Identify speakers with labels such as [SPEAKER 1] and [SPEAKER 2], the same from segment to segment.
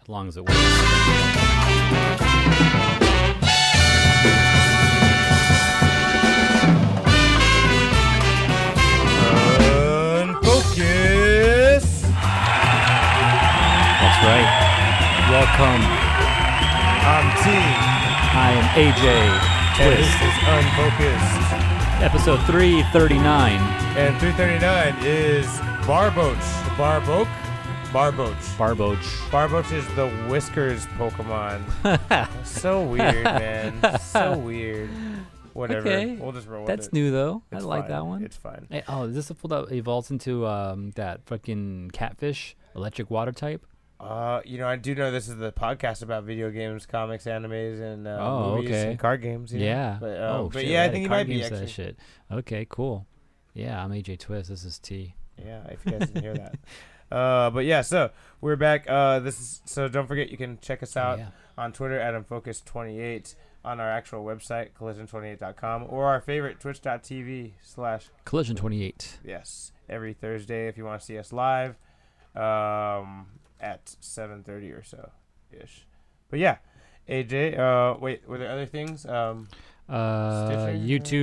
[SPEAKER 1] as long as it works.
[SPEAKER 2] Unfocus.
[SPEAKER 1] That's right. Welcome.
[SPEAKER 2] I'm T,
[SPEAKER 1] I am AJ
[SPEAKER 2] and this
[SPEAKER 1] Twist.
[SPEAKER 2] is Unfocused.
[SPEAKER 1] Episode 339,
[SPEAKER 2] And 339 is Barboach. Barboach? Barboach.
[SPEAKER 1] Barboach.
[SPEAKER 2] Barboach is the Whiskers Pokemon. so weird, man. So weird. Whatever.
[SPEAKER 1] Okay.
[SPEAKER 2] We'll just roll with
[SPEAKER 1] That's
[SPEAKER 2] it.
[SPEAKER 1] new though. I
[SPEAKER 2] It's
[SPEAKER 1] like
[SPEAKER 2] fine.
[SPEAKER 1] that one.
[SPEAKER 2] It's fine.
[SPEAKER 1] Hey, oh, is this the fool that evolves into um, that fucking catfish, electric water type?
[SPEAKER 2] Uh, you know, I do know this is the podcast about video games, comics, animes, and uh,
[SPEAKER 1] Oh,
[SPEAKER 2] movies
[SPEAKER 1] okay.
[SPEAKER 2] and card games. You know?
[SPEAKER 1] Yeah.
[SPEAKER 2] But, uh,
[SPEAKER 1] oh,
[SPEAKER 2] but
[SPEAKER 1] shit,
[SPEAKER 2] yeah,
[SPEAKER 1] right,
[SPEAKER 2] I think
[SPEAKER 1] it
[SPEAKER 2] you
[SPEAKER 1] card
[SPEAKER 2] might be
[SPEAKER 1] games that
[SPEAKER 2] actually.
[SPEAKER 1] shit. Okay, cool. Yeah, I'm AJ Twist. This is T.
[SPEAKER 2] Yeah, if you guys didn't hear that. Uh, but yeah, so we're back. Uh, this is so don't forget you can check us out
[SPEAKER 1] Yeah.
[SPEAKER 2] on Twitter at unfocus28, on our actual website collision28.com, or our favorite twitch.tv slash
[SPEAKER 1] Collision 28.
[SPEAKER 2] yes every Thursday if you want to see us live, um, at 7:30 or so ish. But yeah, AJ. Uh, wait, were there other things? Um,
[SPEAKER 1] Uh,
[SPEAKER 2] Stitcher, uh,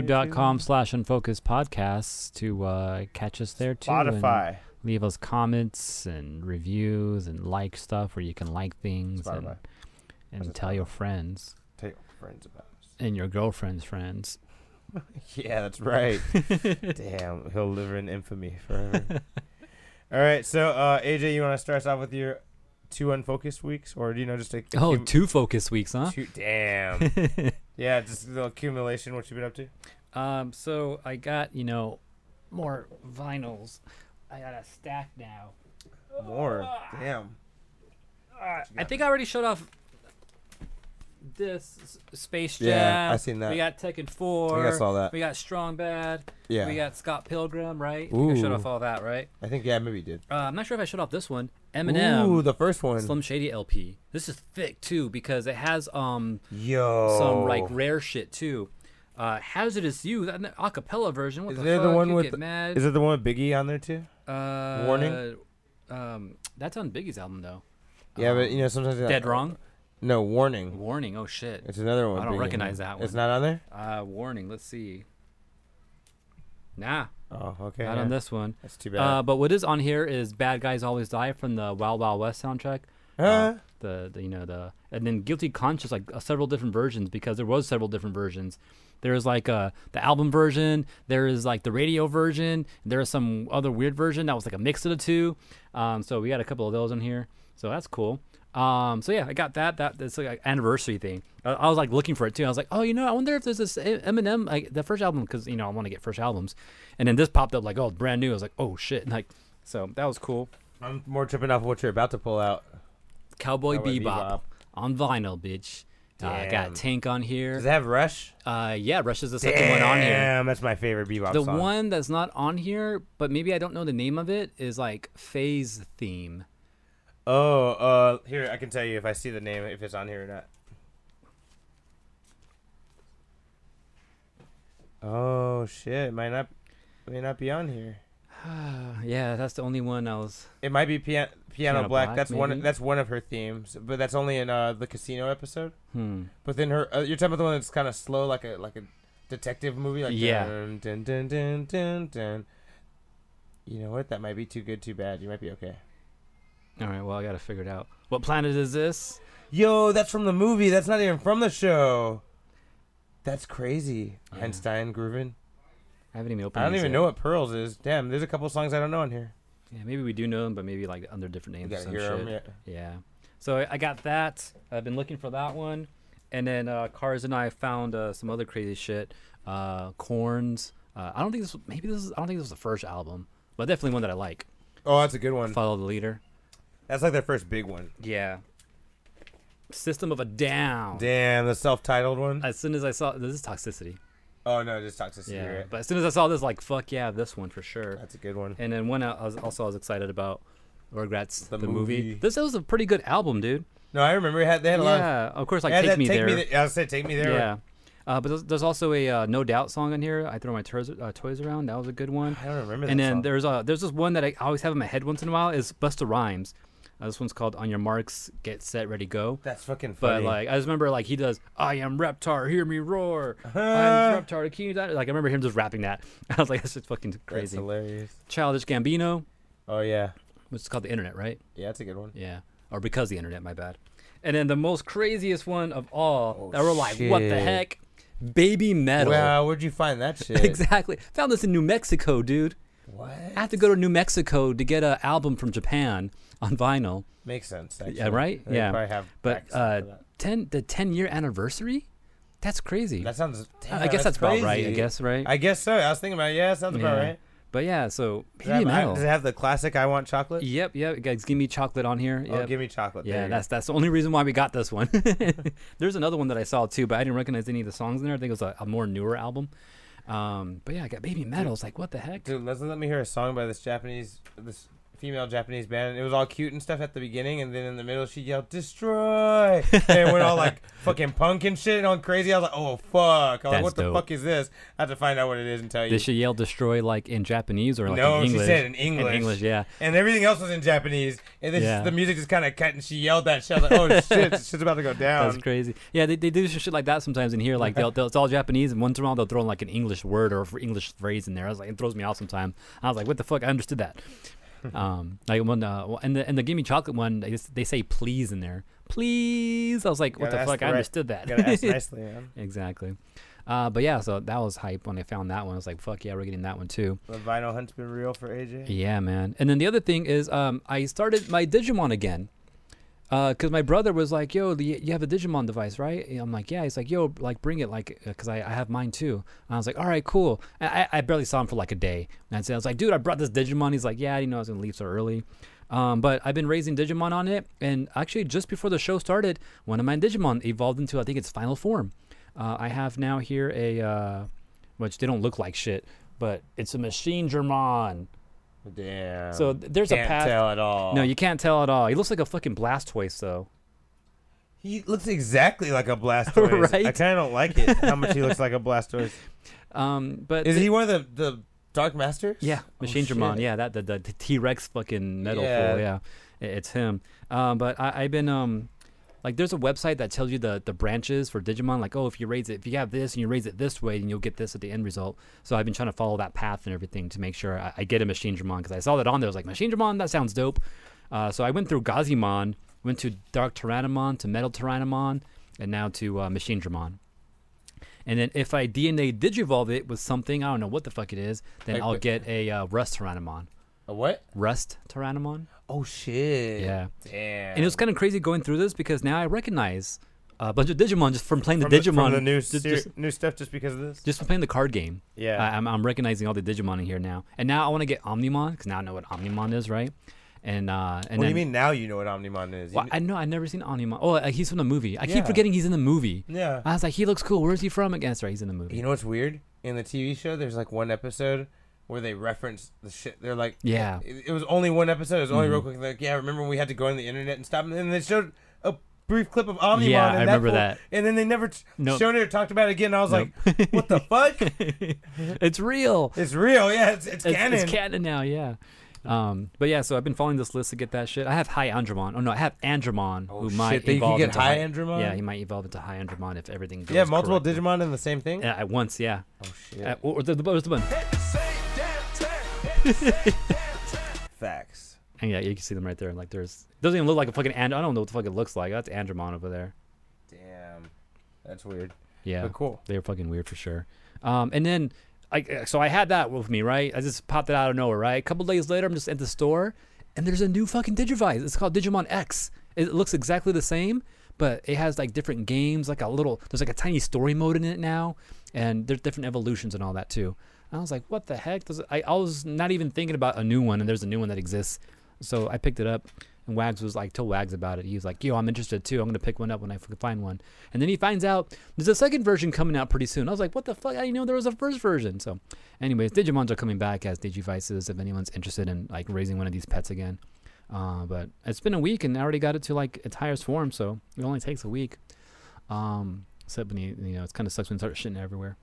[SPEAKER 1] YouTube.com
[SPEAKER 2] YouTube.
[SPEAKER 1] slash Unfocused Podcasts to uh, catch us there too. and
[SPEAKER 2] Spotify,
[SPEAKER 1] Leave us comments and reviews and like stuff where you can like things
[SPEAKER 2] Spotify.
[SPEAKER 1] and,
[SPEAKER 2] That's
[SPEAKER 1] and
[SPEAKER 2] it.
[SPEAKER 1] tell your friends
[SPEAKER 2] Tell your friends about us.
[SPEAKER 1] and your girlfriend's friends.
[SPEAKER 2] Yeah, that's right. Damn, he'll live in infamy forever. All right, so uh, AJ, you want to start us off with your two unfocused weeks, or do you know just a, a
[SPEAKER 1] Oh,
[SPEAKER 2] cum-
[SPEAKER 1] two focus weeks, huh?
[SPEAKER 2] two- damn, yeah, just the accumulation. What you been up to?
[SPEAKER 1] Um, so I got you know more vinyls. I got a stack now.
[SPEAKER 2] More, damn.
[SPEAKER 1] I think I already showed off this S- Space Jam.
[SPEAKER 2] Yeah, I seen that.
[SPEAKER 1] We got Tekken Four.
[SPEAKER 2] I saw that.
[SPEAKER 1] We got Strong Bad.
[SPEAKER 2] Yeah,
[SPEAKER 1] We got Scott Pilgrim, right? I think I showed
[SPEAKER 2] Ooh.
[SPEAKER 1] off all that, right?
[SPEAKER 2] I think yeah, maybe you did.
[SPEAKER 1] Uh, I'm not sure if I showed off this one.
[SPEAKER 2] Ooh,
[SPEAKER 1] Eminem.
[SPEAKER 2] the first one.
[SPEAKER 1] Slim Shady LP. This is thick too because it has um
[SPEAKER 2] Yo,
[SPEAKER 1] some like rare shit too. Uh, Hazardous Youth, an acapella version. What
[SPEAKER 2] Is
[SPEAKER 1] the
[SPEAKER 2] there
[SPEAKER 1] fuck?
[SPEAKER 2] the one
[SPEAKER 1] You
[SPEAKER 2] with
[SPEAKER 1] get
[SPEAKER 2] the-
[SPEAKER 1] mad.
[SPEAKER 2] Is it the one with Biggie on there too?
[SPEAKER 1] Uh,
[SPEAKER 2] Warning?
[SPEAKER 1] Um, that's on Biggie's album though.
[SPEAKER 2] Yeah, but
[SPEAKER 1] Um,
[SPEAKER 2] you know sometimes it's
[SPEAKER 1] Dead
[SPEAKER 2] not-
[SPEAKER 1] Wrong.
[SPEAKER 2] No warning.
[SPEAKER 1] Warning. Oh shit.
[SPEAKER 2] It's another one.
[SPEAKER 1] I
[SPEAKER 2] with
[SPEAKER 1] don't
[SPEAKER 2] Biggie.
[SPEAKER 1] recognize that
[SPEAKER 2] It's
[SPEAKER 1] one.
[SPEAKER 2] not on there.
[SPEAKER 1] Uh, warning. Let's see. Nah,
[SPEAKER 2] Oh, okay.
[SPEAKER 1] not
[SPEAKER 2] yeah.
[SPEAKER 1] on this one.
[SPEAKER 2] That's too bad.
[SPEAKER 1] Uh, but what is on here is "Bad Guys Always Die" from the Wild Wild West soundtrack. Uh,
[SPEAKER 2] Huh?
[SPEAKER 1] the, the you know the and then "Guilty Conscience" like uh, several different versions because there was several different versions. There is like uh, the album version. There is like the radio version. There is some other weird version that was like a mix of the two. Um, so we got a couple of those on here. So that's cool. Um, so yeah, I got that. That that's like an anniversary thing. I, I was like looking for it too. I was like, oh, you know, I wonder if there's this E- Eminem like the first album because you know I want to get first albums. And then this popped up like, oh, it's brand new. I was like, oh shit, like so that was cool.
[SPEAKER 2] I'm more tripping off what you're about to pull out.
[SPEAKER 1] Cowboy,
[SPEAKER 2] Cowboy
[SPEAKER 1] Bebop,
[SPEAKER 2] Bebop.
[SPEAKER 1] on vinyl, bitch. Uh,
[SPEAKER 2] Damn.
[SPEAKER 1] got Tank on here.
[SPEAKER 2] Does it have Rush?
[SPEAKER 1] uh, yeah, Rush is the second one on here.
[SPEAKER 2] Damn, that's my favorite bebop
[SPEAKER 1] The
[SPEAKER 2] song.
[SPEAKER 1] one that's not on here, but maybe I don't know the name of it, is like Phase Theme.
[SPEAKER 2] Oh, uh, here I can tell you if I see the name, if it's on here or not. Oh shit, it might not, it may not be on here.
[SPEAKER 1] yeah, that's the only one I was.
[SPEAKER 2] It might be piano, piano,
[SPEAKER 1] Piano
[SPEAKER 2] black.
[SPEAKER 1] Black,
[SPEAKER 2] That's one.
[SPEAKER 1] maybe?
[SPEAKER 2] That's one of her themes, but that's only in uh the casino episode.
[SPEAKER 1] Hmm.
[SPEAKER 2] But then her, uh, you're talking about the one that's kind of slow, like a like a detective movie, like
[SPEAKER 1] Yeah.
[SPEAKER 2] Dun, dun, dun, dun, dun, dun. You know what? That might be too good, too bad. You might be okay.
[SPEAKER 1] All right, well I gotta figure it out. What planet is this?
[SPEAKER 2] Yo, that's from the movie. That's not even from the show. That's crazy.
[SPEAKER 1] Yeah.
[SPEAKER 2] Einstein Groovin.
[SPEAKER 1] I haven't even opened.
[SPEAKER 2] I don't
[SPEAKER 1] these
[SPEAKER 2] even
[SPEAKER 1] yet.
[SPEAKER 2] know what Pearls is. Damn, there's a couple songs I don't know on here.
[SPEAKER 1] Yeah, maybe we do know them, but maybe like under different
[SPEAKER 2] You
[SPEAKER 1] names or
[SPEAKER 2] gotta
[SPEAKER 1] some
[SPEAKER 2] hear 'em,
[SPEAKER 1] shit.
[SPEAKER 2] Yeah.
[SPEAKER 1] Yeah. So I- I got that. I've been looking for that one. And then uh, Cars and I found uh, some other crazy shit. Uh, Corns. Uh, I don't think this. Maybe this is. I don't think this was the first album, but definitely one that I like.
[SPEAKER 2] Oh, that's a good one.
[SPEAKER 1] Follow the leader.
[SPEAKER 2] That's like their first big one.
[SPEAKER 1] Yeah. System of a Down.
[SPEAKER 2] Damn, the self-titled one.
[SPEAKER 1] As soon as Oh. I saw this is toxicity.
[SPEAKER 2] Oh no, just Toxicity.
[SPEAKER 1] Yeah.
[SPEAKER 2] Yeah.
[SPEAKER 1] But as soon as I saw this, like fuck yeah, this one for sure.
[SPEAKER 2] That's a good one.
[SPEAKER 1] And then one uh, I was also I was excited about. Regrets
[SPEAKER 2] The
[SPEAKER 1] the, movie.
[SPEAKER 2] movie.
[SPEAKER 1] This was a pretty good album, dude.
[SPEAKER 2] No, I remember it had, they had a lot. Of,
[SPEAKER 1] yeah, of course, like
[SPEAKER 2] it had
[SPEAKER 1] take
[SPEAKER 2] that
[SPEAKER 1] me
[SPEAKER 2] take
[SPEAKER 1] there.
[SPEAKER 2] me. Th- I said take me there.
[SPEAKER 1] Yeah. Uh, but there's, there's also a uh, No Doubt song on here. I throw my toys, uh, toys around. That was a good one.
[SPEAKER 2] I don't remember. That
[SPEAKER 1] And then
[SPEAKER 2] song.
[SPEAKER 1] there's uh, there's this one that I always have in my head once in a while is Busta Rhymes. Uh, this one's called "On Your Marks, Get Set, Ready, Go."
[SPEAKER 2] That's fucking funny.
[SPEAKER 1] But like, I just remember like he does, "I am Reptar, hear me roar."
[SPEAKER 2] Huh?
[SPEAKER 1] I'm Reptar, can you die?" Like I remember him just rapping that. I was like, "That's just fucking
[SPEAKER 2] That's
[SPEAKER 1] crazy."
[SPEAKER 2] hilarious.
[SPEAKER 1] Childish Gambino,
[SPEAKER 2] Oh yeah,
[SPEAKER 1] which is called the Internet, right?
[SPEAKER 2] yeah, that's a good one.
[SPEAKER 1] Yeah, or because the Internet. My bad. And then the most craziest one of all
[SPEAKER 2] Oh,
[SPEAKER 1] that we're like, "What the
[SPEAKER 2] shit.
[SPEAKER 1] heck?" Baby metal.
[SPEAKER 2] Wow, where'd you find that shit?
[SPEAKER 1] exactly. Found this in New Mexico, dude.
[SPEAKER 2] What?
[SPEAKER 1] I have to go to New Mexico to get an album from Japan on vinyl.
[SPEAKER 2] Makes sense. Actually.
[SPEAKER 1] right?
[SPEAKER 2] They
[SPEAKER 1] Yeah.
[SPEAKER 2] Probably have
[SPEAKER 1] But
[SPEAKER 2] access
[SPEAKER 1] uh,
[SPEAKER 2] to that.
[SPEAKER 1] ten the ten year anniversary, that's crazy.
[SPEAKER 2] that sounds.
[SPEAKER 1] I
[SPEAKER 2] Damn,
[SPEAKER 1] I guess that's, about right. I
[SPEAKER 2] crazy.
[SPEAKER 1] guess right.
[SPEAKER 2] I guess so. I was thinking about it. yeah, that sounds about
[SPEAKER 1] Yeah.
[SPEAKER 2] right.
[SPEAKER 1] but yeah, so
[SPEAKER 2] Does it, have,
[SPEAKER 1] heavy metal.
[SPEAKER 2] does it have the classic "I want chocolate"?
[SPEAKER 1] yep, yep. Guys, give me chocolate on here.
[SPEAKER 2] Oh,
[SPEAKER 1] Yep.
[SPEAKER 2] give me chocolate. There
[SPEAKER 1] yeah,
[SPEAKER 2] you go.
[SPEAKER 1] that's that's the only reason why we got this one. There's another one that I saw too, but I didn't recognize any of the songs in there. I think it was a, a more newer album. Um, but yeah, I got Baby Metal. It's like what the heck?
[SPEAKER 2] Dude, Leslie let me hear a song by this Japanese, this female Japanese band. It was all cute and stuff at the beginning, and then in the middle she yelled "Destroy!" and it went all like fucking punk and shit and all crazy. I was like, "Oh fuck!" I was like,
[SPEAKER 1] That's
[SPEAKER 2] "What the
[SPEAKER 1] dope.
[SPEAKER 2] fuck is this?" I have to find out what it is and tell you.
[SPEAKER 1] Did she yell "Destroy" like in Japanese or like
[SPEAKER 2] no,
[SPEAKER 1] in English?
[SPEAKER 2] she said in English.
[SPEAKER 1] In English, yeah.
[SPEAKER 2] And everything else was in Japanese, and then
[SPEAKER 1] Yeah.
[SPEAKER 2] the music just kind of cut, and she yelled that shit. I was like, "Oh shit, shit's about to go down."
[SPEAKER 1] That's crazy. Yeah, they, they do some shit like that sometimes in here. Like they'll, they'll, it's all Japanese, and once in a while they'll throw in like an English word or an English phrase in there. I was like, it throws me off sometimes. I was like, what the fuck? I understood that. Um, like when uh, well, and the and the give me chocolate one, they, just- they say please in there. Please, I was like, what
[SPEAKER 2] Gotta
[SPEAKER 1] the
[SPEAKER 2] ask
[SPEAKER 1] fuck?
[SPEAKER 2] the
[SPEAKER 1] I
[SPEAKER 2] right-
[SPEAKER 1] understood that.
[SPEAKER 2] Gotta ask nicely, man.
[SPEAKER 1] exactly. Uh, but yeah, so that was hype when I found that one. I was like, fuck yeah, we're getting that one too.
[SPEAKER 2] The vinyl hunt's been real for AJ.
[SPEAKER 1] Yeah, man. And then the other thing is, um, I started my Digimon again. Uh, cause my brother was like, "Yo, the, you have a Digimon device, right?" And I'm like, "Yeah." He's like, "Yo, like bring it, like, uh, cause I, I have mine too." And I was like, "All right, cool." And I, I barely saw him for like a day, and I'd say- I was like, "Dude, I brought this Digimon." He's like, "Yeah, I didn't know I was gonna leave so early." Um, but I've been raising Digimon on it, and actually, just before the show started, one of my Digimon evolved into I think its final form. Uh, I have now here a, uh, which they don't look like shit, but it's a machine German.
[SPEAKER 2] Damn.
[SPEAKER 1] So th- there's a
[SPEAKER 2] Can't
[SPEAKER 1] path-
[SPEAKER 2] tell at all.
[SPEAKER 1] No, you can't tell at all. He looks like a fucking Blastoise, though.
[SPEAKER 2] He looks exactly like a Blastoise.
[SPEAKER 1] Right?
[SPEAKER 2] I kind of don't like it how much he looks like a Blastoise.
[SPEAKER 1] Um, but
[SPEAKER 2] Is
[SPEAKER 1] th-
[SPEAKER 2] he one of the, the Dark Masters?
[SPEAKER 1] Yeah,
[SPEAKER 2] Oh,
[SPEAKER 1] Machine
[SPEAKER 2] shit.
[SPEAKER 1] German. Yeah, that the the T Rex fucking metal
[SPEAKER 2] Yeah.
[SPEAKER 1] fool. Yeah, I- it's him. Um, but I, I've been um, like, there's a website that tells you the the branches for Digimon. Like, oh, if you raise it, if you have this and you raise it this way, then you'll get this at the end result. So I've been trying to follow that path and everything to make sure I, I get a Machine German because I saw that on there. I was like, Machine German, that sounds dope. Uh, so I went through Gazimon, went to Dark Tyrannomon, to Metal Tyrannomon, and now to uh, Machine German. And then if I DNA digivolve it with something, I don't know what the fuck it is, then
[SPEAKER 2] Like
[SPEAKER 1] I'll
[SPEAKER 2] the-
[SPEAKER 1] get a uh, Rust Tyrannomon.
[SPEAKER 2] A what?
[SPEAKER 1] Rust Tyrannomon?
[SPEAKER 2] Oh, shit.
[SPEAKER 1] Yeah.
[SPEAKER 2] Damn.
[SPEAKER 1] And it was kind of crazy going through this because now I recognize a bunch of Digimon just from playing the
[SPEAKER 2] from
[SPEAKER 1] Digimon.
[SPEAKER 2] From the new,
[SPEAKER 1] ju- just,
[SPEAKER 2] ser- new stuff just because of this?
[SPEAKER 1] just from playing the card game.
[SPEAKER 2] Yeah.
[SPEAKER 1] I, I'm, I'm recognizing all the Digimon in here now. And now I want to get Omnimon because now I know what Omnimon is, right? And, uh, and then,
[SPEAKER 2] what do you mean now you know what Omnimon is? You
[SPEAKER 1] Well,
[SPEAKER 2] kn-
[SPEAKER 1] I know I've never seen Omnimon. Oh, uh, he's from the movie. I
[SPEAKER 2] Yeah.
[SPEAKER 1] keep forgetting he's in the movie.
[SPEAKER 2] yeah.
[SPEAKER 1] I was like, he looks cool. Where's he from? Again, that's right. He's in the movie.
[SPEAKER 2] you know what's weird? In the TV show, there's like one episode where they reference the shit. They're like,
[SPEAKER 1] Yeah.
[SPEAKER 2] It, it was only one episode. It was only
[SPEAKER 1] Mm.
[SPEAKER 2] real quick. Like, yeah, remember when we had to go on the internet and stop? And they showed a brief clip of Omnimon.
[SPEAKER 1] Yeah,
[SPEAKER 2] and
[SPEAKER 1] I remember
[SPEAKER 2] fool-
[SPEAKER 1] that.
[SPEAKER 2] And then they never t-
[SPEAKER 1] Nope.
[SPEAKER 2] showed it or talked about it again. I was like, what the fuck?
[SPEAKER 1] it's real.
[SPEAKER 2] It's real. Yeah, it's, it's,
[SPEAKER 1] It's-
[SPEAKER 2] canon.
[SPEAKER 1] It's canon now, yeah. Um, but yeah, so I've been following this list to get that shit. I have High Andromon. Oh no, I have Andromon,
[SPEAKER 2] Oh,
[SPEAKER 1] who
[SPEAKER 2] shit,
[SPEAKER 1] might
[SPEAKER 2] that you can
[SPEAKER 1] evolve
[SPEAKER 2] get
[SPEAKER 1] into
[SPEAKER 2] High Andromon?
[SPEAKER 1] Yeah, he might evolve into High Andromon if everything goes.
[SPEAKER 2] you have multiple
[SPEAKER 1] correctly.
[SPEAKER 2] Digimon in the same thing?
[SPEAKER 1] Yeah, at once, yeah.
[SPEAKER 2] Oh, shit.
[SPEAKER 1] Uh, or or the, the, or the button.
[SPEAKER 2] Facts.
[SPEAKER 1] And yeah, you can see them right there. Like there's doesn't even look like a fucking and I don't know what the fuck it looks like. That's Andromon over there.
[SPEAKER 2] Damn. That's weird.
[SPEAKER 1] Yeah.
[SPEAKER 2] But cool.
[SPEAKER 1] They were fucking weird for sure. Um, and then I so I had that with me, right? I just popped it out of nowhere, right? A couple days later, I'm just at the store, and there's a new fucking Digivice. It's called Digimon X. It looks exactly the same, but it has like different games, like a little. There's like a tiny story mode in it now, and there's different evolutions and all that too. And I was like, what the heck? Does it, I, I was not even thinking about a new one, and there's a new one that exists. So I picked it up, and Wags was like, told Wags about it. He was like, yo, I'm interested too. I'm going to pick one up when I f- find one. And then he finds out there's a second version coming out pretty soon. I was like, what the fuck? I didn't know there was a first version. So, anyways, Digimons are coming back as Digivices if anyone's interested in like raising one of these pets again. Uh, but it's been a week, and I already got it to like its highest form, so it only takes a week. Um, except when you, you know, it's kind of sucks when it starts shitting everywhere.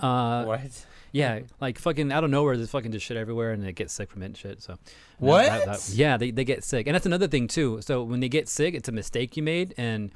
[SPEAKER 1] Uh,
[SPEAKER 2] what?
[SPEAKER 1] yeah, like fucking out of nowhere, there's fucking just shit everywhere, and they get sick from it and shit. So, that-
[SPEAKER 2] What?
[SPEAKER 1] that- that- yeah, they, they get sick, and that's another thing too. So when they get sick, it's a mistake you made, and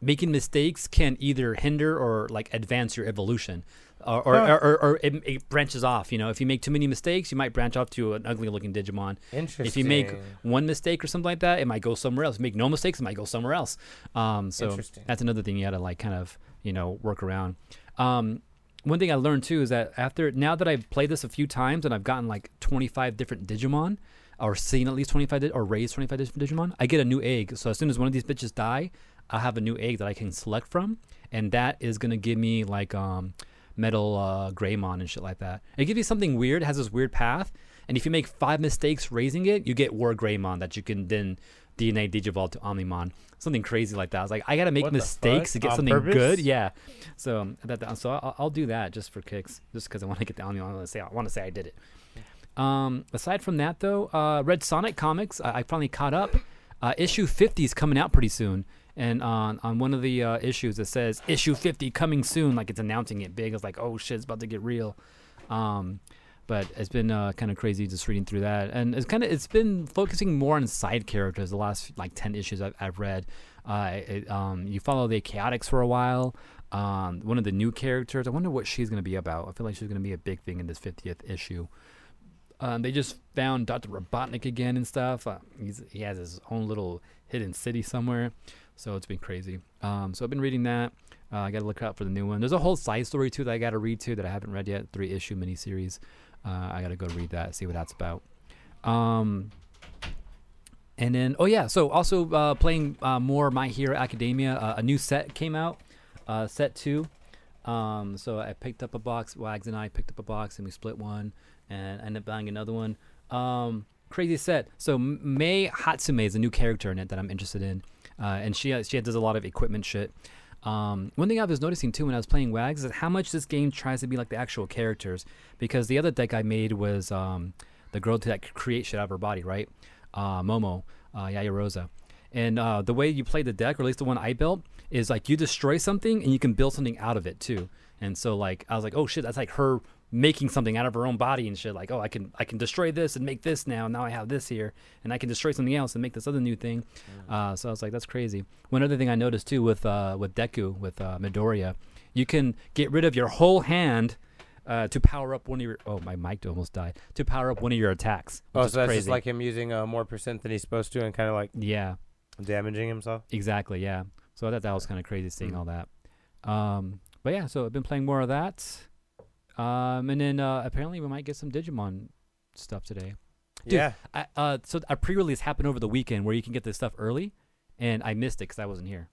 [SPEAKER 1] making mistakes can either hinder or like advance your evolution, or or,
[SPEAKER 2] Huh.
[SPEAKER 1] or, or, or it, it branches off. You know, if you make too many mistakes, you might branch off to an ugly looking Digimon.
[SPEAKER 2] Interesting.
[SPEAKER 1] If you make one mistake or something like that, it might go somewhere else. If you make no mistakes, it might go somewhere else. Um, so
[SPEAKER 2] Interesting.
[SPEAKER 1] that's another thing you got to like kind of you know work around. Um, one thing I learned too is that after now that I've played this a few times and I've gotten like 25 different Digimon or seen at least 25 di- or raised 25 different Digimon, I get a new egg. So as soon as one of these bitches die, I'll have a new egg that I can select from, and that is gonna give me like um, metal uh, Greymon and shit like that. It gives you something weird. It has this weird path, and if you make five mistakes raising it, you get War Greymon that you can then DNA Digivolve to Omnimon. Something crazy like that. I was like, I gotta make
[SPEAKER 2] What the
[SPEAKER 1] mistakes
[SPEAKER 2] fuck?
[SPEAKER 1] to get
[SPEAKER 2] On
[SPEAKER 1] something
[SPEAKER 2] purpose?
[SPEAKER 1] good. Yeah. So um, that, that- so I'll, I'll do that just for kicks, just because I want to get the Omnimon. I want to say I want to say I did it. Um, aside from that, though, uh, Red Sonic comics, I, I finally caught up. Uh, issue 50 is coming out pretty soon. And on, on one of the uh, issues, it says issue 50 coming soon. Like it's announcing it big. It's like, oh shit, it's about to get real. Um, but it's been uh, kind of crazy just reading through that. And it's kind of, it's been focusing more on side characters the last like 10 issues I've, I've read. Uh, it, um, you follow the Chaotix for a while. Um, one of the new characters. I wonder what she's going to be about. I feel like she's going to be a big thing in this 50th issue. Um, they just found Dr. Robotnik again and stuff. Uh, he's, he has his own little hidden city somewhere. So it's been crazy. Um, so I've been reading that. Uh, I got to look out for the new one. There's a whole side story, too, that I got to read, too, that I haven't read yet. Three issue miniseries. Uh, I got to go read that, see what that's about. Um, and then, oh, yeah. So also uh, playing uh, more My Hero Academia. Uh, a new set came out, uh, set two. Um, so I picked up a box. Wags and I picked up a box, and we split one, and ended up buying another one. Um, crazy set. So M- May Hatsume is a new character in it that I'm interested in, uh, and she she does a lot of equipment shit. Um, one thing I was noticing too when I was playing Wags is how much this game tries to be like the actual characters, because the other deck I made was um, the girl that could create shit out of her body, right? Uh, Momo, uh, Yaya Rosa. And uh, the way you play the deck, or at least the one I built, is like you destroy something and you can build something out of it too. And so like I was like, oh shit, that's like her making something out of her own body and shit. Like oh, I can I can destroy this and make this now. Now I have this here, and I can destroy something else and make this other new thing. Uh, so I was like, that's crazy. One other thing I noticed too with uh, with Deku with uh, Midoriya, you can get rid of your whole hand. Uh, to power up one of your oh my mic almost died to power up one of your attacks. Which
[SPEAKER 2] Oh,
[SPEAKER 1] is
[SPEAKER 2] so that's
[SPEAKER 1] crazy.
[SPEAKER 2] just like him using uh, more percent than he's supposed to and kind of like
[SPEAKER 1] yeah.
[SPEAKER 2] damaging himself.
[SPEAKER 1] Exactly, yeah. So I thought that was kind of crazy seeing
[SPEAKER 2] Mm.
[SPEAKER 1] all that. Um, but yeah, so I've been playing more of that. Um, and then uh, apparently we might get some Digimon stuff today. Dude.
[SPEAKER 2] Yeah.
[SPEAKER 1] I, uh, so a pre-release happened over the weekend where you can get this stuff early, and I missed it because I wasn't here.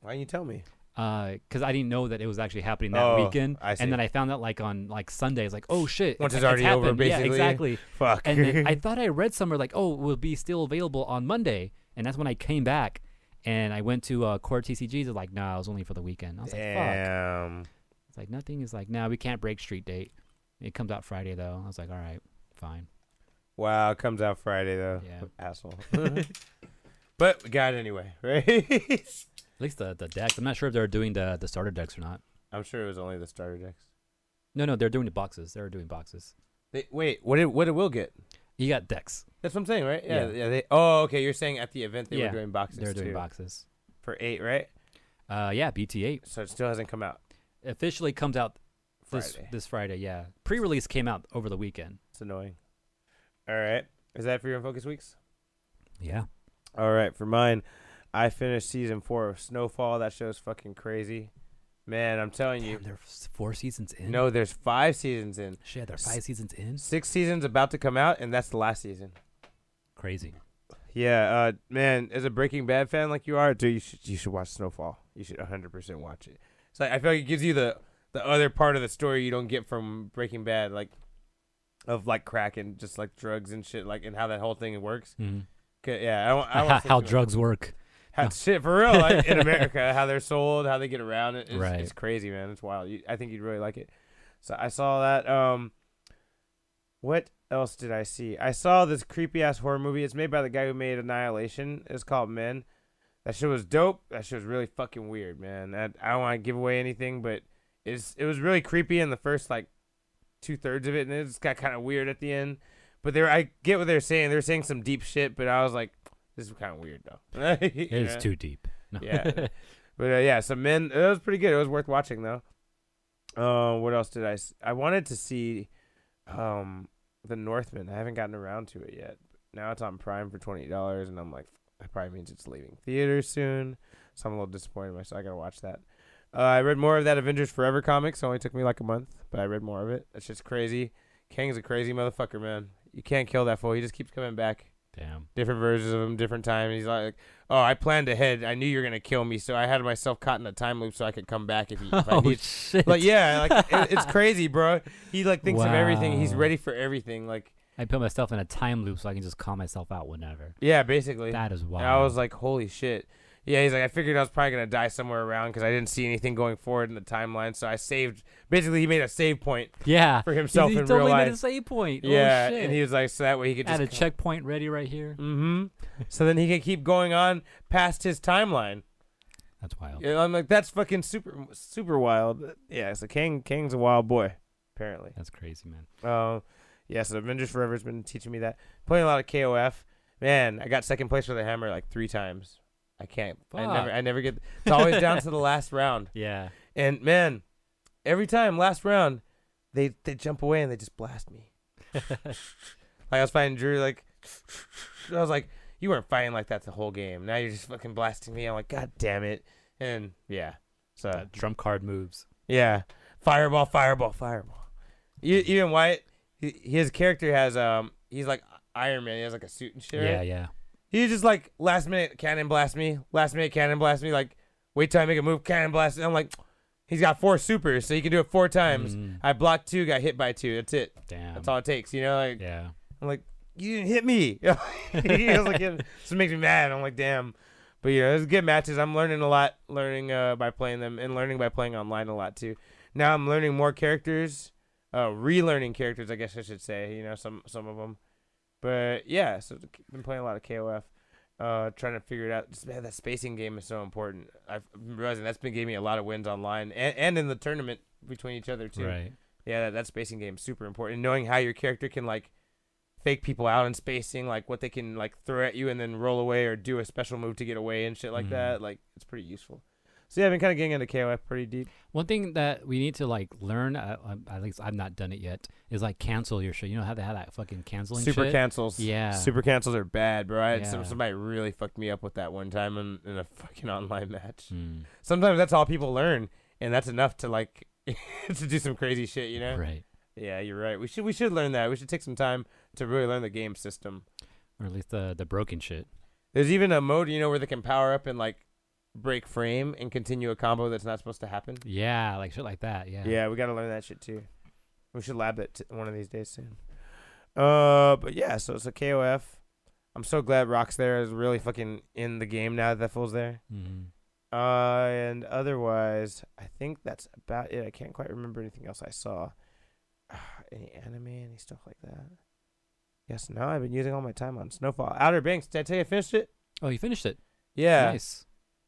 [SPEAKER 2] Why didn't you tell me?
[SPEAKER 1] Because I didn't know that it was actually happening that
[SPEAKER 2] Oh,
[SPEAKER 1] weekend,
[SPEAKER 2] I
[SPEAKER 1] and then
[SPEAKER 2] see.
[SPEAKER 1] I found out like on like Sunday. It's like, oh shit,
[SPEAKER 2] Once it's
[SPEAKER 1] ha-
[SPEAKER 2] already over,
[SPEAKER 1] happened.
[SPEAKER 2] basically.
[SPEAKER 1] Yeah, exactly.
[SPEAKER 2] Fuck.
[SPEAKER 1] And then I thought I read somewhere like, oh, it will be still available on Monday, and that's when I came back and I went to uh, Core TCGs. They're like, nah, it was only for the weekend. I was like, fuck.
[SPEAKER 2] Damn.
[SPEAKER 1] It's like nothing is like, nah, we can't break street date. It comes out Friday though. I was like, all right, fine.
[SPEAKER 2] Wow, it comes out Friday though.
[SPEAKER 1] Yeah.
[SPEAKER 2] Asshole. but we got it anyway, right?
[SPEAKER 1] At least the the decks. I'm not sure if they're doing the the starter decks or not.
[SPEAKER 2] I'm sure it was only the starter decks.
[SPEAKER 1] No, no, they're doing the boxes. They're doing boxes.
[SPEAKER 2] They, wait, what did what it will get?
[SPEAKER 1] You got decks.
[SPEAKER 2] That's what I'm saying, right? Yeah.
[SPEAKER 1] Yeah.
[SPEAKER 2] yeah. they, oh, okay. You're saying at the event they
[SPEAKER 1] Yeah,
[SPEAKER 2] were doing boxes
[SPEAKER 1] they're doing
[SPEAKER 2] too,
[SPEAKER 1] boxes.
[SPEAKER 2] for eight, right?
[SPEAKER 1] Uh, yeah, BT8
[SPEAKER 2] So it still hasn't come out.
[SPEAKER 1] officially comes out this
[SPEAKER 2] Friday.
[SPEAKER 1] this Friday. Yeah, pre-release came out over the weekend.
[SPEAKER 2] It's annoying. All right. Is that for your focus weeks?
[SPEAKER 1] Yeah.
[SPEAKER 2] All right, for mine, I finished season four of Snowfall. That show's fucking crazy, man. I'm telling you.
[SPEAKER 1] Damn, they're f- four seasons in.
[SPEAKER 2] No, there's five seasons in,
[SPEAKER 1] Shit, they're
[SPEAKER 2] S-
[SPEAKER 1] five seasons in.
[SPEAKER 2] six seasons about to come out, and that's the last season.
[SPEAKER 1] Crazy.
[SPEAKER 2] Yeah, uh, man, as a Breaking Bad fan like you are, dude, you should you should watch Snowfall. You should 100 percent watch it. It's like I feel like it gives you the the other part of the story you don't get from Breaking Bad, like of like crack and just like drugs and shit, like and how that whole thing works. 'Kay, yeah, I don't, I don't wanna say
[SPEAKER 1] how
[SPEAKER 2] too much.
[SPEAKER 1] drugs work.
[SPEAKER 2] How,
[SPEAKER 1] No.
[SPEAKER 2] Shit, for real, like, in America, how they're sold, how they get around it. It's,
[SPEAKER 1] Right.
[SPEAKER 2] it's crazy, man. It's wild. You, I think you'd really like it. So I saw that. Um, what else did I see? I saw this creepy ass horror movie. It's made by the guy who made Annihilation. It's called Men. That shit was dope. That shit was really fucking weird, man. I, I don't want to give away anything, but is it was really creepy in the first like two thirds of it, and it just got kind of weird at the end. But they were, I get what they're saying. They're saying some deep shit, but I was like, this is kind of weird though.
[SPEAKER 1] It is too deep. No.
[SPEAKER 2] Yeah. But uh, yeah, some men. It was pretty good. It was worth watching though. Uh, what else did I? s- I wanted to see, um, The Northman. I haven't gotten around to it yet. Now it's on Prime for twenty dollars, and I'm like, that probably means it's leaving theaters soon. So I'm a little disappointed in myself. I gotta watch that. Uh, I read more of that Avengers Forever comic. So it only took me like a month, but I read more of it. That's just crazy. Kang's a crazy motherfucker, man. You can't kill that fool. He just keeps coming back
[SPEAKER 1] Damn.
[SPEAKER 2] different versions of him, different time. And he's like, "Oh, I planned ahead. I knew you were gonna kill me, so I had myself caught in a time loop so I could come back if, you, if I
[SPEAKER 1] Oh
[SPEAKER 2] need."
[SPEAKER 1] shit!
[SPEAKER 2] Like, yeah, like it, it's crazy, bro. He like thinks of everything. He's
[SPEAKER 1] Wow.
[SPEAKER 2] ready for everything. Like,
[SPEAKER 1] I put myself in a time loop so I can just call myself out whenever.
[SPEAKER 2] yeah, basically.
[SPEAKER 1] That is wild.
[SPEAKER 2] And I was like, "Holy shit." Yeah, he's like, I figured I was probably gonna die somewhere around because I didn't see anything going forward in the timeline. So I saved. Basically, he made a save point
[SPEAKER 1] yeah,
[SPEAKER 2] for himself
[SPEAKER 1] he, he
[SPEAKER 2] in
[SPEAKER 1] totally
[SPEAKER 2] real
[SPEAKER 1] made a
[SPEAKER 2] life.
[SPEAKER 1] save point.
[SPEAKER 2] Yeah,
[SPEAKER 1] oh, shit.
[SPEAKER 2] and he was like, so that way he could
[SPEAKER 1] had
[SPEAKER 2] just
[SPEAKER 1] a checkpoint ready right here.
[SPEAKER 2] hmm So then he could keep going on past his timeline.
[SPEAKER 1] That's wild.
[SPEAKER 2] Yeah, I'm like, that's fucking super, super wild. Yeah, so Kang, Kang's a wild boy, apparently.
[SPEAKER 1] That's crazy, man.
[SPEAKER 2] Um, yeah, so Avengers Forever's been teaching me that. Playing a lot of KOF, man. I got second place with a hammer like three times. I can't. I never.
[SPEAKER 1] Fuck.
[SPEAKER 2] I never get. It's always down to the last round.
[SPEAKER 1] Yeah.
[SPEAKER 2] And man, every time last round, they they jump away and they just blast me. Like I was fighting Drew, like I was like, you weren't fighting like that the whole game. Now you're just fucking blasting me. I'm like, god damn it. And yeah, so
[SPEAKER 1] That Uh, trump card moves.
[SPEAKER 2] yeah, fireball, fireball, fireball. E- Even Wyatt, he- his character has um, he's like Iron Man. He has like a suit and shit.
[SPEAKER 1] Yeah,
[SPEAKER 2] Yeah.
[SPEAKER 1] yeah.
[SPEAKER 2] He just like last minute cannon blast me, last minute cannon blast me. Like wait till I make a move, cannon blast. And I'm like, he's got four supers, so he can do it four times.
[SPEAKER 1] Mm,
[SPEAKER 2] I blocked two, got hit by two. That's it.
[SPEAKER 1] damn.
[SPEAKER 2] That's all it takes. You know, like
[SPEAKER 1] Um, Yeah.
[SPEAKER 2] I'm like, you didn't hit me. he was like, yeah. so it makes me mad. I'm like, damn. But you know, it's good matches. I'm learning a lot, learning uh, by playing them, and learning by playing online a lot too. Now I'm learning more characters, uh, relearning characters, I guess I should say. You know, some some of them. But yeah, so I've been playing a lot of KOF, uh, trying to figure it out. Just man, that spacing game is so important. I've been realizing that's been giving me a lot of wins online and, and in the tournament between each other too.
[SPEAKER 1] Right.
[SPEAKER 2] Yeah, that, that spacing game is super important. And knowing how your character can like fake people out in spacing, like what they can like throw at you and then roll away or do a special move to get away and shit like
[SPEAKER 1] Mhm.
[SPEAKER 2] that. Like it's pretty useful. So yeah, I've been kind of getting into KOF pretty deep.
[SPEAKER 1] One thing that we need to like learn, uh, um, at least I've not done it yet, is like cancel your shit. You know how they have that fucking canceling
[SPEAKER 2] Super
[SPEAKER 1] shit?
[SPEAKER 2] cancels.
[SPEAKER 1] Yeah.
[SPEAKER 2] Super cancels are bad, bro. I had some,
[SPEAKER 1] Yeah.
[SPEAKER 2] somebody really fucked me up with that one time in, in a fucking online match.
[SPEAKER 1] Mm,
[SPEAKER 2] Sometimes that's all people learn, and that's enough to like to do some crazy shit, you know?
[SPEAKER 1] Right.
[SPEAKER 2] Yeah, you're right. We should we should learn that. We should take some time to really learn the game system.
[SPEAKER 1] Or at least the the broken shit.
[SPEAKER 2] There's even a mode, you know, where they can power up and like break frame and continue a combo that's not supposed to happen.
[SPEAKER 1] Yeah, like shit like that. Yeah.
[SPEAKER 2] Yeah, we got to learn that shit too. We should lab that t- one of these days soon. Uh, but yeah, so it's a KOF. I'm so glad Rock's there is really fucking in the game now that that fool's there.
[SPEAKER 1] Mm.
[SPEAKER 2] Uh, and otherwise, I think that's about it. I can't quite remember anything else I saw. any anime, any stuff like that. Yes, no, I've been using all my time on Snowfall. Outer Banks, did I tell you I finished it?
[SPEAKER 1] Oh, you finished it.
[SPEAKER 2] Yeah.
[SPEAKER 1] Nice.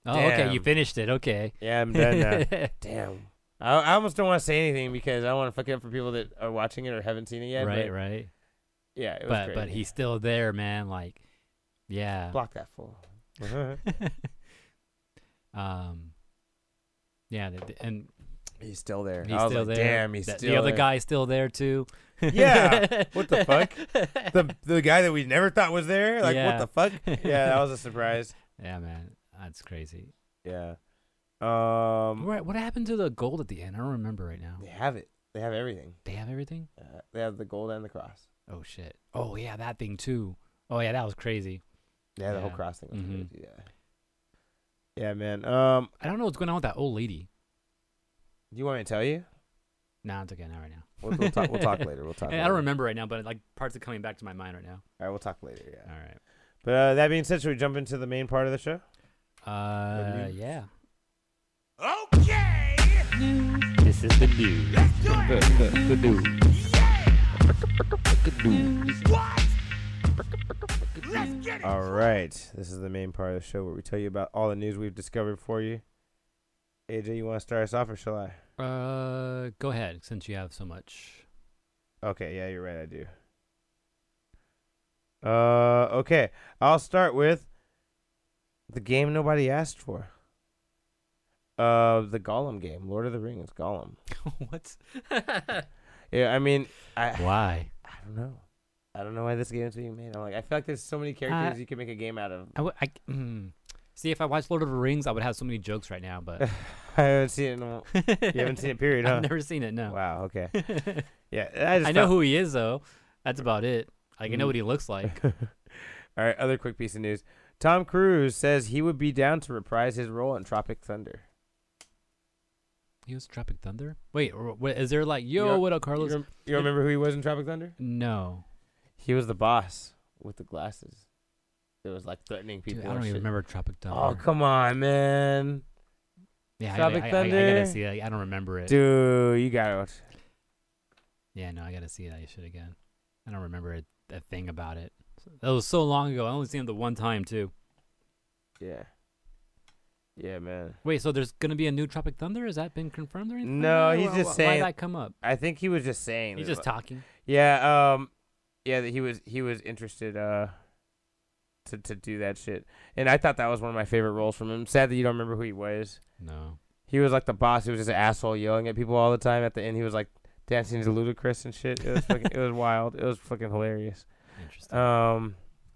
[SPEAKER 1] Oh, okay. You
[SPEAKER 2] Damn.
[SPEAKER 1] finished it. Okay.
[SPEAKER 2] Yeah, I'm done now. Damn. I, I almost don't want to say anything because I don't want to fuck it up for people that are watching it or haven't seen it yet.
[SPEAKER 1] right,
[SPEAKER 2] but
[SPEAKER 1] right.
[SPEAKER 2] Yeah, it was
[SPEAKER 1] But
[SPEAKER 2] crazy.
[SPEAKER 1] but he's still there, man. Like, yeah.
[SPEAKER 2] block that fool.
[SPEAKER 1] um. Yeah, th- th- and
[SPEAKER 2] he's still there.
[SPEAKER 1] he's
[SPEAKER 2] I was
[SPEAKER 1] still
[SPEAKER 2] like,
[SPEAKER 1] there.
[SPEAKER 2] Damn, he's
[SPEAKER 1] Th-
[SPEAKER 2] still
[SPEAKER 1] the other
[SPEAKER 2] there.
[SPEAKER 1] guy's still there too.
[SPEAKER 2] Yeah, what the fuck? the the guy that we never thought was there. Like
[SPEAKER 1] Yeah.
[SPEAKER 2] what the fuck? Yeah, that was a surprise.
[SPEAKER 1] Yeah, man, that's crazy.
[SPEAKER 2] Yeah. Um,
[SPEAKER 1] What what happened to the gold at the end? I don't remember right now.
[SPEAKER 2] they have it. They have everything.
[SPEAKER 1] They have everything.
[SPEAKER 2] Uh, they have the gold and the cross.
[SPEAKER 1] Oh shit. Oh yeah, that thing too. Oh yeah, that was crazy.
[SPEAKER 2] Yeah, the whole
[SPEAKER 1] Yeah.
[SPEAKER 2] cross thing. Was
[SPEAKER 1] Mhm.
[SPEAKER 2] crazy, Yeah. Yeah, man. Um,
[SPEAKER 1] I don't know what's going on with that old lady.
[SPEAKER 2] do you want me to tell you?
[SPEAKER 1] Nah, it's okay. Not right now.
[SPEAKER 2] We'll, we'll talk. We'll talk later. We'll talk.
[SPEAKER 1] I
[SPEAKER 2] later.
[SPEAKER 1] don't remember right now, but like parts are coming back to my mind right now.
[SPEAKER 2] All right, we'll talk later. Yeah.
[SPEAKER 1] All right.
[SPEAKER 2] But uh, that being said, should we jump into the main part of the show?
[SPEAKER 1] Uh,
[SPEAKER 2] news.
[SPEAKER 1] yeah.
[SPEAKER 3] Okay.
[SPEAKER 1] This is the news.
[SPEAKER 3] What? Let's get it.
[SPEAKER 2] All right. This is the main part of the show where we tell you about all the news we've discovered for you. AJ, you want to start us off or shall I?
[SPEAKER 1] Uh, go ahead since you have so much.
[SPEAKER 2] Okay, yeah, you're right. I do. Uh, okay. I'll start with the game nobody asked for. Uh, the Gollum game, Lord of the Rings, Gollum.
[SPEAKER 1] what?
[SPEAKER 2] Yeah, I mean, I
[SPEAKER 1] Why?
[SPEAKER 2] I don't know. I don't know why this game is being made. I'm like, I feel like there's so many characters you could make a game out of.
[SPEAKER 1] I would. I mm. see if I watched Lord of the Rings, I would have so many jokes right now. But
[SPEAKER 2] I haven't seen it. In a, you haven't seen it, period, huh?
[SPEAKER 1] I've never seen it. No.
[SPEAKER 2] Wow. Okay. Yeah, I just
[SPEAKER 1] I know
[SPEAKER 2] thought-
[SPEAKER 1] who he is though. That's about it. Like I
[SPEAKER 2] Mhm.
[SPEAKER 1] know what he looks like.
[SPEAKER 2] All right, other quick piece of news. Tom Cruise says he would be down to reprise his role in Tropic Thunder.
[SPEAKER 1] he was Tropic Thunder. Wait, or what- is there like
[SPEAKER 2] You
[SPEAKER 1] yo?
[SPEAKER 2] don't-
[SPEAKER 1] what up,
[SPEAKER 2] You,
[SPEAKER 1] Carlos?
[SPEAKER 2] rem- you remember who he was in Tropic Thunder?
[SPEAKER 1] No,
[SPEAKER 2] He was the boss with the glasses. It was like threatening people.
[SPEAKER 1] dude, I
[SPEAKER 2] and
[SPEAKER 1] don't even
[SPEAKER 2] shit.
[SPEAKER 1] remember Tropic Thunder.
[SPEAKER 2] Oh come on, man,
[SPEAKER 1] yeah,
[SPEAKER 2] Tropic
[SPEAKER 1] I, gotta, I- I- I,
[SPEAKER 2] Thunder.
[SPEAKER 1] gotta see it. I don't remember it.
[SPEAKER 2] dude, you got it.
[SPEAKER 1] Yeah, no, I gotta see that shit again. I don't remember a, a thing about it. That was so long ago. I only seen it the one time too.
[SPEAKER 2] Yeah, yeah, man.
[SPEAKER 1] Wait, so there's gonna be a new Tropic Thunder? Has that been confirmed or anything?
[SPEAKER 2] No,
[SPEAKER 1] Why-
[SPEAKER 2] he's
[SPEAKER 1] why-
[SPEAKER 2] just
[SPEAKER 1] why,
[SPEAKER 2] saying-
[SPEAKER 1] Why that come up?
[SPEAKER 2] I think he was just saying.
[SPEAKER 1] He's
[SPEAKER 2] that,
[SPEAKER 1] just
[SPEAKER 2] like-
[SPEAKER 1] talking.
[SPEAKER 2] yeah, um, yeah, that he was he was interested uh to to do that shit, and I thought that was one of my favorite roles from him. Sad that you don't remember who he was.
[SPEAKER 1] No.
[SPEAKER 2] He was like the boss. He was just an asshole yelling at people all the time. At the end, he was like dancing to ludicrous and shit. It was fucking, it was wild. It was fucking hilarious.
[SPEAKER 1] Interesting.
[SPEAKER 2] Um,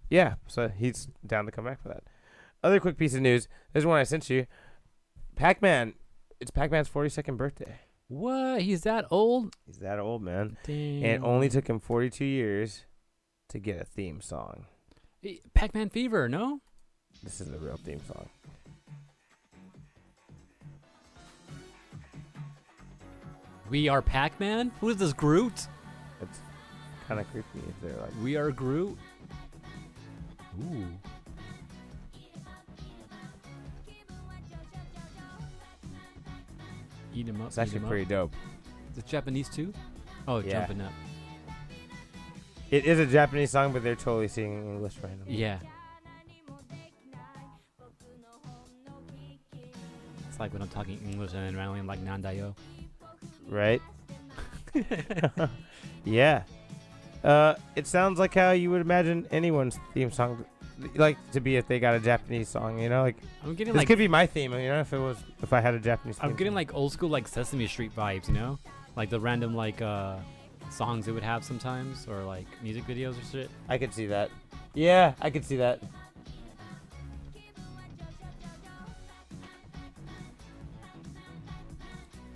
[SPEAKER 2] yeah. So he's down to come back for that. Other quick piece of news. There's one I sent you. Pac-Man. It's Pac-Man's 42nd birthday.
[SPEAKER 1] what? He's that old?
[SPEAKER 2] He's that old, man.
[SPEAKER 1] Damn.
[SPEAKER 2] And it only took him 42 years to get a theme song.
[SPEAKER 1] Eh, Pac-Man Fever, no?
[SPEAKER 2] This is the real theme song.
[SPEAKER 1] We are Pac-Man? Who is this Groot?
[SPEAKER 2] It's kind of creepy if they're like.
[SPEAKER 1] We are Groot. Ooh. Eat him up.
[SPEAKER 2] It's actually pretty dope.
[SPEAKER 1] Up. The Japanese too? Oh,
[SPEAKER 2] Yeah.
[SPEAKER 1] jumping up.
[SPEAKER 2] It is a Japanese song, but they're totally singing English right now.
[SPEAKER 1] Yeah. It's like when I'm talking English and then randomly I'm like Nandayo.
[SPEAKER 2] Right? yeah. Uh, it sounds like how you would imagine anyone's theme song, like to be if they got a Japanese song. You know, like
[SPEAKER 1] I'm getting
[SPEAKER 2] this
[SPEAKER 1] like
[SPEAKER 2] could be my theme. You know, if it was if I had a Japanese.
[SPEAKER 1] I'm
[SPEAKER 2] theme
[SPEAKER 1] getting
[SPEAKER 2] song.
[SPEAKER 1] like old school like Sesame Street vibes, you know? Like the random like uh songs they would have sometimes or like music videos or shit.
[SPEAKER 2] I could see that. Yeah, I could see that.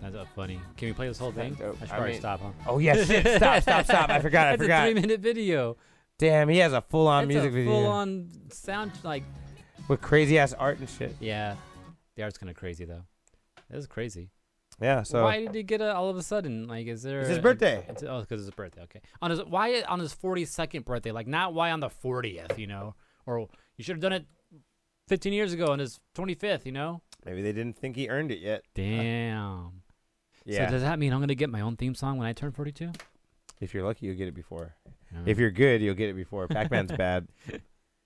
[SPEAKER 1] That's uh, funny. Can we play this whole
[SPEAKER 2] kinda
[SPEAKER 1] thing?
[SPEAKER 2] dope.
[SPEAKER 1] I should
[SPEAKER 2] I
[SPEAKER 1] probably
[SPEAKER 2] mean-
[SPEAKER 1] stop, huh?
[SPEAKER 2] Oh yeah, shit! Stop! Stop! Stop! I forgot! I
[SPEAKER 1] That's a
[SPEAKER 2] forgot!
[SPEAKER 1] three-minute video.
[SPEAKER 2] Damn, he has a full-on
[SPEAKER 1] That's
[SPEAKER 2] music
[SPEAKER 1] a
[SPEAKER 2] video
[SPEAKER 1] full-on sound. Like,
[SPEAKER 2] with crazy ass art and shit.
[SPEAKER 1] yeah, the art's kind of crazy though. That is crazy.
[SPEAKER 2] Yeah. So
[SPEAKER 1] why did he get it all of a sudden? Like, is there?
[SPEAKER 2] it's his
[SPEAKER 1] a-
[SPEAKER 2] birthday.
[SPEAKER 1] it's- oh, because it's his birthday. Okay. On his why on his forty-second birthday? Like, not why on the fortieth? You know, or you should have done it fifteen years ago on his twenty-fifth. You know.
[SPEAKER 2] Maybe they didn't think he earned it yet.
[SPEAKER 1] Damn.
[SPEAKER 2] Yeah.
[SPEAKER 1] So does that mean I'm gonna get my own theme song when I turn forty-two?
[SPEAKER 2] if you're lucky, you'll get it before. If you're good, you'll get it before. Pac-Man's bad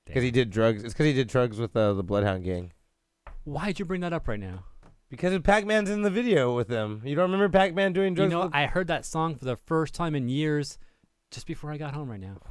[SPEAKER 2] because he did drugs. It's because he did drugs with uh, the Bloodhound Gang.
[SPEAKER 1] Why'd you bring that up right now?
[SPEAKER 2] Because Pac-Man's in the video with them. You don't remember Pac-Man doing
[SPEAKER 1] You
[SPEAKER 2] drugs?
[SPEAKER 1] know,
[SPEAKER 2] with-
[SPEAKER 1] I heard that song for the first time in years just before I got home right now.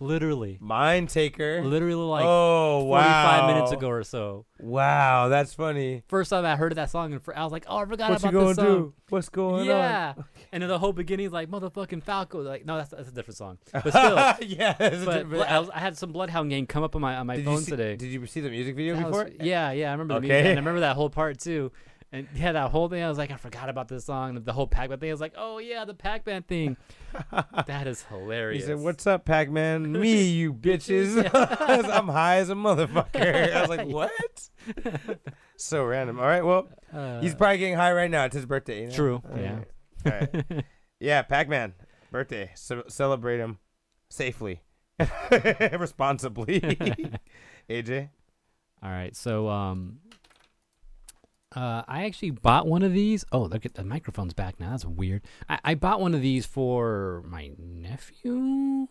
[SPEAKER 1] Literally.
[SPEAKER 2] Mind Taker.
[SPEAKER 1] Literally like
[SPEAKER 2] oh
[SPEAKER 1] 45
[SPEAKER 2] wow!
[SPEAKER 1] minutes ago or so.
[SPEAKER 2] Wow, that's funny.
[SPEAKER 1] First time I heard that song, and for, I was like, oh, I forgot
[SPEAKER 2] What you
[SPEAKER 1] about
[SPEAKER 2] gonna
[SPEAKER 1] this song.
[SPEAKER 2] do? What's going
[SPEAKER 1] yeah. And then the whole beginning, like, motherfucking Falco. Like, no, that's, that's a different song. But still.
[SPEAKER 2] on? yeah. that's a
[SPEAKER 1] but
[SPEAKER 2] different-
[SPEAKER 1] Blo- I, was, I had some Bloodhound Gang come up on my, on my
[SPEAKER 2] did
[SPEAKER 1] phone
[SPEAKER 2] you see,
[SPEAKER 1] today.
[SPEAKER 2] Did you see the music video
[SPEAKER 1] That was-
[SPEAKER 2] before?
[SPEAKER 1] yeah, yeah, I remember the
[SPEAKER 2] Okay.
[SPEAKER 1] music, and I remember that whole part too. And yeah, that whole thing, I was like, I forgot about this song. The whole Pac-Man thing, I was like, oh yeah, the Pac-Man thing. that is
[SPEAKER 2] He
[SPEAKER 1] hilarious.
[SPEAKER 2] said, "What's up, Pac-Man? Me, you bitches. I'm high as a motherfucker." I was like, "What?" so random. All right. Well,
[SPEAKER 1] Uh,
[SPEAKER 2] He's uh, probably getting high right now. It's his birthday. You know?
[SPEAKER 1] True,
[SPEAKER 2] All
[SPEAKER 1] yeah.
[SPEAKER 2] right. All right. yeah, Pac Man, birthday. Ce- celebrate him safely, responsibly. AJ?
[SPEAKER 1] all right. So, um, uh, I actually bought one of these. Oh, look at the microphone's back now. That's weird. I, I bought one of these for my nephew.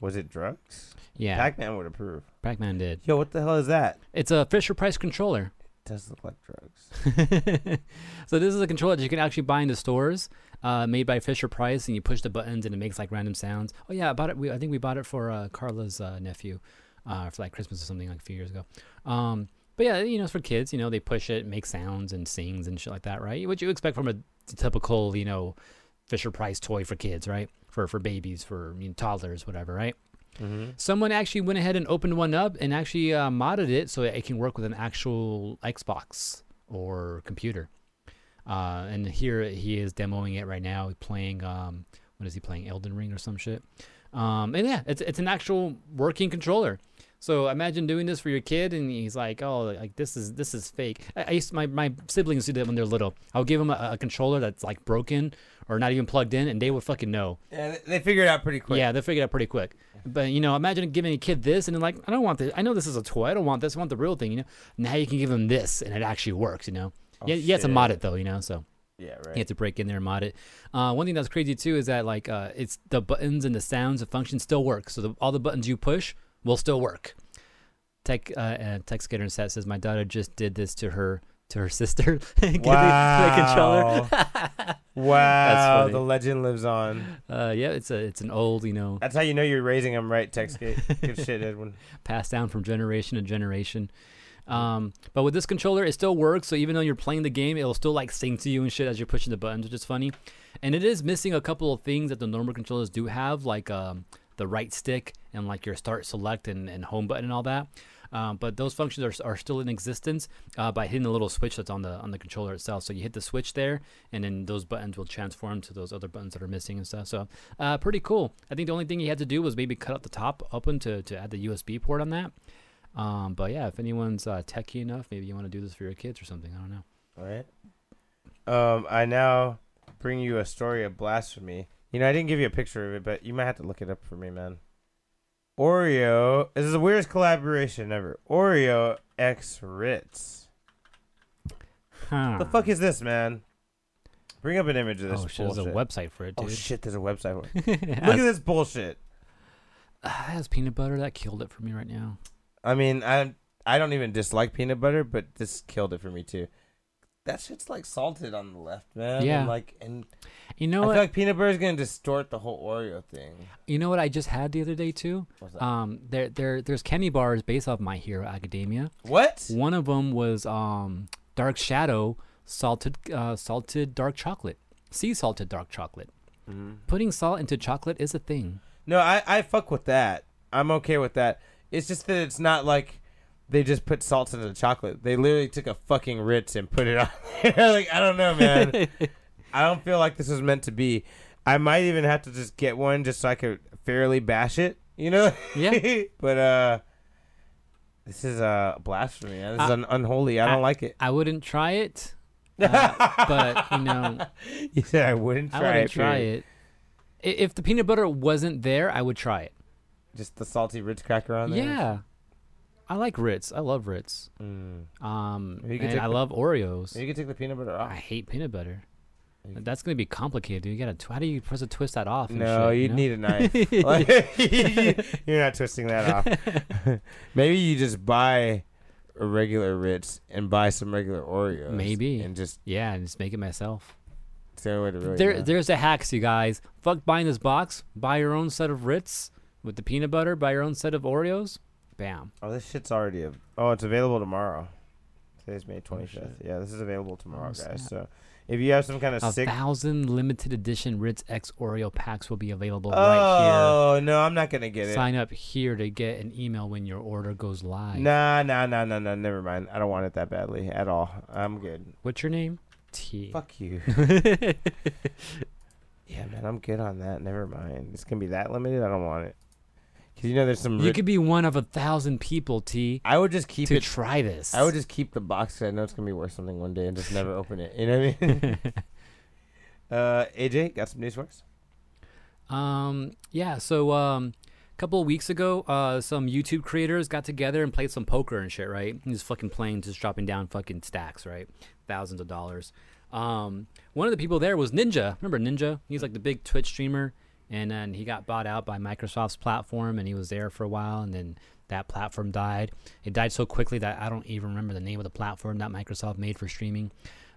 [SPEAKER 2] Was it drugs?
[SPEAKER 1] Yeah,
[SPEAKER 2] Pac Man would approve.
[SPEAKER 1] Pac- man did.
[SPEAKER 2] Yo, what the hell is that?
[SPEAKER 1] It's a Fisher Price controller.
[SPEAKER 2] does look like drugs.
[SPEAKER 1] so this is a controller that you can actually buy in the stores, uh, made by Fisher Price, and you push the buttons and it makes like random sounds. Oh yeah, I bought it. We, I think we bought it for uh, Carla's uh, nephew uh, for like Christmas or something like a few years ago. Um, but yeah, you know, it's for kids. You know, they push it, make sounds, and sings and shit like that, right? What you expect from a typical, you know, Fisher Price toy for kids, right? For for babies, for you know, toddlers, whatever, right?
[SPEAKER 2] Mm-hmm.
[SPEAKER 1] Someone actually went ahead and opened one up and actually uh, modded it so that it can work with an actual Xbox or computer. Uh, and here he is demoing it right now, playing um, what is he playing? Elden Ring or some shit. Um, and yeah, it's it's an actual working controller. So imagine doing this for your kid, and he's like, "Oh, like this is this is fake." I, I used my my siblings do that when they're little. I'll give them a, a controller that's like broken or not even plugged in, and they would fucking know.
[SPEAKER 2] Yeah, they, they figure it out pretty quick.
[SPEAKER 1] Yeah, they figure it out pretty quick. But you know, imagine giving a kid this and then like, I don't want this. I know this is a toy. I don't want this. I want the real thing. You know. Now you can give them this, and it actually works. You know. yeah, yeah, it's a
[SPEAKER 2] Oh, shit.
[SPEAKER 1] mod it though. You know, so
[SPEAKER 2] Yeah, right.
[SPEAKER 1] you have to break in there and mod it. Uh, one thing that's crazy too is that like uh, it's the buttons and the sounds and functions still work. So the, all the buttons you push will still work. Tech uh, uh, Tech Skater and Sat says my daughter just did this to her to her sister. Give the- the controller.
[SPEAKER 2] wow,
[SPEAKER 1] funny.
[SPEAKER 2] the legend lives on.
[SPEAKER 1] Uh, yeah, it's a it's an old you know
[SPEAKER 2] That's how you know you're raising them right, Texgate. Good shit, Edwin.
[SPEAKER 1] passed down from generation to generation. Um, but with this controller, it still works. So even though you're playing the game, it'll still like sing to you and shit as you're pushing the buttons, which is funny. And it is missing a couple of things that the normal controllers do have, like um, the right stick and like your start, select, and, and home button and all that. Um, but those functions are, are still in existence uh, by hitting the little switch that's on the on the controller itself. So you hit the switch there, and then those buttons will transform to those other buttons that are missing and stuff. So uh, pretty cool. I think the only thing you had to do was maybe cut out the top open to to add the USB port on that. Um, but yeah, if anyone's uh, techy enough, maybe you want to do this for your kids or something. I don't know.
[SPEAKER 2] All right. Um, I now bring you a story of blasphemy. You know, I didn't give you a picture of it, but you might have to look it up for me, man. Oreo. This is the weirdest collaboration ever. Oreo X Ritz.
[SPEAKER 1] Huh.
[SPEAKER 2] The fuck is this, man? Bring up an image of this
[SPEAKER 1] Oh shit, there's a
[SPEAKER 2] bullshit.
[SPEAKER 1] website for it,
[SPEAKER 2] oh
[SPEAKER 1] dude.
[SPEAKER 2] shit, there's a website. for it.
[SPEAKER 1] look
[SPEAKER 2] Look at this bullshit.
[SPEAKER 1] That's peanut butter that killed it for me right now.
[SPEAKER 2] I mean, I I don't even dislike peanut butter, but this killed it for me too. That shit's like salted on the left, man.
[SPEAKER 1] Yeah.
[SPEAKER 2] And like, and
[SPEAKER 1] You know
[SPEAKER 2] I
[SPEAKER 1] what?
[SPEAKER 2] feel like peanut butter is gonna distort the whole Oreo thing.
[SPEAKER 1] you know what I just had the other day too.
[SPEAKER 2] What's that?
[SPEAKER 1] Um, there, there, there's candy bars based off My Hero Academia.
[SPEAKER 2] what?
[SPEAKER 1] One of them was um, Dark Shadow salted, uh, salted dark chocolate, sea salted dark chocolate. Putting salt into chocolate is a thing.
[SPEAKER 2] No, I I fuck with that. I'm okay with that. It's just that it's not like they just put salt into the chocolate. They literally took a fucking Ritz and put it on. there. like I don't know, man. I don't feel like this was meant to be. I might even have to just get one just so I could fairly bash it. You know?
[SPEAKER 1] Yeah.
[SPEAKER 2] but uh, this is uh, blasphemy. man. This is
[SPEAKER 1] I-
[SPEAKER 2] un- unholy. I don't like it.
[SPEAKER 1] I wouldn't try it, uh, but you know,
[SPEAKER 2] You said I wouldn't
[SPEAKER 1] I
[SPEAKER 2] try
[SPEAKER 1] wouldn't
[SPEAKER 2] it.
[SPEAKER 1] try
[SPEAKER 2] period.
[SPEAKER 1] it. I- If the peanut butter wasn't there, I would try it.
[SPEAKER 2] Just the salty Ritz cracker on there.
[SPEAKER 1] Yeah, I like Ritz. I love Ritz.
[SPEAKER 2] Mm.
[SPEAKER 1] Um,
[SPEAKER 2] You could
[SPEAKER 1] and
[SPEAKER 2] take
[SPEAKER 1] I
[SPEAKER 2] the-
[SPEAKER 1] love Oreos.
[SPEAKER 2] You can take the peanut butter off.
[SPEAKER 1] I hate peanut butter.
[SPEAKER 2] You-
[SPEAKER 1] That's gonna be complicated, dude. You gotta. How do you press a twist that off? and
[SPEAKER 2] No,
[SPEAKER 1] shit,
[SPEAKER 2] you'd
[SPEAKER 1] know?
[SPEAKER 2] need a knife. Like, You're not twisting that off. Maybe you just buy a regular Ritz and buy some regular Oreos.
[SPEAKER 1] Maybe.
[SPEAKER 2] And just
[SPEAKER 1] Yeah, and just make it myself.
[SPEAKER 2] it's the only way to really.
[SPEAKER 1] There,
[SPEAKER 2] know.
[SPEAKER 1] there's the hacks, you guys. Fuck buying this box. Buy your own set of Ritz with the peanut butter. Buy your own set of Oreos. Bam.
[SPEAKER 2] oh, this shit's already. Av- oh, it's available tomorrow. Today's May 25th.
[SPEAKER 1] Oh, shit.
[SPEAKER 2] yeah, this is available tomorrow,
[SPEAKER 1] Oh, snap.
[SPEAKER 2] guys. So if you have some kind of
[SPEAKER 1] A
[SPEAKER 2] sick.
[SPEAKER 1] thousand limited edition Ritz X Oreo packs will be available right
[SPEAKER 2] Oh no, I'm not gonna get
[SPEAKER 1] here.
[SPEAKER 2] it.
[SPEAKER 1] Sign up here to get an email when your order goes live.
[SPEAKER 2] Nah, nah, nah, nah, nah. Never mind. I don't want it that badly at all. I'm good.
[SPEAKER 1] What's your name? T.
[SPEAKER 2] Fuck you. yeah, man, I'm good on that. Never mind. It's gonna be that limited. I don't want it. Cause you know, there's some.
[SPEAKER 1] You
[SPEAKER 2] Rit-
[SPEAKER 1] could be one of a thousand people, T,
[SPEAKER 2] I would just keep
[SPEAKER 1] to
[SPEAKER 2] it.
[SPEAKER 1] try this.
[SPEAKER 2] I would just keep the box. 'cause I know it's gonna be worth something one day, and just never open it. You know what I mean? uh, AJ, got some news for us?
[SPEAKER 1] Um, yeah, so um, a couple of weeks ago, uh, some YouTube creators got together and played some poker and shit, right? Just fucking playing, just dropping down fucking stacks, right? Thousands of dollars. Um, one of the people there was Ninja. Remember Ninja? He's like the big Twitch streamer. And then he got bought out by Microsoft's platform, and he was there for a while. And then That platform died. It died so quickly that I don't even remember the name of the platform that Microsoft made for streaming.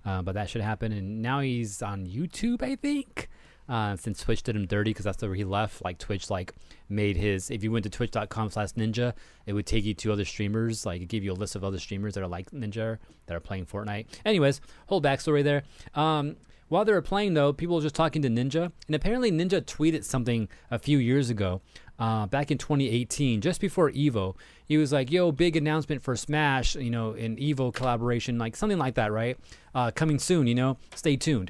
[SPEAKER 1] Uh, but that should happen. And now he's on YouTube, I think. Uh, since Twitch did him dirty because that's where he left. Like Twitch, like made his. If you went to Twitch.com/ninja, it would take you to other streamers. Like it give you a list of other streamers that are like Ninja that are playing Fortnite. Anyways, whole backstory there. Um, while they were playing though, people were just talking to Ninja, and apparently Ninja tweeted something a few years ago, uh, back in 2018, just before Evo. He was like, "Yo, big announcement for Smash, you know, an Evo collaboration, like something like that, right? Uh, coming soon, you know. Stay tuned."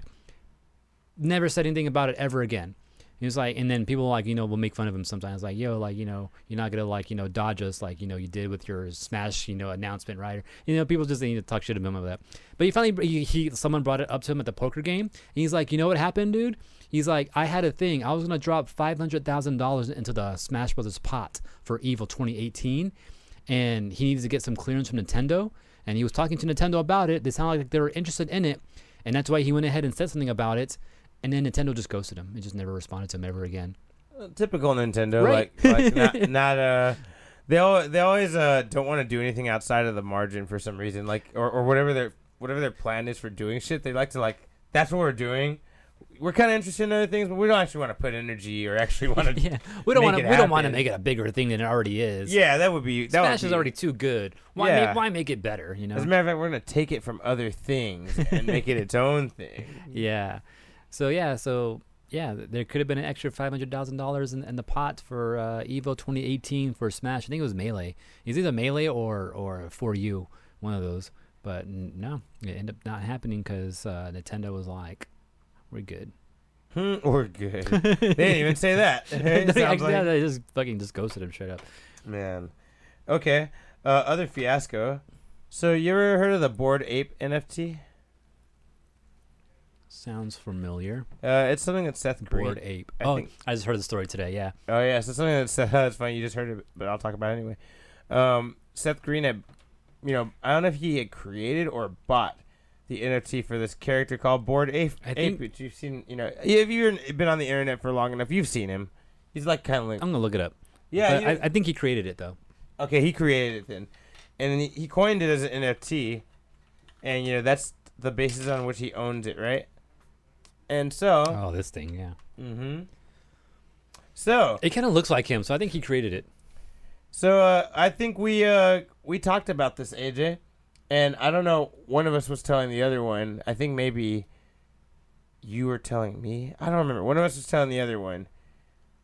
[SPEAKER 1] never said anything about it ever again. He was like, and then people like you know will make fun of him sometimes, like yo, like you know you're not gonna like you know dodge us like you know you did with your smash you know announcement, right? You know people just need to talk shit about him about that. But he finally he, he someone brought it up to him at the poker game, and he's like, you know what happened, dude? He's like, I had a thing. I was gonna drop five hundred thousand dollars into the Smash Brothers pot for Evil 2018, and he needs to get some clearance from Nintendo. And he was talking to Nintendo about it. They sounded like they were interested in it, and that's why he went ahead and said something about it. And then Nintendo just ghosted him. It just never responded to him ever again.
[SPEAKER 2] Uh, Typical Nintendo,
[SPEAKER 1] Right.
[SPEAKER 2] like, like not, not uh, they al- they always uh don't want to do anything outside of the margin for some reason, like or, or whatever their whatever their plan is for doing shit. They like to like that's what we're doing. We're kind of interested in other things, but we don't actually want to put energy or actually want to.
[SPEAKER 1] Yeah, we don't
[SPEAKER 2] Make
[SPEAKER 1] want to.
[SPEAKER 2] it
[SPEAKER 1] We don't want to
[SPEAKER 2] happen.
[SPEAKER 1] make it a bigger thing than it already is.
[SPEAKER 2] Yeah, that would be that
[SPEAKER 1] Smash
[SPEAKER 2] would
[SPEAKER 1] is
[SPEAKER 2] be-
[SPEAKER 1] already too good. Why?
[SPEAKER 2] Yeah.
[SPEAKER 1] Make, why make it better? You know.
[SPEAKER 2] As a matter of fact, we're gonna take it from other things and make it its own thing.
[SPEAKER 1] yeah. So yeah. So yeah, th- there could have been an extra five hundred thousand dollars in in the pot for uh, Evo 2018 for Smash. I think it was Melee. It's either Melee or or For You, one of those. But n- no, it ended up not happening because uh, Nintendo was like, "We're good."
[SPEAKER 2] Hmm, We're good. They didn't even say that. It
[SPEAKER 1] They-
[SPEAKER 2] sounds
[SPEAKER 1] yeah,
[SPEAKER 2] like-
[SPEAKER 1] they just fucking just ghosted him straight up.
[SPEAKER 2] Man. Okay. Uh, other fiasco. So you ever heard of the Board Ape NFT?
[SPEAKER 1] Sounds familiar.
[SPEAKER 2] Uh, it's something that Seth Green.
[SPEAKER 1] Bored ape.
[SPEAKER 2] I
[SPEAKER 1] oh,
[SPEAKER 2] think-
[SPEAKER 1] I just heard the story today. Yeah.
[SPEAKER 2] Oh yeah, so something that Seth. It's funny you just heard it, but I'll talk about it anyway. Um, Seth Green had, you know, I don't know if he had created or bought the NFT for this character called Board Ape.
[SPEAKER 1] I think-
[SPEAKER 2] Ape, which you've seen, you know, if you've been on the internet for long enough, you've seen him. He's like kind of like
[SPEAKER 1] I'm gonna look it up.
[SPEAKER 2] yeah.
[SPEAKER 1] Um, But
[SPEAKER 2] you-
[SPEAKER 1] I, I think he created it though.
[SPEAKER 2] Okay, he created it then, and he- he coined it as an NFT, and you know that's the basis on which he owns it, right? And so,
[SPEAKER 1] Oh, this thing. Yeah.
[SPEAKER 2] hmm so,
[SPEAKER 1] It kind of looks like him, so I think he created it.
[SPEAKER 2] so uh, I think we uh, we talked about this, AJ, and I don't know. One of us was telling the other one. I think maybe you were telling me. I don't remember. One of us was telling the other one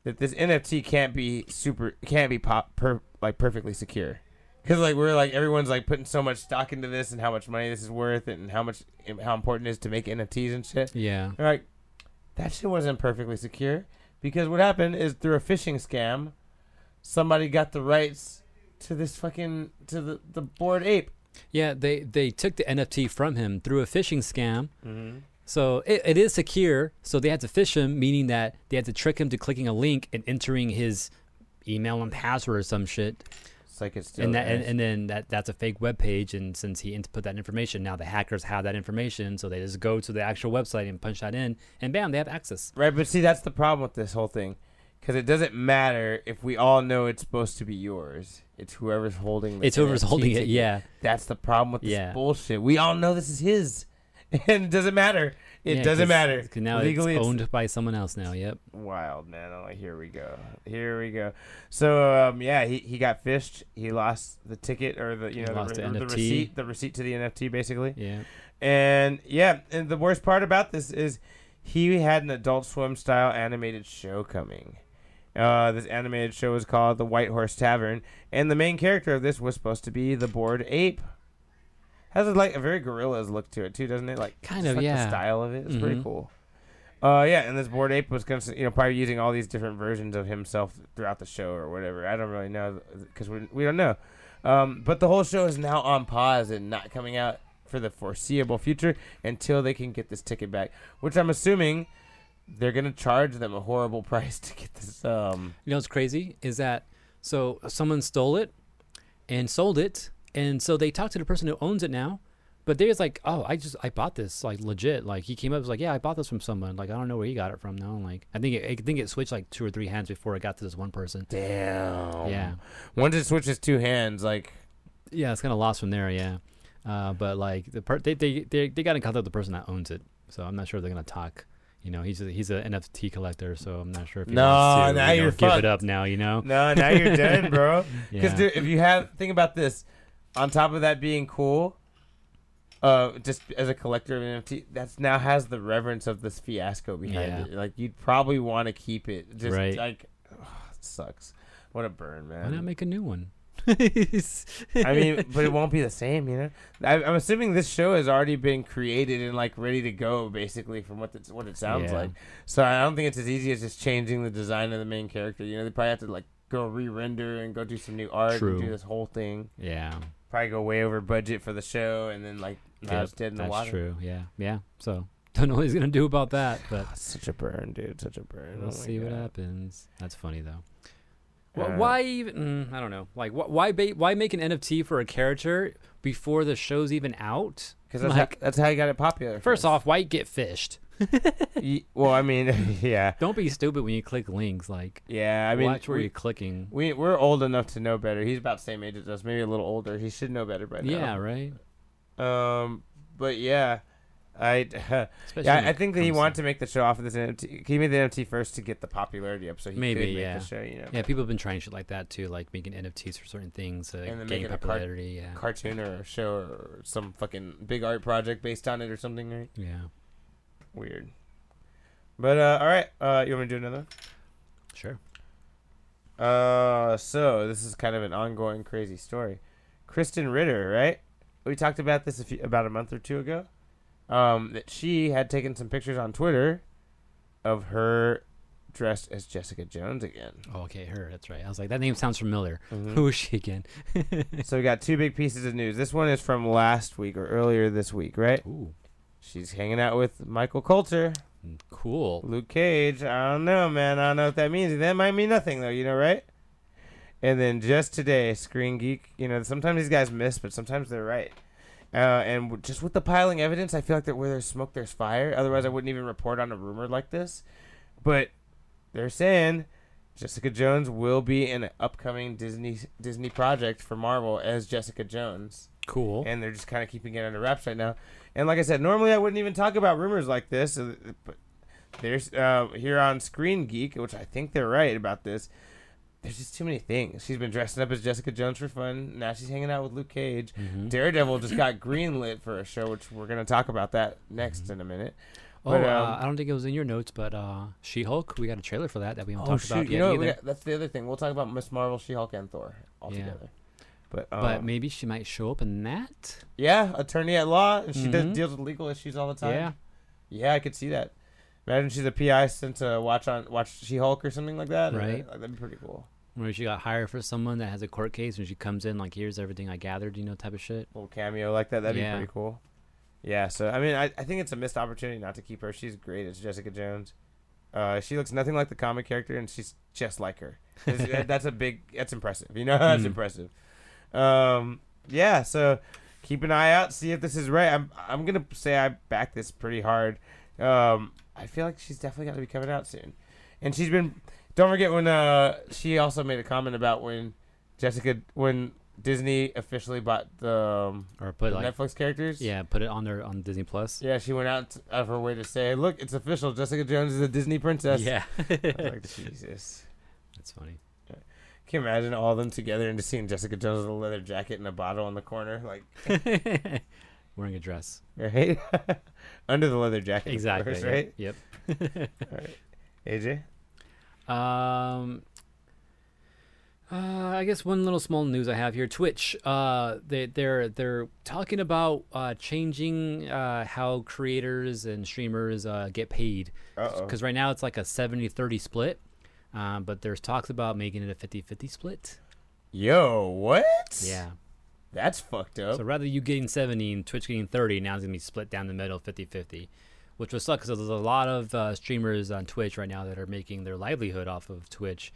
[SPEAKER 2] that this NFT can't be super, can't be pop, per, like perfectly secure. Because like we're like everyone's like putting so much stock into this and how much money this is worth and how much how important it is to make NFTs and shit.
[SPEAKER 1] Yeah.
[SPEAKER 2] They're like, that shit wasn't perfectly secure because what happened is through a phishing scam, somebody got the rights to this fucking to the the board ape.
[SPEAKER 1] Yeah. They they took the NFT from him through a phishing scam.
[SPEAKER 2] Mm-hmm.
[SPEAKER 1] So it, it is secure. So they had to fish him, meaning that they had to trick him to clicking a link and entering his email and password or some shit.
[SPEAKER 2] It's like it's still
[SPEAKER 1] and that and,
[SPEAKER 2] there.
[SPEAKER 1] and then that that's a fake web page and since he input that information now the hackers have that information so they just go to the actual website and punch that in and bam they have access
[SPEAKER 2] right. But see, that's the problem with this whole thing, because it doesn't matter if we all know it's supposed to be yours. It's whoever's holding. the
[SPEAKER 1] it's whoever's
[SPEAKER 2] NFT
[SPEAKER 1] holding it
[SPEAKER 2] ticket.
[SPEAKER 1] yeah
[SPEAKER 2] That's the problem with this
[SPEAKER 1] Yeah.
[SPEAKER 2] bullshit. We all know this is his, and it doesn't matter. It
[SPEAKER 1] Yeah,
[SPEAKER 2] doesn't
[SPEAKER 1] 'cause-
[SPEAKER 2] matter.
[SPEAKER 1] 'cause now
[SPEAKER 2] Legally,
[SPEAKER 1] it's
[SPEAKER 2] it's
[SPEAKER 1] owned by someone else now yep
[SPEAKER 2] wild man I'm like here we go here we go so um yeah he, he got fished he lost the ticket or the you
[SPEAKER 1] He
[SPEAKER 2] know
[SPEAKER 1] lost
[SPEAKER 2] the,
[SPEAKER 1] the
[SPEAKER 2] re- the
[SPEAKER 1] NFT.
[SPEAKER 2] receipt the receipt to the nft basically
[SPEAKER 1] yeah
[SPEAKER 2] and yeah and the worst part about this is he had an adult swim style animated show coming uh, this animated show was called the white horse tavern and the main character of this was supposed to be the bored ape has a, like a very gorillas look to it too doesn't it like
[SPEAKER 1] Kind
[SPEAKER 2] just
[SPEAKER 1] of,
[SPEAKER 2] like
[SPEAKER 1] yeah.
[SPEAKER 2] the style of it it's pretty
[SPEAKER 1] Mhm.
[SPEAKER 2] cool uh, yeah, and this bored ape was gonna, you know, probably using all these different versions of himself throughout the show or whatever. I don't really know because we we don't know. Um, but the whole show is now on pause and not coming out for the foreseeable future until they can get this ticket back, which I'm assuming they're gonna charge them a horrible price to get this. Um,
[SPEAKER 1] you know what's crazy is that so someone stole it and sold it and so they talked to the person who owns it now But they was like, oh, I just I bought this like legit. Like he came up was like, yeah, I bought this from someone. Like I don't know where he got it from though. And, Like I think it, I think it switched like two or three hands before it got to this one person.
[SPEAKER 2] Damn.
[SPEAKER 1] Yeah.
[SPEAKER 2] Once it switches two hands, like
[SPEAKER 1] Yeah, it's kind of lost from there. Yeah, uh, but like the per- they, they they they got in contact with the person that owns it, so I'm not sure they're gonna talk. You know, he's a, he's an NFT collector, so I'm not sure if he
[SPEAKER 2] No,
[SPEAKER 1] wants to
[SPEAKER 2] now
[SPEAKER 1] you know,
[SPEAKER 2] you're
[SPEAKER 1] give
[SPEAKER 2] fucked.
[SPEAKER 1] it up now. You know,
[SPEAKER 2] no, now you're done, bro. Because
[SPEAKER 1] Yeah.
[SPEAKER 2] dude, if you have think about this, on top of that being cool, uh, just as a collector of NFT, that's now has the reverence of this fiasco behind
[SPEAKER 1] Yeah.
[SPEAKER 2] it. Like you'd probably want to keep it. Just
[SPEAKER 1] Right.
[SPEAKER 2] like, ugh, it sucks. What a burn,
[SPEAKER 1] why not
[SPEAKER 2] man.
[SPEAKER 1] make a new one?
[SPEAKER 2] I mean, but it won't be the same, you know. I, I'm assuming this show has already been created and like ready to go, basically, from what it's what it sounds
[SPEAKER 1] Yeah.
[SPEAKER 2] like. So I don't think it's as easy as just changing the design of the main character. You know, they probably have to like go re-render and go do some new art
[SPEAKER 1] True.
[SPEAKER 2] and do this whole thing.
[SPEAKER 1] yeah,
[SPEAKER 2] probably go way over budget for the show, and then like now
[SPEAKER 1] Yep,
[SPEAKER 2] it's dead in the
[SPEAKER 1] that's
[SPEAKER 2] water.
[SPEAKER 1] true. Yeah, yeah. So don't know what he's gonna do about that, but
[SPEAKER 2] Ah, such a burn, dude. Such a burn.
[SPEAKER 1] we'll
[SPEAKER 2] Oh my
[SPEAKER 1] see what
[SPEAKER 2] God.
[SPEAKER 1] happens. That's funny though. Wh-
[SPEAKER 2] Uh,
[SPEAKER 1] why even? Mm, I don't know. Like, wh- why ba- why make an NFT for a character before the show's even out?
[SPEAKER 2] Because that's,
[SPEAKER 1] Like-
[SPEAKER 2] how, that's how you got it popular.
[SPEAKER 1] First off, why get fished?
[SPEAKER 2] Y- well, I mean, yeah,
[SPEAKER 1] Don't be stupid when you click links. Like,
[SPEAKER 2] yeah. I mean,
[SPEAKER 1] watch where
[SPEAKER 2] we,
[SPEAKER 1] you're clicking.
[SPEAKER 2] we we're old enough to know better. He's about the same age as us, maybe a little older. He should know better by
[SPEAKER 1] Yeah,
[SPEAKER 2] now.
[SPEAKER 1] right.
[SPEAKER 2] Yeah. Um, but yeah. I,
[SPEAKER 1] Especially
[SPEAKER 2] yeah,
[SPEAKER 1] when
[SPEAKER 2] I
[SPEAKER 1] it
[SPEAKER 2] think that he
[SPEAKER 1] comes to-
[SPEAKER 2] wanted to make the show off of this NFT. He made the NFT first to get the popularity up, so he
[SPEAKER 1] Maybe,
[SPEAKER 2] could make
[SPEAKER 1] yeah.
[SPEAKER 2] the show. You know,
[SPEAKER 1] Yeah, people have been trying shit like that too, like making NFTs for certain things, uh,
[SPEAKER 2] And
[SPEAKER 1] gain
[SPEAKER 2] then making a card-
[SPEAKER 1] popularity. yeah,
[SPEAKER 2] cartoon or show or some fucking big art project based on it or something, right?
[SPEAKER 1] yeah,
[SPEAKER 2] Weird. But uh, all right, uh, you want me to do another?
[SPEAKER 1] sure.
[SPEAKER 2] Uh, so this is kind of an ongoing crazy story. Kristen Ritter, right? We talked about this a few, about a month or two ago. Um, that she had taken some pictures on Twitter of her dressed as Jessica Jones again.
[SPEAKER 1] Oh, okay, her. That's right. I was like, that name sounds familiar.
[SPEAKER 2] Mhm.
[SPEAKER 1] Who is she again?
[SPEAKER 2] so we got two big pieces of news. This one is from last week or earlier this week, right?
[SPEAKER 1] Ooh, mm,
[SPEAKER 2] She's hanging out with Michael Coulter,
[SPEAKER 1] cool.
[SPEAKER 2] Luke Cage. I don't know, man. I don't know what that means. That might mean nothing, though. You know, right? And then just today, Screen Geek. You know, sometimes these guys miss, but sometimes they're right. Uh, and w- just with the piling evidence, I feel like that where there's smoke, there's fire. Otherwise, I wouldn't even report on a rumor like this. But they're saying Jessica Jones will be in an upcoming Disney Disney project for Marvel as Jessica Jones
[SPEAKER 1] Cool.
[SPEAKER 2] and they're just kind of keeping it under wraps right now. And like I said, normally I wouldn't even talk about rumors like this, uh, but there's uh, here on Screen Geek, which I think they're right about this. There's just too many things. She's been dressing up as Jessica Jones for fun. Now she's hanging out with Luke Cage.
[SPEAKER 1] Mhm.
[SPEAKER 2] Daredevil just got greenlit for a show, which we're gonna talk about that next
[SPEAKER 1] Mm-hmm.
[SPEAKER 2] in a minute.
[SPEAKER 1] Oh,
[SPEAKER 2] but,
[SPEAKER 1] uh,
[SPEAKER 2] um,
[SPEAKER 1] I don't think it was in your notes, but uh, She-Hulk. We got a trailer for that that we haven't talked about
[SPEAKER 2] Oh, you
[SPEAKER 1] yet
[SPEAKER 2] know what?
[SPEAKER 1] either.
[SPEAKER 2] We got- that's the other thing. We'll talk about Miss Marvel, She Hulk, and Thor all
[SPEAKER 1] Yeah.
[SPEAKER 2] together. But, um,
[SPEAKER 1] but maybe she might show up in that.
[SPEAKER 2] yeah, attorney at law, and she
[SPEAKER 1] Mhm.
[SPEAKER 2] does deals with legal issues all the time.
[SPEAKER 1] Yeah.
[SPEAKER 2] Yeah, I could see that. Imagine she's a PI sent to uh, watch on watch She Hulk or something like that.
[SPEAKER 1] Right.
[SPEAKER 2] Like, that'd be pretty cool.
[SPEAKER 1] Where she got hired for someone that has a court case and she comes in like here's everything I gathered, you know, type of shit.
[SPEAKER 2] little cameo like that. That'd
[SPEAKER 1] Yeah.
[SPEAKER 2] be pretty cool. Yeah. So I mean, I, I think it's a missed opportunity not to keep her. She's great as Jessica Jones. Uh, she looks nothing like the comic character, and she's just like her. It's- that- that's a big. That's impressive. You know, that's
[SPEAKER 1] Mm.
[SPEAKER 2] impressive. Um. Yeah. So keep an eye out. See if this is right. I'm. I'm gonna say I back this pretty hard. Um. I feel like she's definitely got to be coming out soon, and she's been. Don't forget when uh she also made a comment about when Jessica when Disney officially bought the um,
[SPEAKER 1] Or put
[SPEAKER 2] the
[SPEAKER 1] like
[SPEAKER 2] Netflix characters.
[SPEAKER 1] yeah, put it on their on Disney Plus.
[SPEAKER 2] Yeah, she went out of her way to say, "Look, it's official. Jessica Jones is a Disney princess."
[SPEAKER 1] yeah.
[SPEAKER 2] I was like Jesus.
[SPEAKER 1] That's funny.
[SPEAKER 2] Can you imagine all of them together and just seeing Jessica Jones with a leather jacket and a bottle in the corner, like
[SPEAKER 1] Wearing a dress.
[SPEAKER 2] right under the leather jacket? of
[SPEAKER 1] Exactly.
[SPEAKER 2] course,
[SPEAKER 1] yep,
[SPEAKER 2] right?
[SPEAKER 1] Yep.
[SPEAKER 2] AJ.
[SPEAKER 1] Um, uh, I guess one little small news I have here: Twitch. Uh, they they're they're talking about uh, changing uh, how creators and streamers uh, get paid
[SPEAKER 2] Uh-oh.
[SPEAKER 1] because right now it's like a 70-30 split. Um, but there's talks about making it a 50-50 split.
[SPEAKER 2] Yo, what?
[SPEAKER 1] Yeah.
[SPEAKER 2] That's fucked up.
[SPEAKER 1] So rather you getting 70 and Twitch getting 30, now it's going to be split down the middle 50-50, which would suck because there's a lot of uh, streamers on Twitch right now that are making their livelihood off of Twitch.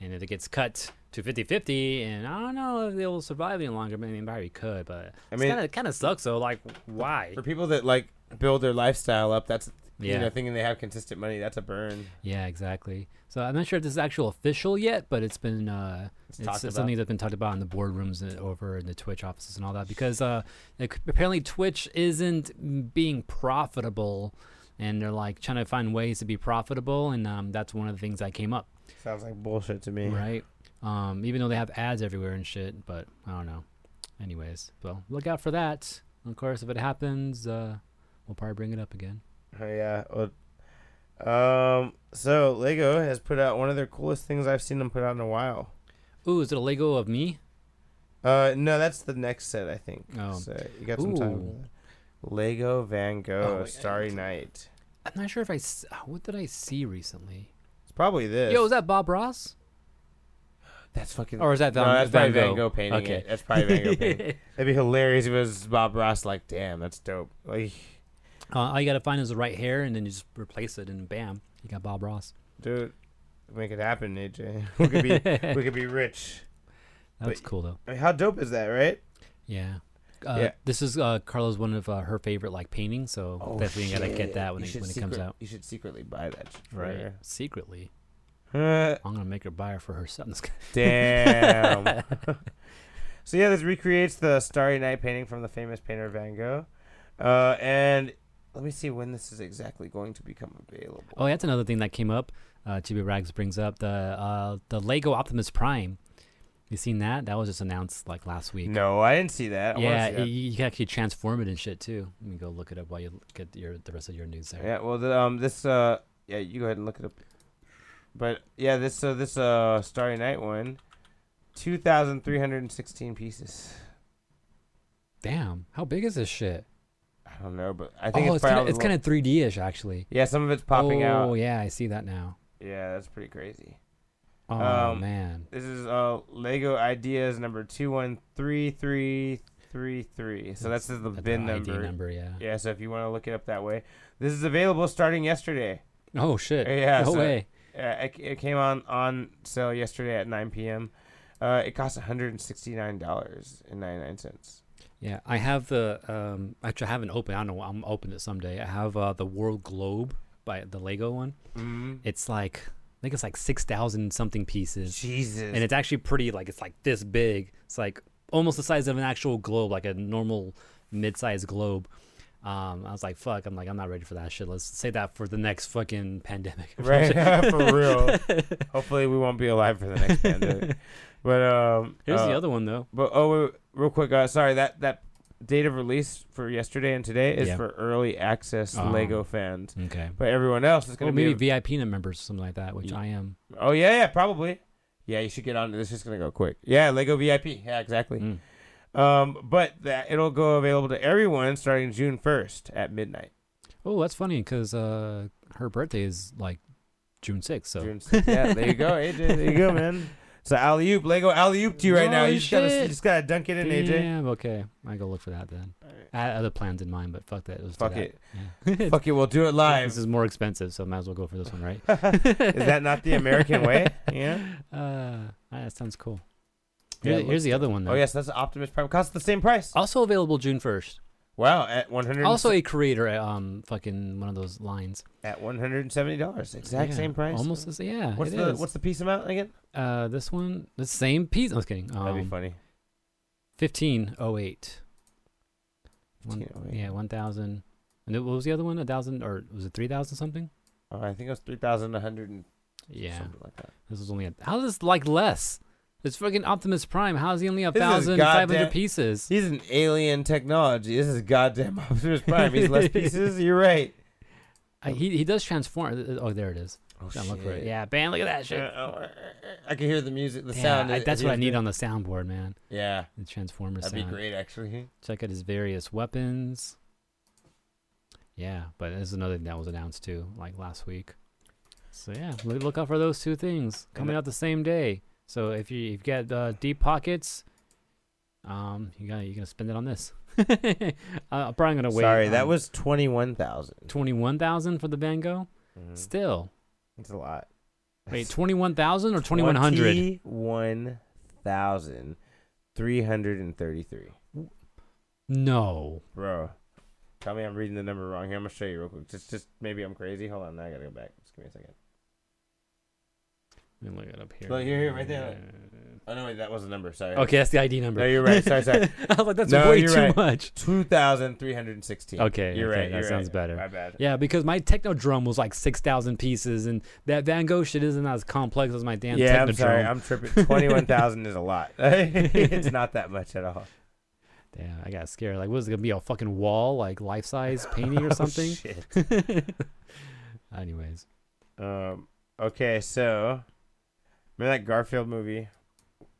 [SPEAKER 1] and if it gets cut to 50-50 and I don't know if they will survive any longer. but I mean, probably could, but I
[SPEAKER 2] mean-
[SPEAKER 1] mean, it kind of sucks. though. like, why?
[SPEAKER 2] For people that like build their lifestyle up, that's you
[SPEAKER 1] Yeah.
[SPEAKER 2] know thinking they have consistent money. That's a burn.
[SPEAKER 1] Yeah, exactly. So I'm not sure if this is actual official yet, but it's been uh, it's,
[SPEAKER 2] talked
[SPEAKER 1] it's
[SPEAKER 2] about.
[SPEAKER 1] something that's been talked about in the boardrooms and over in the Twitch offices and all that because uh, like, apparently Twitch isn't being profitable, and they're like trying to find ways to be profitable, and um, that's one of the things that came up,
[SPEAKER 2] Sounds like bullshit to me.
[SPEAKER 1] right? Um, even though they have ads everywhere and shit, but I don't know. Anyways, well, look out for that. Of course, if it happens, uh, we'll probably bring it up again.
[SPEAKER 2] Oh, yeah. Well, um. So Lego has put out one of their coolest things I've seen them put out in a while.
[SPEAKER 1] Ooh, is it a Lego of me?
[SPEAKER 2] Uh, no, that's the next set I think.
[SPEAKER 1] Oh.
[SPEAKER 2] So you got some time.
[SPEAKER 1] Ooh.
[SPEAKER 2] Lego Van Gogh,
[SPEAKER 1] Oh, wait, I
[SPEAKER 2] Starry
[SPEAKER 1] need to-
[SPEAKER 2] Night.
[SPEAKER 1] I'm not sure if I. s- uh, What did I see recently?
[SPEAKER 2] It's probably this.
[SPEAKER 1] Yo, is that Bob Ross?
[SPEAKER 2] that's fucking.
[SPEAKER 1] Or is that Van,
[SPEAKER 2] no, that's
[SPEAKER 1] Van
[SPEAKER 2] probably Van
[SPEAKER 1] Gogh?
[SPEAKER 2] Gogh painting
[SPEAKER 1] Okay.
[SPEAKER 2] it. That's probably Van Gogh painting. It'd be hilarious if it was Bob Ross. Like, damn, that's dope. Like,
[SPEAKER 1] uh, all you gotta find is the right hair, and then you just replace it, and bam, you got Bob Ross.
[SPEAKER 2] dude, make it happen, AJ. We could be, we could be rich.
[SPEAKER 1] That's
[SPEAKER 2] But-
[SPEAKER 1] cool though.
[SPEAKER 2] I mean, how dope is that, right?
[SPEAKER 1] Yeah. Uh,
[SPEAKER 2] Yeah.
[SPEAKER 1] This is uh, Carla's one of uh, her favorite like paintings, so definitely gotta get that when
[SPEAKER 2] Oh, You
[SPEAKER 1] it,
[SPEAKER 2] should
[SPEAKER 1] when it
[SPEAKER 2] secret-
[SPEAKER 1] comes out.
[SPEAKER 2] You should secretly buy that. shit for
[SPEAKER 1] Right.
[SPEAKER 2] her.
[SPEAKER 1] Secretly,
[SPEAKER 2] Uh,
[SPEAKER 1] I'm gonna make her buy her for herself.
[SPEAKER 2] damn. so yeah, this recreates the Starry Night painting from the famous painter Van Gogh, uh, and let me see when this is exactly going to become available.
[SPEAKER 1] Oh, that's another thing that came up. Uh, Chibi Rags brings up the uh, the Lego Optimus Prime. You seen that? That was just announced like last week.
[SPEAKER 2] No, I didn't see that. I wanna
[SPEAKER 1] Yeah,
[SPEAKER 2] see
[SPEAKER 1] y-
[SPEAKER 2] that.
[SPEAKER 1] y- you can actually transform it and shit too. Let me go look it up while you get your the rest of your news there.
[SPEAKER 2] Yeah, well, the, um, this uh, yeah, you go ahead and look it up. But yeah, this uh, this uh, Starry Night one, two thousand three hundred and sixteen pieces.
[SPEAKER 1] Damn, how big is this shit?
[SPEAKER 2] I don't know, but I think
[SPEAKER 1] Oh,
[SPEAKER 2] it's,
[SPEAKER 1] it's
[SPEAKER 2] probably
[SPEAKER 1] kind
[SPEAKER 2] all
[SPEAKER 1] of
[SPEAKER 2] the
[SPEAKER 1] it's
[SPEAKER 2] lo-
[SPEAKER 1] kind of 3D-ish actually.
[SPEAKER 2] yeah, some of it's popping
[SPEAKER 1] oh,
[SPEAKER 2] out.
[SPEAKER 1] yeah, I see that now.
[SPEAKER 2] Yeah, that's pretty crazy.
[SPEAKER 1] Oh
[SPEAKER 2] Um,
[SPEAKER 1] man,
[SPEAKER 2] This is uh Lego Ideas number two one three three three three. So that's, the
[SPEAKER 1] That's
[SPEAKER 2] bin
[SPEAKER 1] the ID
[SPEAKER 2] number.
[SPEAKER 1] number, yeah.
[SPEAKER 2] Yeah, so if you want to look it up that way, this is available starting yesterday.
[SPEAKER 1] Oh shit.
[SPEAKER 2] Yeah,
[SPEAKER 1] no
[SPEAKER 2] so-
[SPEAKER 1] way.
[SPEAKER 2] Uh, it, it came on on sale yesterday at 9 p.m. Uh, it cost 169 dollars and 99 cents.
[SPEAKER 1] Yeah, I have the um. Actually, I haven't opened. I don't know. I'm open it someday. I have uh, the World Globe by the Lego one.
[SPEAKER 2] Mm-hmm.
[SPEAKER 1] It's like I think it's like six thousand something pieces.
[SPEAKER 2] Jesus.
[SPEAKER 1] and it's actually pretty like it's like this big it's like almost the size of an actual globe like a normal mid-sized globe um, I was like, "Fuck!" I'm like, "I'm not ready for that shit." Let's say that for the next fucking pandemic.
[SPEAKER 2] right for real. Hopefully, we won't be alive for the next pandemic. But um,
[SPEAKER 1] Here's
[SPEAKER 2] uh,
[SPEAKER 1] the other one though.
[SPEAKER 2] But oh, wait, wait, real quick. Uh, sorry that that date of release for yesterday and today is
[SPEAKER 1] Yeah.
[SPEAKER 2] for early access
[SPEAKER 1] Oh.
[SPEAKER 2] Lego fans.
[SPEAKER 1] Okay.
[SPEAKER 2] But everyone else is
[SPEAKER 1] Well,
[SPEAKER 2] gonna
[SPEAKER 1] Oh, maybe
[SPEAKER 2] be.
[SPEAKER 1] VIP members or something like that, which I am.
[SPEAKER 2] oh yeah, yeah, probably. Yeah, you should get on. This is gonna go quick. Yeah, Lego VIP. Yeah, exactly.
[SPEAKER 1] Mm.
[SPEAKER 2] Um, but that it'll go available to everyone starting June first at midnight.
[SPEAKER 1] Oh, that's funny because uh, her birthday is like June 6th. So
[SPEAKER 2] June 6th. Yeah, there you go, AJ. There you go, man. So alley oop, Lego alley oop to you right now.
[SPEAKER 1] No
[SPEAKER 2] You just gotta, you
[SPEAKER 1] shit.
[SPEAKER 2] just gotta dunk it in, AJ.
[SPEAKER 1] Damn, okay, I go look for that then. I had other plans in mind, but fuck that. It was
[SPEAKER 2] Fuck
[SPEAKER 1] that.
[SPEAKER 2] it.
[SPEAKER 1] Yeah.
[SPEAKER 2] Fuck it, we'll do it
[SPEAKER 1] this
[SPEAKER 2] live.
[SPEAKER 1] is more expensive, so might as well go for this one, right?
[SPEAKER 2] Is that not the American way? Yeah.
[SPEAKER 1] Uh, that sounds cool.
[SPEAKER 2] Yeah,
[SPEAKER 1] Here-
[SPEAKER 2] it
[SPEAKER 1] here's the other one. Though.
[SPEAKER 2] Oh yes, that's the Optimus Prime. Costs the same price.
[SPEAKER 1] Also available June first.
[SPEAKER 2] Wow, at one hundred.
[SPEAKER 1] Oh. Also a creator. uh, Um, fucking one of those lines.
[SPEAKER 2] at one hundred and seventy dollars, exact
[SPEAKER 1] Yeah,
[SPEAKER 2] same price.
[SPEAKER 1] Almost the same. Yeah.
[SPEAKER 2] What's
[SPEAKER 1] it
[SPEAKER 2] the
[SPEAKER 1] is.
[SPEAKER 2] What's the piece amount again?
[SPEAKER 1] uh this one? The same piece. I was kidding. Um,
[SPEAKER 2] funny.
[SPEAKER 1] fifteen oh eight. One-
[SPEAKER 2] 1508.
[SPEAKER 1] Yeah, one thousand. And then what was the other one? A thousand or was it three thousand something?
[SPEAKER 2] Oh, I think it was three thousand one hundred and
[SPEAKER 1] Yeah.
[SPEAKER 2] something like that.
[SPEAKER 1] This is only a. How is this like less? It's fucking Optimus Prime. How's he only a
[SPEAKER 2] This is
[SPEAKER 1] thousand five
[SPEAKER 2] goddamn-
[SPEAKER 1] hundred pieces?
[SPEAKER 2] He's an alien technology. This is goddamn Optimus Prime. He's less pieces. You're right.
[SPEAKER 1] Uh, he he does transform. Oh, there it is.
[SPEAKER 2] Oh
[SPEAKER 1] Don't look for it. Yeah, bam! Look at that shit.
[SPEAKER 2] I can hear the music, Uh, the
[SPEAKER 1] Yeah,
[SPEAKER 2] sound.
[SPEAKER 1] I-
[SPEAKER 2] It-
[SPEAKER 1] that's
[SPEAKER 2] it
[SPEAKER 1] what I
[SPEAKER 2] is
[SPEAKER 1] need
[SPEAKER 2] good.
[SPEAKER 1] on the soundboard, man.
[SPEAKER 2] Yeah,
[SPEAKER 1] The Transformer
[SPEAKER 2] that'd
[SPEAKER 1] sound.
[SPEAKER 2] be great actually.
[SPEAKER 1] Check out his various weapons. Yeah, but this is another thing that was announced too, like last week. So yeah, lo- look out for those two things coming
[SPEAKER 2] the-
[SPEAKER 1] out the same day. So if you you've got uh, deep pockets, um, you got you're gonna spend it on this. I- I'm probably gonna wait. um,
[SPEAKER 2] Sorry, that was twenty one thousand. Mm-hmm.
[SPEAKER 1] Hmm. twenty one thousand for the Van Gogh. Still,
[SPEAKER 2] It's a lot.
[SPEAKER 1] Wait, twenty one thousand or twenty one hundred?
[SPEAKER 2] 21,333.
[SPEAKER 1] No.
[SPEAKER 2] Bro, tell me I'm reading the number wrong here. I'm going to show you real quick. Just, just maybe I'm crazy. Hold on. Now I got to go back. Just give me a second.
[SPEAKER 1] Let me look it up here.
[SPEAKER 2] Look, here, here, right there. Oh, no, wait. That was the number. Sorry.
[SPEAKER 1] Okay, that's the ID number.
[SPEAKER 2] No, you're right. Sorry, sorry.
[SPEAKER 1] I was like, that's
[SPEAKER 2] No,
[SPEAKER 1] way
[SPEAKER 2] you're
[SPEAKER 1] too
[SPEAKER 2] right.
[SPEAKER 1] much.
[SPEAKER 2] 2,316.
[SPEAKER 1] Okay,
[SPEAKER 2] You're
[SPEAKER 1] okay,
[SPEAKER 2] right.
[SPEAKER 1] that
[SPEAKER 2] you're
[SPEAKER 1] sounds
[SPEAKER 2] right.
[SPEAKER 1] better.
[SPEAKER 2] My bad.
[SPEAKER 1] Yeah, because my techno drum was like six thousand pieces, and that Van Gogh shit isn't as complex as my damn
[SPEAKER 2] yeah,
[SPEAKER 1] techno
[SPEAKER 2] I'm sorry.
[SPEAKER 1] drum.
[SPEAKER 2] I'm tripping. 21,000 is a lot. it's not that much at all.
[SPEAKER 1] Damn, I got scared. Like, what is it gonna be a fucking wall, like life size painting or something?
[SPEAKER 2] Oh, Shit.
[SPEAKER 1] Anyways,
[SPEAKER 2] Um, okay, so remember that Garfield movie,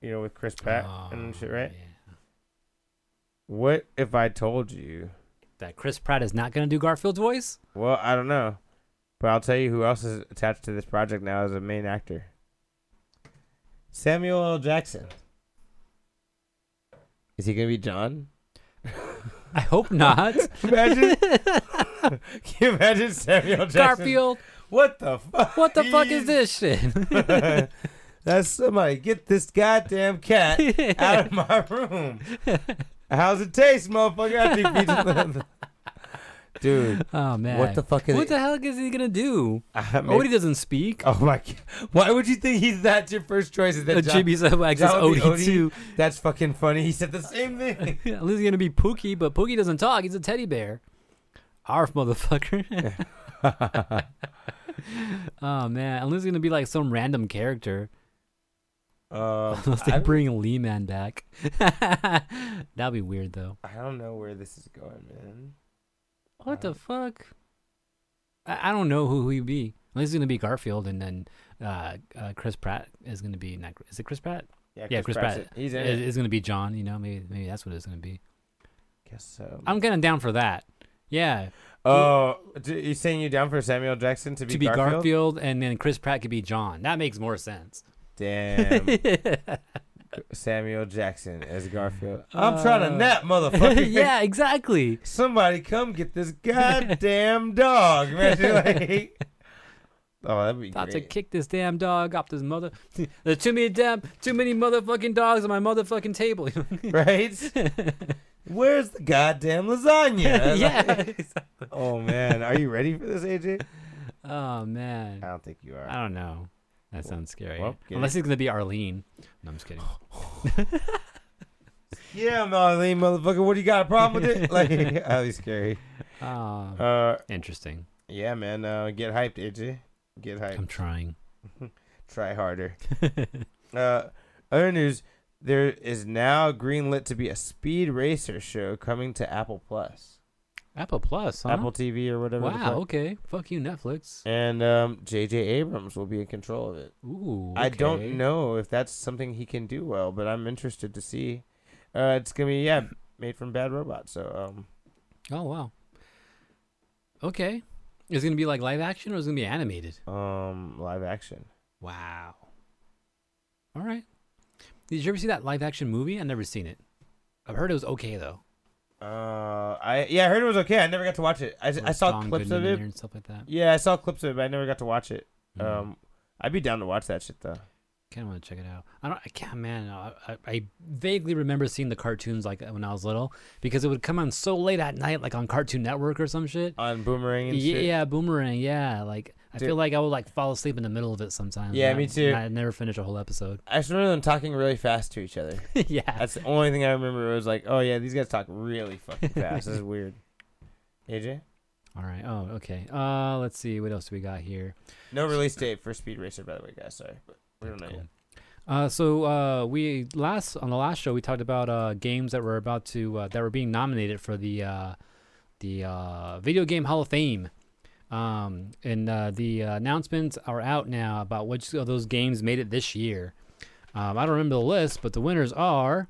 [SPEAKER 2] you know, with Chris Pratt and
[SPEAKER 1] Oh,
[SPEAKER 2] shit, right?
[SPEAKER 1] yeah.
[SPEAKER 2] What if I told you?
[SPEAKER 1] That Chris Pratt is not gonna do Garfield's voice.
[SPEAKER 2] Well, I don't know, but I'll tell you who else is attached to this project now as a main actor. Samuel L. Jackson. Is he gonna be John?
[SPEAKER 1] I hope not.
[SPEAKER 2] Imagine. Can you imagine Samuel Jackson?
[SPEAKER 1] Garfield,
[SPEAKER 2] What the fuck?
[SPEAKER 1] what the fuck is this shit?
[SPEAKER 2] That's somebody. Get this goddamn cat out of my room. How's it taste, motherfucker? I think we just- Dude,
[SPEAKER 1] oh man,
[SPEAKER 2] what the fuck is
[SPEAKER 1] What
[SPEAKER 2] it?
[SPEAKER 1] the hell is he gonna do?
[SPEAKER 2] I mean-
[SPEAKER 1] Oh, he doesn't speak.
[SPEAKER 2] oh my god. Why would you think he's that's your first choice? Is that
[SPEAKER 1] Uh,
[SPEAKER 2] John-
[SPEAKER 1] JB said, like,
[SPEAKER 2] John
[SPEAKER 1] it's
[SPEAKER 2] would be
[SPEAKER 1] Odie too.
[SPEAKER 2] That's fucking funny. He said the same thing.
[SPEAKER 1] At least he's gonna be Pookie, but Pookie doesn't talk. He's a teddy bear. Arf, motherfucker.
[SPEAKER 2] Uh,
[SPEAKER 1] oh man, unless he's gonna be like some random character.
[SPEAKER 2] Um,
[SPEAKER 1] Unless they
[SPEAKER 2] I,
[SPEAKER 1] bring Lee Man back, that'd be weird though.
[SPEAKER 2] I don't know where this is going, man.
[SPEAKER 1] What
[SPEAKER 2] Uh,
[SPEAKER 1] the fuck? I, I don't know who he'd be. Unless he's gonna be Garfield, and then uh, uh, Chris Pratt is gonna be not. Is it Chris Pratt? yeah, Chris
[SPEAKER 2] Pratt's
[SPEAKER 1] Pratt.
[SPEAKER 2] it. He's in
[SPEAKER 1] Is,
[SPEAKER 2] it.
[SPEAKER 1] is gonna be John. You know, maybe maybe that's what it's gonna be.
[SPEAKER 2] Guess so.
[SPEAKER 1] I'm kind of down for that. Yeah,
[SPEAKER 2] oh, d- you saying you down for Samuel Jackson to be,
[SPEAKER 1] to be Garfield?
[SPEAKER 2] Garfield?
[SPEAKER 1] and then Chris Pratt could be John. That makes more sense.
[SPEAKER 2] Damn, Samuel Jackson as Garfield. I'm trying to nap, motherfucker.
[SPEAKER 1] Uh, yeah, exactly.
[SPEAKER 2] Somebody come get this goddamn dog. man. Like- oh, that'd be
[SPEAKER 1] About to
[SPEAKER 2] great.
[SPEAKER 1] kick this damn dog off this mother. There's too many damn, too many motherfucking dogs on my motherfucking table.
[SPEAKER 2] right? Where's the goddamn lasagna?
[SPEAKER 1] yeah.
[SPEAKER 2] Like-
[SPEAKER 1] exactly.
[SPEAKER 2] oh man, are you ready for this, AJ?
[SPEAKER 1] Oh
[SPEAKER 2] I
[SPEAKER 1] man,
[SPEAKER 2] don't think you
[SPEAKER 1] I
[SPEAKER 2] are.
[SPEAKER 1] don't know. That sounds scary.
[SPEAKER 2] well, get
[SPEAKER 1] Unless it's gonna be Arlene. No, I'm just kidding.
[SPEAKER 2] Yeah, I'm not a lean motherfucker. What do you got a problem with it? Like, that'd be scary.
[SPEAKER 1] Ah,
[SPEAKER 2] Uh,
[SPEAKER 1] interesting.
[SPEAKER 2] yeah, man. Uh, get hyped, AJ. Get hyped.
[SPEAKER 1] I'm trying.
[SPEAKER 2] Try harder. uh, other news: there is now greenlit to be a speed racer show coming to Apple Plus,
[SPEAKER 1] Apple Plus. Huh?
[SPEAKER 2] Apple TV, or whatever. the
[SPEAKER 1] Wow.
[SPEAKER 2] fuck.
[SPEAKER 1] Okay. Fuck you, Netflix.
[SPEAKER 2] And um, J.J. Abrams will be in control of it.
[SPEAKER 1] Ooh.
[SPEAKER 2] I
[SPEAKER 1] okay.
[SPEAKER 2] don't know if that's something he can do well, but I'm interested to see. Uh, it's gonna be yeah, made from Bad Robot. So um,
[SPEAKER 1] Oh wow. Okay. Is it gonna be like live action or is it gonna be animated?
[SPEAKER 2] um, live action.
[SPEAKER 1] Wow. All right. Did you ever see that live action movie? I never seen it. I've heard it was okay though.
[SPEAKER 2] Uh, I yeah, I heard it was okay. I never got to watch it. I, I
[SPEAKER 1] With
[SPEAKER 2] saw
[SPEAKER 1] John
[SPEAKER 2] clips
[SPEAKER 1] Goodman
[SPEAKER 2] of
[SPEAKER 1] in
[SPEAKER 2] it.
[SPEAKER 1] there and stuff like that.
[SPEAKER 2] Yeah, I saw clips of it, but I never got to watch it.
[SPEAKER 1] Mm.
[SPEAKER 2] Um, I'd be down to watch that shit though.
[SPEAKER 1] kind of want to check it out. I don't. I can't, man. I, I, I vaguely remember seeing the cartoons like when I was little because it would come on so late at night, like on Cartoon Network or some shit.
[SPEAKER 2] On Boomerang and
[SPEAKER 1] yeah,
[SPEAKER 2] shit.
[SPEAKER 1] yeah, boomerang. Yeah, like I
[SPEAKER 2] Dude.
[SPEAKER 1] feel like I would like fall asleep in the middle of it sometimes.
[SPEAKER 2] Yeah,
[SPEAKER 1] and
[SPEAKER 2] me
[SPEAKER 1] I-
[SPEAKER 2] too.
[SPEAKER 1] and I'd never finish a whole episode.
[SPEAKER 2] I just remember them talking really fast to each other.
[SPEAKER 1] yeah.
[SPEAKER 2] That's the only thing I remember. It was like, oh yeah, these guys talk really fucking fast. this is weird. AJ,
[SPEAKER 1] All right. Oh, okay. Uh, let's see. What else do we got here?
[SPEAKER 2] no release date for Speed Racer, by the way, guys. Sorry, but we don't know
[SPEAKER 1] Cool.
[SPEAKER 2] yet.
[SPEAKER 1] Uh, so uh, we last on the last show we talked about uh, games that were about to uh, that were being nominated for the uh, the uh, video game Hall of Fame, um, and uh, the uh, announcements are out now about which of those games made it this year. Um, I don't remember the list, but the winners are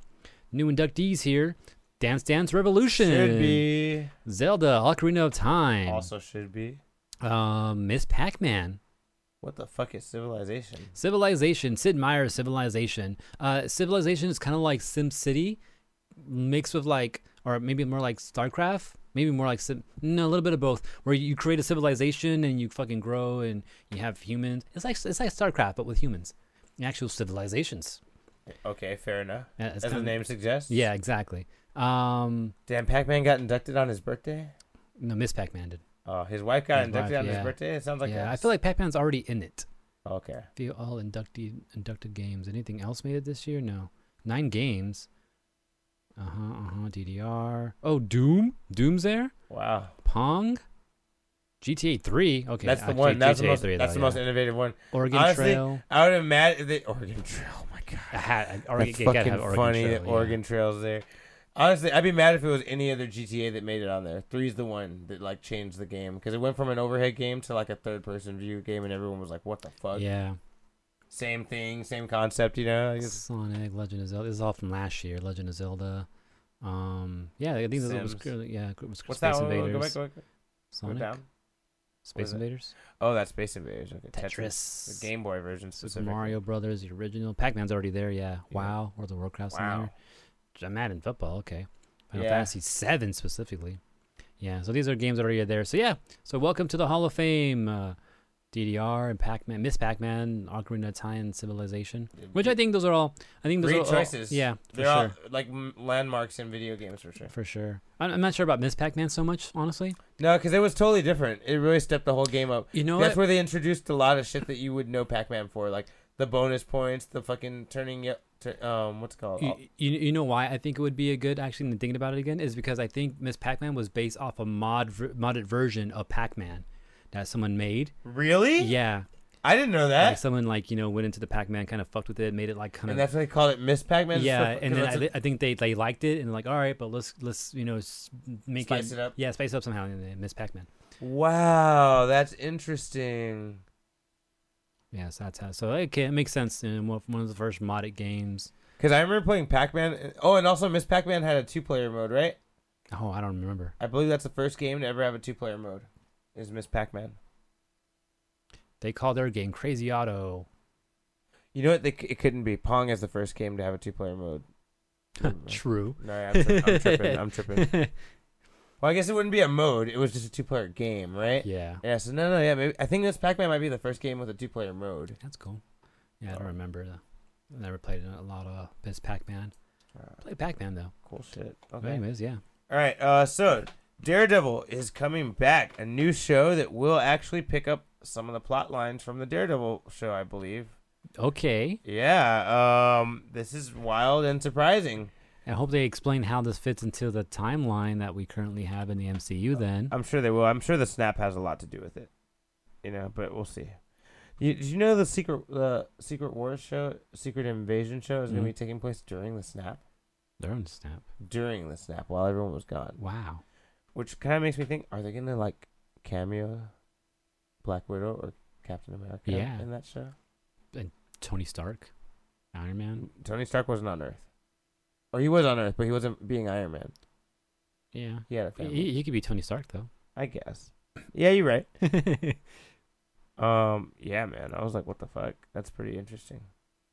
[SPEAKER 1] new inductees here: Dance Dance Revolution,
[SPEAKER 2] Should be.
[SPEAKER 1] Zelda: Ocarina of Time,
[SPEAKER 2] Also should be.
[SPEAKER 1] um, Miss Pac-Man.
[SPEAKER 2] What the fuck is Civilization?
[SPEAKER 1] Civilization, Sid Meier's Civilization. Uh, Civilization is kind of like Sim City, mixed with like, or maybe more like StarCraft. maybe more like civ- no, a little bit of both, where you create a civilization and you fucking grow and you have humans. It's like it's like StarCraft, but with humans, actual civilizations.
[SPEAKER 2] Okay, fair enough.
[SPEAKER 1] Yeah, it's
[SPEAKER 2] As the
[SPEAKER 1] kinda-
[SPEAKER 2] name suggests.
[SPEAKER 1] Yeah, exactly. Um,
[SPEAKER 2] Damn, Pac-Man got inducted on his birthday.
[SPEAKER 1] no, Miss Pac-Man did.
[SPEAKER 2] Oh, his wife got
[SPEAKER 1] His
[SPEAKER 2] inducted
[SPEAKER 1] wife,
[SPEAKER 2] on
[SPEAKER 1] yeah.
[SPEAKER 2] his birthday. It sounds like
[SPEAKER 1] yeah,
[SPEAKER 2] a-
[SPEAKER 1] I feel like Pac-Man's already in it.
[SPEAKER 2] okay.
[SPEAKER 1] Feel all inducted inducted games. Anything else made it this year? No, nine games. Uh huh. Uh huh. DDR. Oh, Doom. Doom's there.
[SPEAKER 2] Wow,
[SPEAKER 1] Pong. GTA 3. Okay,
[SPEAKER 2] that's the
[SPEAKER 1] actually,
[SPEAKER 2] one. That's the
[SPEAKER 1] GTA
[SPEAKER 2] most.
[SPEAKER 1] 3
[SPEAKER 2] that's
[SPEAKER 1] though,
[SPEAKER 2] the most
[SPEAKER 1] yeah.
[SPEAKER 2] innovative one.
[SPEAKER 1] Oregon
[SPEAKER 2] honestly,
[SPEAKER 1] Trail.
[SPEAKER 2] I would imagine the Oregon Trail. Oh my god,
[SPEAKER 1] I had, I
[SPEAKER 2] that's
[SPEAKER 1] Oregon,
[SPEAKER 2] fucking funny.
[SPEAKER 1] Trail,
[SPEAKER 2] that
[SPEAKER 1] yeah.
[SPEAKER 2] Oregon Trail's there. Honestly, I'd be mad if it was any other GTA that made it on there. Three's the one that like changed the game because it went from an overhead game to like a third-person view game, and everyone was like, "What the fuck?"
[SPEAKER 1] Yeah.
[SPEAKER 2] Same thing, same concept, you know. I guess-
[SPEAKER 1] Sonic, Legend of Zelda. This is all from last year. Legend of Zelda. Um, yeah, I think this was
[SPEAKER 2] Sims.
[SPEAKER 1] clearly- yeah, it was Space
[SPEAKER 2] What's that one? Go
[SPEAKER 1] Invaders.
[SPEAKER 2] back, go back, go back. Go
[SPEAKER 1] Sonic,
[SPEAKER 2] down.
[SPEAKER 1] Space
[SPEAKER 2] is it?
[SPEAKER 1] Invaders,
[SPEAKER 2] Oh, that's Space Invaders. Okay, Tetris.
[SPEAKER 1] Tetris,
[SPEAKER 2] The Game Boy version
[SPEAKER 1] Super
[SPEAKER 2] specifically.
[SPEAKER 1] Mario Brothers, the original. Pac-Man's already there. Yeah. Wow. World of Warcraft's in
[SPEAKER 2] Wow.
[SPEAKER 1] there. J- Madden football. Okay. Final
[SPEAKER 2] Yeah.
[SPEAKER 1] Fantasy Seven specifically. Yeah. So these are games already there. So yeah. So welcome to the Hall of Fame. Uh, DDR and Pac-Man, Miss Pac-Man, Ocarina of Time, Civilization. Which I think those are all. I think those
[SPEAKER 2] Great
[SPEAKER 1] are all-
[SPEAKER 2] choices.
[SPEAKER 1] yeah, for
[SPEAKER 2] They're all
[SPEAKER 1] sure.
[SPEAKER 2] like m- landmarks in video games for sure.
[SPEAKER 1] For sure. I'm, I'm not sure about Miss Pac-Man so much, honestly.
[SPEAKER 2] No, because it was totally different. It really stepped the whole game up.
[SPEAKER 1] You know
[SPEAKER 2] That's
[SPEAKER 1] what?
[SPEAKER 2] where they introduced a lot of shit that you would know Pac-Man for, like the bonus points, the fucking turning y- tu- um, what's it called?
[SPEAKER 1] You, you, you know why I think it would be a good actually and thinking about it again is because I think Miss Pac-Man was based off a mod ver- modded version of Pac-Man that someone made.
[SPEAKER 2] really?
[SPEAKER 1] Yeah,
[SPEAKER 2] I didn't know
[SPEAKER 1] like
[SPEAKER 2] that.
[SPEAKER 1] someone like you know went into the Pac-Man kind of fucked with it, made it like kind
[SPEAKER 2] And
[SPEAKER 1] of
[SPEAKER 2] that's why they called it Miss Pac-Man.
[SPEAKER 1] yeah, and then I
[SPEAKER 2] I
[SPEAKER 1] thi- I think they they liked it and like all right, but let's let's you know s- make
[SPEAKER 2] Spice it up.
[SPEAKER 1] yeah spice it up somehow and then Miss Pac-Man.
[SPEAKER 2] wow, that's interesting.
[SPEAKER 1] Yeah, so that's how. So okay, it makes sense. And one one of the first modded games.
[SPEAKER 2] Because I remember playing Pac-Man. Oh, and also Miss Pac-Man had a two-player mode, right?
[SPEAKER 1] Oh, I don't remember.
[SPEAKER 2] I believe that's the first game to ever have a two-player mode. Is Miss Pac-Man?
[SPEAKER 1] They call their game Crazy Auto.
[SPEAKER 2] You know what? They, c- it couldn't be. Pong is the first game to have a two-player mode. Never mind.
[SPEAKER 1] True.
[SPEAKER 2] No, I'm, tri- I'm tripping. I'm tripping. Well, I guess it wouldn't be a mode. It was just a two-player game, right? Yeah.
[SPEAKER 1] yeah,
[SPEAKER 2] so no, no, yeah. Maybe I think this Pac-Man might be the first game with a two-player mode.
[SPEAKER 1] that's cool. Yeah, I don't remember. Though. I never played a lot of Miss Pac-Man.
[SPEAKER 2] Ah,
[SPEAKER 1] Played Pac-Man though.
[SPEAKER 2] cool shit.
[SPEAKER 1] But
[SPEAKER 2] Okay.
[SPEAKER 1] anyways, yeah.
[SPEAKER 2] All right. Uh, so Daredevil is coming back. A new show that will actually pick up some of the plot lines from the Daredevil show, I believe.
[SPEAKER 1] Okay.
[SPEAKER 2] Yeah. Um, this is wild and surprising.
[SPEAKER 1] I hope they explain how this fits into the timeline that we currently have in the
[SPEAKER 2] Oh,
[SPEAKER 1] MCU. Then
[SPEAKER 2] I'm sure they will. I'm sure the snap has a lot to do with it. You know, but we'll see. You, did you know the secret the Secret Wars show, Secret Invasion show is
[SPEAKER 1] Mhm.
[SPEAKER 2] going to be taking place during the snap?
[SPEAKER 1] they're on snap.
[SPEAKER 2] During the snap, while everyone was gone,
[SPEAKER 1] Wow.
[SPEAKER 2] which kind of makes me think: Are they going to like cameo Black Widow or Captain America
[SPEAKER 1] Yeah.
[SPEAKER 2] in that show?
[SPEAKER 1] Tony Stark, Iron Man.
[SPEAKER 2] Tony Stark wasn't on Earth, or he was on Earth, but he wasn't being Iron Man.
[SPEAKER 1] Yeah.
[SPEAKER 2] He had a family,
[SPEAKER 1] He, he could be Tony Stark though.
[SPEAKER 2] I guess. Yeah, you're right.
[SPEAKER 1] yeah,
[SPEAKER 2] Um, yeah, man. I was like, what the fuck? That's pretty interesting.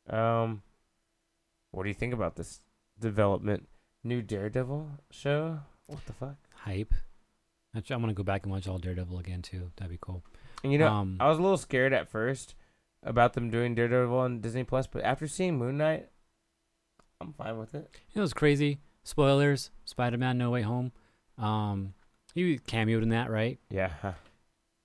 [SPEAKER 2] Um, what do you think about this development? New Daredevil show? What the fuck?
[SPEAKER 1] hype. Actually, I want to go back and watch all Daredevil again too. That'd be cool.
[SPEAKER 2] And you know,
[SPEAKER 1] um,
[SPEAKER 2] I was a little scared at first about them doing Daredevil on Disney Plus, but after seeing Moon Knight, I'm fine with it.
[SPEAKER 1] It was crazy. Spoilers: Spider-Man: No Way Home. Um, he cameoed in that, right?
[SPEAKER 2] Yeah.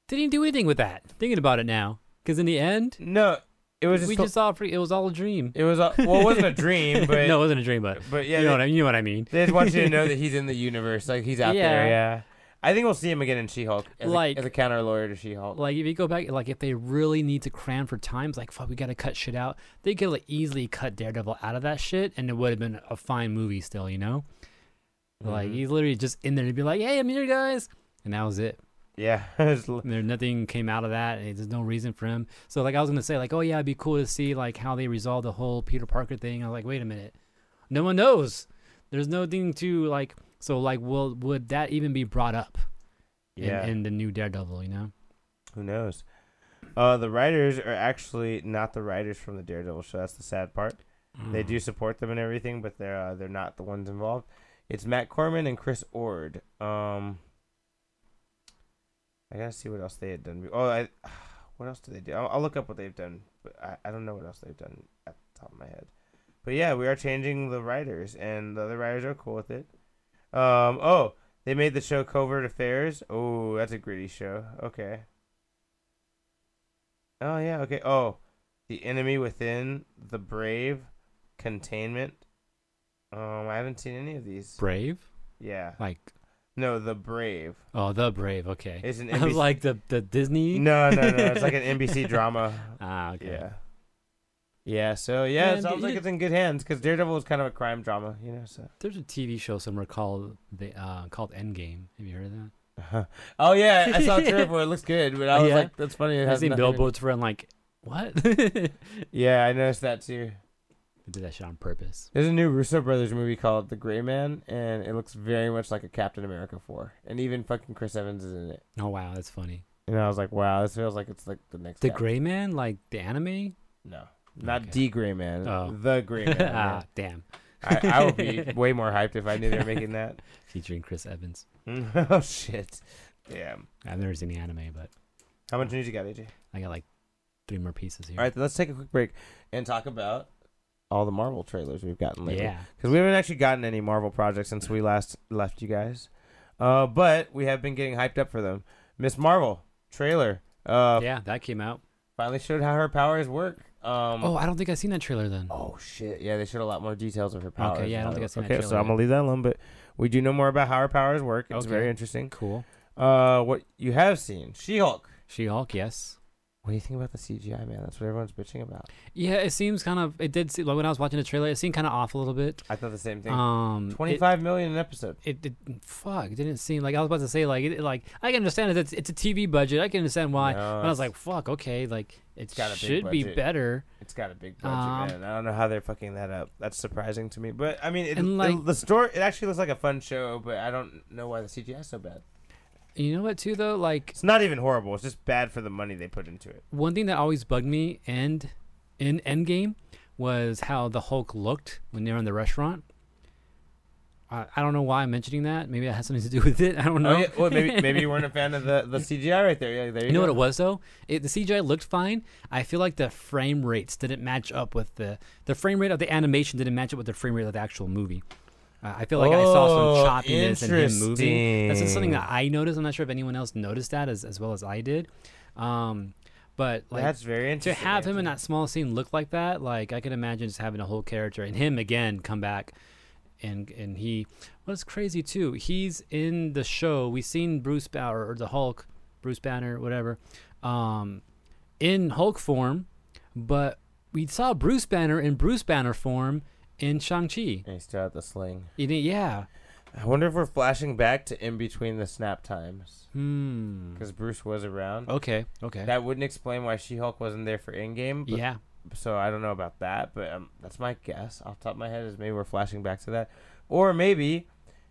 [SPEAKER 1] Didn't even do anything with that. Thinking about it now, because in the end,
[SPEAKER 2] No, it was just,
[SPEAKER 1] we just saw free, it was all a dream.
[SPEAKER 2] it was a, well, it wasn't a dream, but
[SPEAKER 1] no, it wasn't a dream, but
[SPEAKER 2] but yeah,
[SPEAKER 1] you know
[SPEAKER 2] they-
[SPEAKER 1] what I you know what I mean.
[SPEAKER 2] They just want you to know that he's in the universe, like he's out
[SPEAKER 1] Yeah.
[SPEAKER 2] there. Yeah, I think we'll see him again in She-Hulk, as
[SPEAKER 1] Like-
[SPEAKER 2] a, as a counter lawyer to She-Hulk.
[SPEAKER 1] Like if you go back, like if they really need to cram for times, like fuck, we gotta cut shit out. They could like, easily cut Daredevil out of that shit, and it would have been a fine movie still, you know. Like
[SPEAKER 2] Mhm.
[SPEAKER 1] he's literally just in there to be like, "Hey, I'm here, guys," and that was it.
[SPEAKER 2] yeah, it's l-
[SPEAKER 1] And there nothing came out of that. And there's no reason for him. So like I was gonna say, like, oh yeah, it'd be cool to see like how they resolve the whole Peter Parker thing. I was like, wait a minute, no one knows. There's nothing to like. So like, will would that even be brought up?
[SPEAKER 2] Yeah.
[SPEAKER 1] In, in the new Daredevil, you know.
[SPEAKER 2] Who knows? Uh, the writers are actually not the writers from the Mm.
[SPEAKER 1] Mm-hmm.
[SPEAKER 2] Daredevil show. That's the sad part. They do support them and everything, but they're uh, they're not the ones involved. It's Matt Corman and Chris Ord. Um, I gotta see what else they had done. Oh, I, what else did they do? I'll, I'll look up what they've done, but I, I don't know what else they've done at the top of my head. But yeah, we are changing the writers, and the other writers are cool with it. Um, oh, they made the show Covert Affairs. Oh, that's a gritty show. Okay. Oh yeah. Okay. Oh, the enemy within, the brave, containment. Um, I haven't seen any of these.
[SPEAKER 1] Brave?
[SPEAKER 2] Yeah.
[SPEAKER 1] Like
[SPEAKER 2] No, the brave.
[SPEAKER 1] oh, the Brave. Okay.
[SPEAKER 2] It's an
[SPEAKER 1] I was
[SPEAKER 2] NBC
[SPEAKER 1] like the the Disney.
[SPEAKER 2] No, no, no. It's like an NBC drama.
[SPEAKER 1] Ah, okay.
[SPEAKER 2] Yeah. Yeah. So yeah,
[SPEAKER 1] Yeah,
[SPEAKER 2] it sounds
[SPEAKER 1] you
[SPEAKER 2] like
[SPEAKER 1] did-
[SPEAKER 2] it's in good hands because Daredevil was kind of a crime drama, you know. So.
[SPEAKER 1] There's a TV show somewhere called the uh, called Endgame. Have you heard of that?
[SPEAKER 2] Oh yeah, I saw a trailer for it. It looks good, but I was
[SPEAKER 1] Oh, Yeah.
[SPEAKER 2] like, that's funny. It
[SPEAKER 1] I've
[SPEAKER 2] has
[SPEAKER 1] seen
[SPEAKER 2] nothing to-
[SPEAKER 1] billboards for it. I'm like, what? they
[SPEAKER 2] Yeah, I noticed that too.
[SPEAKER 1] did that shit on purpose.
[SPEAKER 2] There's a new Russo brothers movie called The Gray Man, and it looks very much like a Captain America four, and even fucking Chris Evans is in it.
[SPEAKER 1] Oh wow, that's funny.
[SPEAKER 2] And I was like, wow, this feels like it's like the next.
[SPEAKER 1] The
[SPEAKER 2] Cap-
[SPEAKER 1] Gray Man, like the anime.
[SPEAKER 2] No, not
[SPEAKER 1] Okay.
[SPEAKER 2] the Gray Man.
[SPEAKER 1] Oh.
[SPEAKER 2] The Gray Man.
[SPEAKER 1] ah,
[SPEAKER 2] man.
[SPEAKER 1] damn.
[SPEAKER 2] I, I would be way more hyped if I knew they were making that.
[SPEAKER 1] Featuring Chris Evans.
[SPEAKER 2] oh shit! Damn.
[SPEAKER 1] I've never seen the anime, but
[SPEAKER 2] How much news you got, AJ?
[SPEAKER 1] I got like three more pieces here.
[SPEAKER 2] All right, then let's take a quick break and talk about all the Marvel trailers we've gotten lately.
[SPEAKER 1] yeah.
[SPEAKER 2] because we haven't actually gotten any Marvel projects since we last left you guys. Uh, but we have been getting hyped up for them. Miss Marvel trailer uh,
[SPEAKER 1] yeah, that came out.
[SPEAKER 2] finally showed how her powers work. Um,
[SPEAKER 1] Oh, I don't think I've seen that trailer then.
[SPEAKER 2] Oh shit! Yeah, they showed a lot more details of her powers.
[SPEAKER 1] yeah, I don't
[SPEAKER 2] and how
[SPEAKER 1] think
[SPEAKER 2] they
[SPEAKER 1] I've seen
[SPEAKER 2] work.
[SPEAKER 1] that
[SPEAKER 2] Okay, so
[SPEAKER 1] trailer
[SPEAKER 2] I'm gonna
[SPEAKER 1] yet.
[SPEAKER 2] leave that alone, but we do know more about how her powers work. It's
[SPEAKER 1] Okay.
[SPEAKER 2] very interesting.
[SPEAKER 1] Cool.
[SPEAKER 2] Uh, what you have seen, She-Hulk.
[SPEAKER 1] She Hulk, yes.
[SPEAKER 2] What do you think about the CGI, man? That's what everyone's bitching about.
[SPEAKER 1] Yeah, it seems kind of. It did. Seem, like when I was watching the trailer, it seemed kind of off a little bit.
[SPEAKER 2] I thought the same thing.
[SPEAKER 1] Um, it-
[SPEAKER 2] Twenty-five million an episode.
[SPEAKER 1] it, it fuck it didn't seem like I was about to say like it, like I can understand that it's, it's a TV budget I can understand why
[SPEAKER 2] No,
[SPEAKER 1] but I was
[SPEAKER 2] it's-
[SPEAKER 1] like fuck okay like it
[SPEAKER 2] got a big
[SPEAKER 1] should be
[SPEAKER 2] budget.
[SPEAKER 1] better
[SPEAKER 2] It's got a big budget,
[SPEAKER 1] Um,
[SPEAKER 2] man. I don't know how they're fucking that up. That's surprising to me. But I mean, it,
[SPEAKER 1] And,
[SPEAKER 2] it-
[SPEAKER 1] like-
[SPEAKER 2] the story it actually looks like a fun show, but I don't know why the CGI is so bad.
[SPEAKER 1] you know what too though like
[SPEAKER 2] It's not even horrible. It's just bad for the money they put into it.
[SPEAKER 1] one thing that always bugged me and in Endgame was how the Hulk looked when they were in the restaurant I, I don't know why I'm mentioning that maybe that has something to do with it I don't know
[SPEAKER 2] Oh, yeah. Well, maybe maybe you weren't a fan of the, the CGI right there. Yeah, there you,
[SPEAKER 1] You know what
[SPEAKER 2] go.
[SPEAKER 1] it was though? It, the CGI looked fine. I feel like the frame rates didn't match up with the the frame rate of the animation didn't match up with the frame rate of the actual movie. Uh, I feel like I
[SPEAKER 2] Oh,
[SPEAKER 1] saw some choppiness in him moving. That's just something
[SPEAKER 2] interesting.
[SPEAKER 1] that I noticed. I'm not sure if anyone else noticed that as, as well as I did. Um, but like
[SPEAKER 2] That's very
[SPEAKER 1] to
[SPEAKER 2] interesting.
[SPEAKER 1] have him in
[SPEAKER 2] Anthony.
[SPEAKER 1] that small scene look like that, like I could imagine just having a whole character and him again come back. And and he, what's crazy too, he's in the show. We seen Bruce Banner or the Hulk, Bruce Banner, whatever, um, in Hulk form, but we saw Bruce Banner in Bruce Banner form in Shang Chi.
[SPEAKER 2] And he's still at the sling.
[SPEAKER 1] Yeah.
[SPEAKER 2] I wonder if we're flashing back to in between the snap times
[SPEAKER 1] Hmm.
[SPEAKER 2] because Bruce was around.
[SPEAKER 1] Okay. Okay.
[SPEAKER 2] That wouldn't explain why She-Hulk wasn't there for in-game. But
[SPEAKER 1] yeah.
[SPEAKER 2] so I don't know about that, but um, that's my guess off the top of my head is maybe we're flashing back to that, or maybe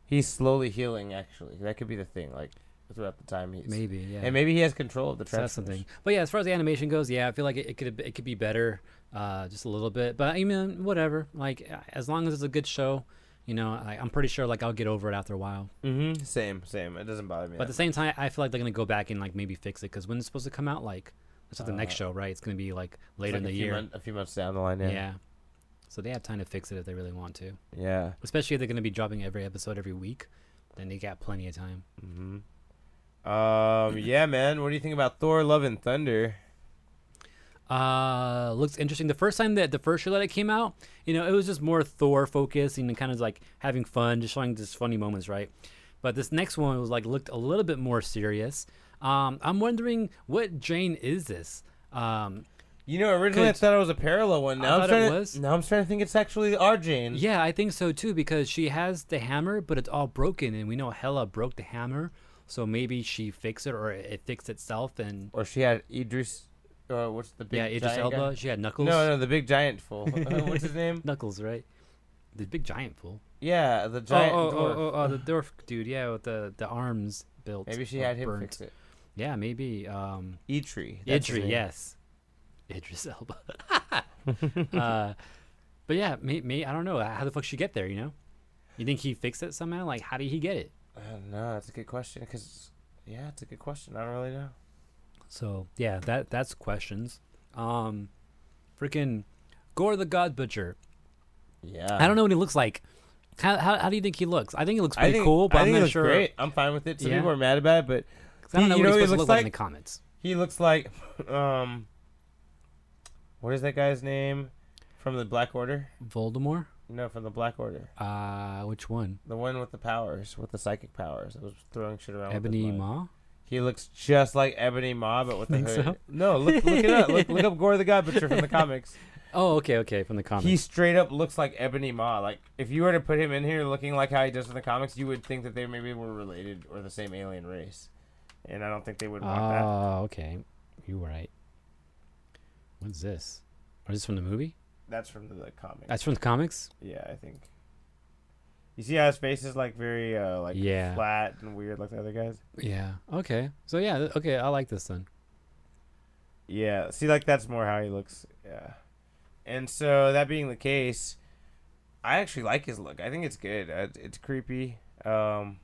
[SPEAKER 2] he's slowly healing. Actually, that could be the thing. Like throughout the time he's
[SPEAKER 1] Maybe. Yeah.
[SPEAKER 2] and maybe he has control of the
[SPEAKER 1] So that's
[SPEAKER 2] transformation.
[SPEAKER 1] something. But yeah, as far as the animation goes, yeah, I feel like it, it could it could be better, uh, just a little bit. But I mean, whatever. Like as long as it's a good show, you know, I, I'm pretty sure like I'll get over it after a while.
[SPEAKER 2] hmm Same, same. It doesn't bother me.
[SPEAKER 1] But at
[SPEAKER 2] that
[SPEAKER 1] the same time, I feel like they're gonna go back and like maybe fix it because when it's supposed to come out, like that's not the next show, right? It's gonna be like
[SPEAKER 2] much. Uh, It's
[SPEAKER 1] later
[SPEAKER 2] like
[SPEAKER 1] in the
[SPEAKER 2] a few
[SPEAKER 1] year.
[SPEAKER 2] mon- a few months down the line.
[SPEAKER 1] yeah.
[SPEAKER 2] Yeah, yeah.
[SPEAKER 1] So they have time to fix it if they really want to. Especially if they're gonna be dropping every episode every week, then they got plenty of time.
[SPEAKER 2] hmm Um, yeah, man. What do you think about Thor: Love and Thunder?
[SPEAKER 1] Uh, looks interesting. The first time that the first show that it came out, you know, it was just more Thor focused and kind of like having fun, just showing just funny moments, right? But this next one was like looked a little bit more serious. Um, I'm wondering what Jane is this? Um,
[SPEAKER 2] You know, originally
[SPEAKER 1] Good.
[SPEAKER 2] I thought it was a parallel one. Now
[SPEAKER 1] thought
[SPEAKER 2] am
[SPEAKER 1] it
[SPEAKER 2] starting.
[SPEAKER 1] was.
[SPEAKER 2] Now I'm starting to think it's actually our Jane.
[SPEAKER 1] yeah, I think so too because she has the hammer, but it's all broken, and we know Hela broke the hammer, so maybe she fixed it or it it fixed itself. And
[SPEAKER 2] Or she had Idris. Uh, what's the big
[SPEAKER 1] yeah, Idris
[SPEAKER 2] giant guy?
[SPEAKER 1] Elba, she had Knuckles.
[SPEAKER 2] No, no, the big giant fool. Uh, What's his name?
[SPEAKER 1] Knuckles, right? The big giant fool.
[SPEAKER 2] Yeah, the giant
[SPEAKER 1] oh, oh,
[SPEAKER 2] dwarf.
[SPEAKER 1] Oh, oh, oh, the dwarf dude, yeah, with the, the arms built.
[SPEAKER 2] Maybe she
[SPEAKER 1] or
[SPEAKER 2] had him
[SPEAKER 1] burnt.
[SPEAKER 2] fix it.
[SPEAKER 1] Yeah, maybe. Um,
[SPEAKER 2] Eitri. that's his
[SPEAKER 1] Idris,
[SPEAKER 2] name.
[SPEAKER 1] yes. Idris Elba. uh, but yeah, me, me, I don't know. How the fuck she get there, you know? You think he fixed it somehow? Like, how did he get it?
[SPEAKER 2] I don't know. Uh, That's a good question. Because, yeah, it's a good question. I don't really know.
[SPEAKER 1] So yeah, that that's questions. Um, freaking Gore the God Butcher.
[SPEAKER 2] Yeah.
[SPEAKER 1] I don't know what he looks like. How, how, how do you think he looks? I think he looks
[SPEAKER 2] I
[SPEAKER 1] pretty
[SPEAKER 2] think,
[SPEAKER 1] cool, but
[SPEAKER 2] I
[SPEAKER 1] I'm
[SPEAKER 2] think it
[SPEAKER 1] not
[SPEAKER 2] looks
[SPEAKER 1] sure.
[SPEAKER 2] great. I'm fine with it. Some
[SPEAKER 1] Yeah.
[SPEAKER 2] people are mad about it, but
[SPEAKER 1] 'Cause I don't know
[SPEAKER 2] You
[SPEAKER 1] what
[SPEAKER 2] know
[SPEAKER 1] he's
[SPEAKER 2] what he
[SPEAKER 1] supposed to
[SPEAKER 2] looks
[SPEAKER 1] look like in the
[SPEAKER 2] like?
[SPEAKER 1] comments.
[SPEAKER 2] he looks like, um, what is that guy's name from the Black Order?
[SPEAKER 1] Voldemort.
[SPEAKER 2] No, from the Black Order.
[SPEAKER 1] Uh, which one?
[SPEAKER 2] The one with the powers, with the psychic powers, that was throwing shit around. with his
[SPEAKER 1] Ebony
[SPEAKER 2] mind.
[SPEAKER 1] Maw.
[SPEAKER 2] He looks just like Ebony Maw, but with the
[SPEAKER 1] Think
[SPEAKER 2] hood.
[SPEAKER 1] so?
[SPEAKER 2] No, look, look it up. Look, look up Gore the God Butcher from the comics.
[SPEAKER 1] Oh, okay, okay, from the comments.
[SPEAKER 2] He straight up looks like Ebony Maw. Like if you were to put him in here looking like how he does in the comics, you would think that they maybe were related or the same alien race. And I don't think they would
[SPEAKER 1] Oh,
[SPEAKER 2] want that.
[SPEAKER 1] okay. You were right. What's this? Or is this from the movie?
[SPEAKER 2] That's from the comics.
[SPEAKER 1] That's from the comics.
[SPEAKER 2] yeah, I think. You see how his face is like very uh, like
[SPEAKER 1] Yeah.
[SPEAKER 2] flat and weird like the other guys.
[SPEAKER 1] Yeah. Okay. So yeah. th- Okay. I like this then.
[SPEAKER 2] Yeah, see, like that's more how he looks. Yeah, and so that being the case, I actually like his look. I think it's good. Uh, It's creepy. Um,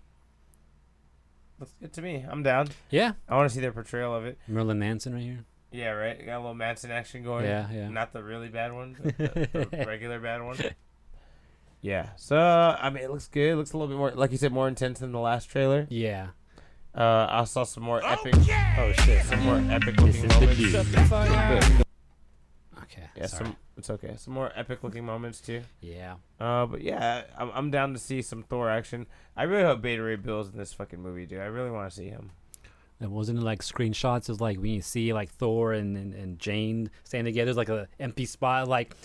[SPEAKER 2] looks good to me. I'm down.
[SPEAKER 1] Yeah.
[SPEAKER 2] I want to see their portrayal of it.
[SPEAKER 1] Merlin Manson right here.
[SPEAKER 2] Yeah, right. Got a little Manson action going.
[SPEAKER 1] Yeah, yeah.
[SPEAKER 2] Not the really bad one, but the, the regular bad one. Yeah. So I mean, it looks good. It looks a little bit more, like you said, more intense than the last trailer.
[SPEAKER 1] Yeah.
[SPEAKER 2] Uh, I saw some more epic.
[SPEAKER 3] Okay.
[SPEAKER 2] Oh shit! Some more epic
[SPEAKER 1] is the
[SPEAKER 2] looking moments.
[SPEAKER 1] dude.
[SPEAKER 2] Shut the fuck up.
[SPEAKER 1] Okay.
[SPEAKER 2] Yeah,
[SPEAKER 1] sorry.
[SPEAKER 2] some it's okay. Some more epic looking moments too.
[SPEAKER 1] Yeah.
[SPEAKER 2] Uh, but yeah, I'm, I'm down to see some Thor action. I really hope Beta Ray Bill's in this fucking movie, dude. I really want to see him.
[SPEAKER 1] It wasn't it, like screenshots of like when you see like Thor and, and, and Jane standing together, it's like a empty spot. Like,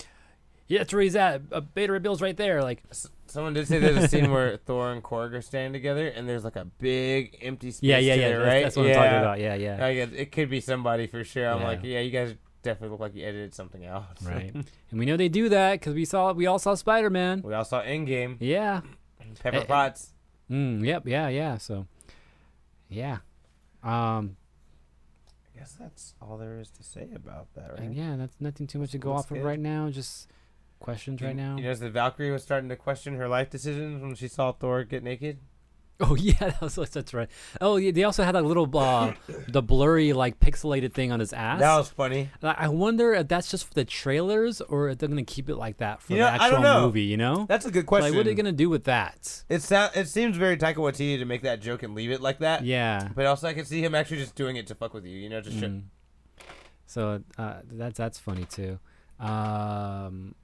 [SPEAKER 1] yeah, that's where he's at. A beta Ray Bill's right there. Like,
[SPEAKER 2] S- someone did say there's a scene where Thor and Korg are standing together, and there's like a big empty space.
[SPEAKER 1] yeah, yeah,
[SPEAKER 2] to
[SPEAKER 1] yeah.
[SPEAKER 2] their
[SPEAKER 1] That's,
[SPEAKER 2] right?
[SPEAKER 1] that's what I'm talking about. Yeah, yeah.
[SPEAKER 2] Like, it, it could be somebody for sure. I'm
[SPEAKER 1] Yeah.
[SPEAKER 2] like, yeah, you guys definitely look like you edited something out.
[SPEAKER 1] Right. and we know they do that because we saw we all saw Spider Man.
[SPEAKER 2] we all saw Endgame.
[SPEAKER 1] Yeah.
[SPEAKER 2] Pepper
[SPEAKER 1] Eh, eh.
[SPEAKER 2] Potts.
[SPEAKER 1] Mm, yep. Yeah. Yeah. So, yeah. Um.
[SPEAKER 2] I guess that's all there is to say about that, right?
[SPEAKER 1] And yeah, that's nothing too much to go
[SPEAKER 2] Looks
[SPEAKER 1] off of
[SPEAKER 2] good.
[SPEAKER 1] right now. Just questions right
[SPEAKER 2] You-
[SPEAKER 1] now.
[SPEAKER 2] You notice that Valkyrie was starting to question her life decisions when she saw Thor get naked.
[SPEAKER 1] Oh yeah, that was, that's right. Oh, yeah, they also had that little uh, the blurry like pixelated thing on his ass.
[SPEAKER 2] That was funny.
[SPEAKER 1] And I I wonder if that's just for the trailers or if they're gonna keep it like that for
[SPEAKER 2] You
[SPEAKER 1] the
[SPEAKER 2] know, I don't
[SPEAKER 1] actual
[SPEAKER 2] know.
[SPEAKER 1] movie. You know,
[SPEAKER 2] That's a good question.
[SPEAKER 1] like what are they gonna do with that?
[SPEAKER 2] It sound, It seems very Taika Waititi to make that joke and leave it like that.
[SPEAKER 1] Yeah.
[SPEAKER 2] But also, I can see him actually just doing it to fuck with you. You know, just shit.
[SPEAKER 1] Mm. So uh, that's that's funny too. Um,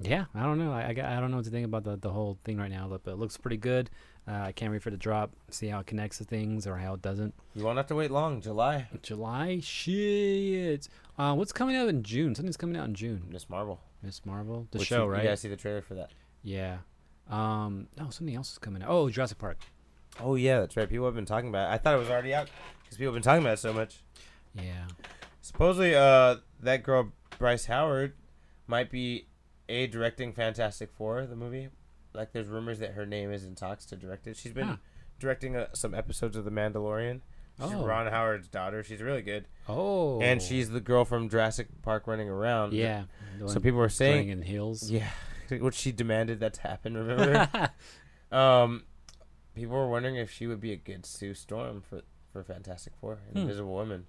[SPEAKER 1] yeah, I don't know. I, I, got- I don't know what to think about the, the whole thing right now, but it looks pretty good. Uh, I can't wait for it to drop. See how it connects to things or how it doesn't.
[SPEAKER 2] you won't have to wait long. July.
[SPEAKER 1] July shit. Uh, what's coming out in June? Something's coming out in June.
[SPEAKER 2] Miss Marvel.
[SPEAKER 1] Miss Marvel, the
[SPEAKER 2] Which
[SPEAKER 1] show,
[SPEAKER 2] you,
[SPEAKER 1] right?
[SPEAKER 2] You guys see the trailer for that?
[SPEAKER 1] Yeah. Um. No, something else is coming out. Oh, Jurassic Park.
[SPEAKER 2] Oh yeah, that's right. People have been talking about. it. I thought it was already out because people have been talking about it so much.
[SPEAKER 1] Yeah.
[SPEAKER 2] Supposedly, uh, that girl Bryce Howard might be a directing Fantastic Four, the movie. Like, there's rumors that her name is in talks to direct it. She's been
[SPEAKER 1] Huh.
[SPEAKER 2] directing uh, some episodes of The Mandalorian. She's
[SPEAKER 1] Oh.
[SPEAKER 2] Ron Howard's daughter. She's really good,
[SPEAKER 1] Oh.
[SPEAKER 2] and she's the girl from Jurassic Park running around.
[SPEAKER 1] yeah. the
[SPEAKER 2] So
[SPEAKER 1] one
[SPEAKER 2] people were
[SPEAKER 1] running
[SPEAKER 2] saying,
[SPEAKER 1] in hills.
[SPEAKER 2] yeah, which she demanded that's happen. Remember? um, people were wondering if she would be a good Sue Storm for for Fantastic Four, and
[SPEAKER 1] Hmm.
[SPEAKER 2] Invisible Woman,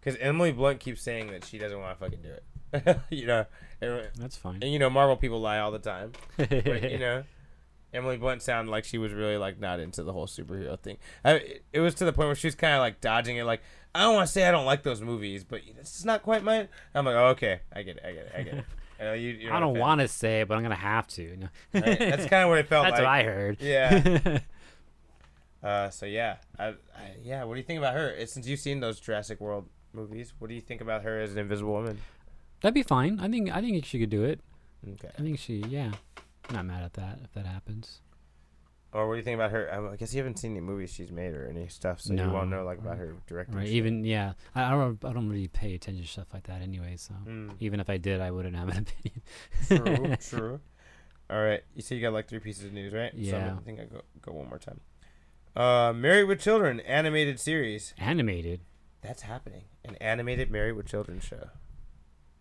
[SPEAKER 2] because Emily Blunt keeps saying that she doesn't want to fucking do it. you know, and,
[SPEAKER 1] That's fine.
[SPEAKER 2] and you know Marvel people lie all the time, but you know. Emily Blunt sounded like she was really like not into the whole superhero thing. I, it- it was to the point where she was kind of like dodging it. Like I don't want to say I don't like those movies, but this is not quite mine. I'm like, oh, okay, I get it, I get it, I get it. Uh, you- you're
[SPEAKER 1] I
[SPEAKER 2] not a
[SPEAKER 1] don't
[SPEAKER 2] fan.
[SPEAKER 1] want to say it, but I'm gonna have to. You know?
[SPEAKER 2] Right? That's kind of what it felt
[SPEAKER 1] That's
[SPEAKER 2] like.
[SPEAKER 1] what I heard.
[SPEAKER 2] Yeah. Uh, so yeah, I, I, yeah. What do you think about her? It's, since you've seen those Jurassic World movies, what do you think about her as an Invisible Woman?
[SPEAKER 1] That'd be fine. I think I think she could do it.
[SPEAKER 2] Okay.
[SPEAKER 1] I think she. Yeah. I'm not mad at that if that happens.
[SPEAKER 2] Or what do you think about her? um, I guess you haven't seen any movies she's made or any stuff, so you won't
[SPEAKER 1] No.
[SPEAKER 2] know like about her directing.
[SPEAKER 1] Right.
[SPEAKER 2] shit.
[SPEAKER 1] Even yeah. I, I don't. I don't really pay attention to stuff like that anyway. So
[SPEAKER 2] Mm,
[SPEAKER 1] even if I did, I wouldn't have an opinion.
[SPEAKER 2] true. true. All right. You said you got like three pieces of news, right? So I'm-
[SPEAKER 1] Yeah.
[SPEAKER 2] I think I go go one more time. Uh, Married with Children animated series.
[SPEAKER 1] Animated.
[SPEAKER 2] That's happening. An animated Married with Children show.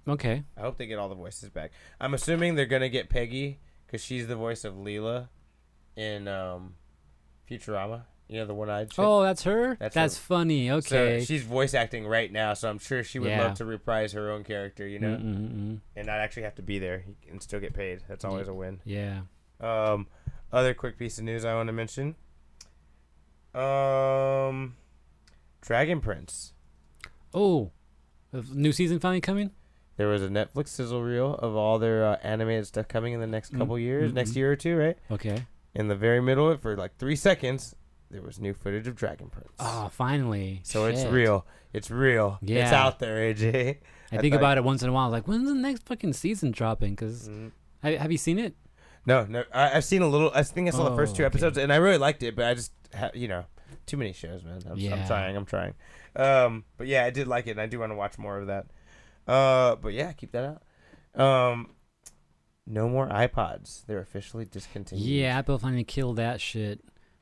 [SPEAKER 1] Okay.
[SPEAKER 2] I hope they get all the voices back. I'm assuming they're gonna get Peggy because she's the voice of Leela in um, Futurama. You know the one-eyed. Chick?
[SPEAKER 1] Oh, that's her.
[SPEAKER 2] That's
[SPEAKER 1] That's,
[SPEAKER 2] her.
[SPEAKER 1] funny. Okay.
[SPEAKER 2] So she's voice acting right now, so I'm sure she would
[SPEAKER 1] Yeah.
[SPEAKER 2] love to reprise her own character, you know,
[SPEAKER 1] Mm, mm, mm, mm.
[SPEAKER 2] and not actually have to be there and still get paid. That's always a win.
[SPEAKER 1] Yeah.
[SPEAKER 2] Um, other quick piece of news I want to mention. Um, Dragon Prince.
[SPEAKER 1] Oh, a new season finally coming.
[SPEAKER 2] There was a Netflix sizzle reel of all their uh, animated stuff coming in the next
[SPEAKER 1] Mm,
[SPEAKER 2] couple years,
[SPEAKER 1] mm,
[SPEAKER 2] next
[SPEAKER 1] mm.
[SPEAKER 2] year or two, right?
[SPEAKER 1] Okay.
[SPEAKER 2] In the very middle, of it, for like three seconds, there was new footage of Dragon Prince.
[SPEAKER 1] Oh, finally.
[SPEAKER 2] so it's
[SPEAKER 1] Shit.
[SPEAKER 2] real. It's real. It's
[SPEAKER 1] Yeah.
[SPEAKER 2] out there, AJ.
[SPEAKER 1] I
[SPEAKER 2] I
[SPEAKER 1] think
[SPEAKER 2] thought-
[SPEAKER 1] about it once in a while. Like, when's the next fucking season dropping? Because have you seen it?
[SPEAKER 2] No, no. I, I've seen a little. I think I saw the first
[SPEAKER 1] Oh,
[SPEAKER 2] two
[SPEAKER 1] okay.
[SPEAKER 2] episodes, and I really liked it. But I just, ha- you know, too many shows, man. I'm, I'm
[SPEAKER 1] Yeah.
[SPEAKER 2] trying. I'm trying. Um, but yeah, I did like it, and I do want to watch more of that. Uh, but yeah, keep that out. Um, no more iPods. They're officially discontinued.
[SPEAKER 1] Yeah, Apple finally killed that shit.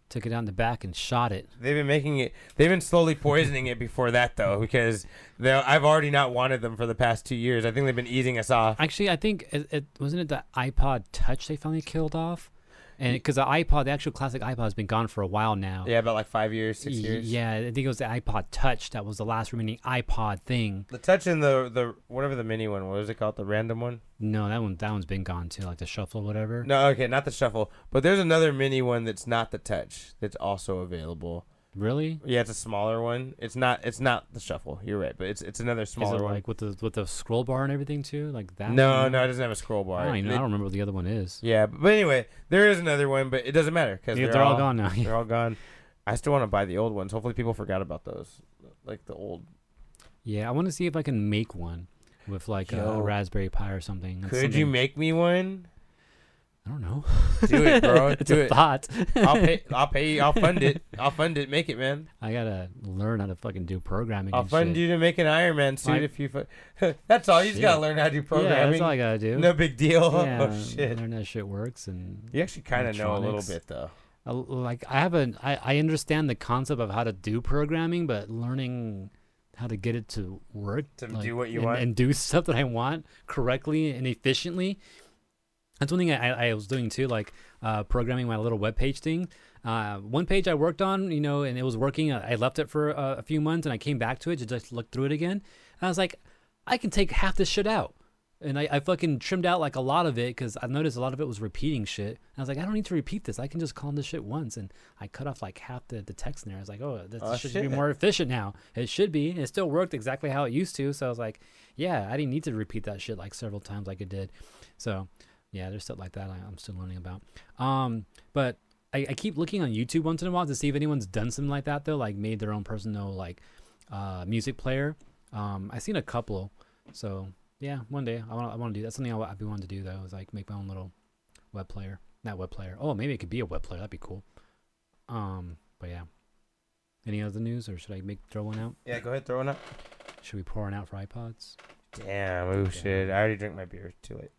[SPEAKER 1] Took it out in the back and shot it.
[SPEAKER 2] They've been making it. They've been slowly poisoning it before that, though, because they I've already not wanted them for the past two years. I think they've been eating us off.
[SPEAKER 1] Actually, I think it, it wasn't it the iPod Touch they finally killed off, and because the iPod, the actual classic iPod, has been gone for a while now.
[SPEAKER 2] Yeah, about like five years, six
[SPEAKER 1] Y-
[SPEAKER 2] years.
[SPEAKER 1] Yeah, I think it was the iPod Touch that was the last remaining iPod thing.
[SPEAKER 2] The touch and the the whatever the mini one. What is it called? The random one.
[SPEAKER 1] No, that one that one's been gone too, like the shuffle, or whatever.
[SPEAKER 2] No, okay, not the shuffle. But there's another mini one that's not the touch that's also available.
[SPEAKER 1] Really?
[SPEAKER 2] Yeah, it's a smaller one. It's not it's not the shuffle. You're right, but it's it's another
[SPEAKER 1] Is it
[SPEAKER 2] smaller one.
[SPEAKER 1] like with the with the scroll bar and everything too, like that?
[SPEAKER 2] no,
[SPEAKER 1] one?
[SPEAKER 2] no, it doesn't have a scroll bar.
[SPEAKER 1] I don't even know. I
[SPEAKER 2] It-
[SPEAKER 1] don't remember what the other one is.
[SPEAKER 2] yeah, but anyway, there is another one, but it doesn't matter because
[SPEAKER 1] Yeah, they're all gone now.
[SPEAKER 2] They're all gone. I still want to buy the old ones. Hopefully, people forgot about those, like the old.
[SPEAKER 1] Yeah, I want to see if I can make one with like
[SPEAKER 2] Yo.
[SPEAKER 1] a Raspberry Pi or something. It's
[SPEAKER 2] Could you
[SPEAKER 1] something-
[SPEAKER 2] make me one?
[SPEAKER 1] I don't know.
[SPEAKER 2] Do it, bro.
[SPEAKER 1] it's
[SPEAKER 2] Do
[SPEAKER 1] a
[SPEAKER 2] it.
[SPEAKER 1] thought.
[SPEAKER 2] I'll pay. I'll pay. you. I'll fund it. I'll fund it. Make it, man.
[SPEAKER 1] I gotta learn how to fucking do programming.
[SPEAKER 2] I'll
[SPEAKER 1] and
[SPEAKER 2] fund
[SPEAKER 1] shit.
[SPEAKER 2] you to make an Iron Man suit
[SPEAKER 1] Like-
[SPEAKER 2] if you. Fu- that's all. You just gotta
[SPEAKER 1] Shit.
[SPEAKER 2] learn how to do
[SPEAKER 1] Yeah,
[SPEAKER 2] programming.
[SPEAKER 1] that's all I gotta do.
[SPEAKER 2] No big deal.
[SPEAKER 1] yeah,
[SPEAKER 2] oh shit.
[SPEAKER 1] learn how shit works and
[SPEAKER 2] You actually kind of know a little
[SPEAKER 1] Electronics.
[SPEAKER 2] bit though.
[SPEAKER 1] I l- like I haven't. I I understand the concept of how to do programming, but learning how to get it to work
[SPEAKER 2] To
[SPEAKER 1] like,
[SPEAKER 2] do what you
[SPEAKER 1] and,
[SPEAKER 2] want.
[SPEAKER 1] and do stuff that I want correctly and efficiently. That's one thing I, I I was doing too, like uh, programming my little web page thing. Uh, one page I worked on, you know, and it was working. I I left it for a, a few months, and I came back to it to just look through it again. And I was like, I can take half this shit out. And I, I fucking trimmed out like a lot of it because I noticed a lot of it was repeating shit. And I was like, I don't need to repeat this. I can just calm this shit once. And I cut off like half the, the text in there. I was like, oh, this
[SPEAKER 2] Oh,
[SPEAKER 1] should
[SPEAKER 2] shit.
[SPEAKER 1] be more efficient now. It should be. And it still worked exactly how it used to. So I was like, yeah, I didn't need to repeat that shit like several times like it did. So yeah, there's stuff like that I, I'm still learning about. Um, but I, I keep looking on YouTube once in a while to see if anyone's done something like that though, like made their own personal like uh, music player. Um, I've seen a couple, so yeah, one day I want I want to do that's something I, I've been wanting to do though is like make my own little web player, not web player. Oh, maybe it could be a web player. That'd be cool. Um, but yeah. Any other news, or should I make throw one out?
[SPEAKER 2] Yeah, go ahead, throw one up.
[SPEAKER 1] Should we pour one out for iPods?
[SPEAKER 2] Damn. Oh shit. I already drank my beer. Too late.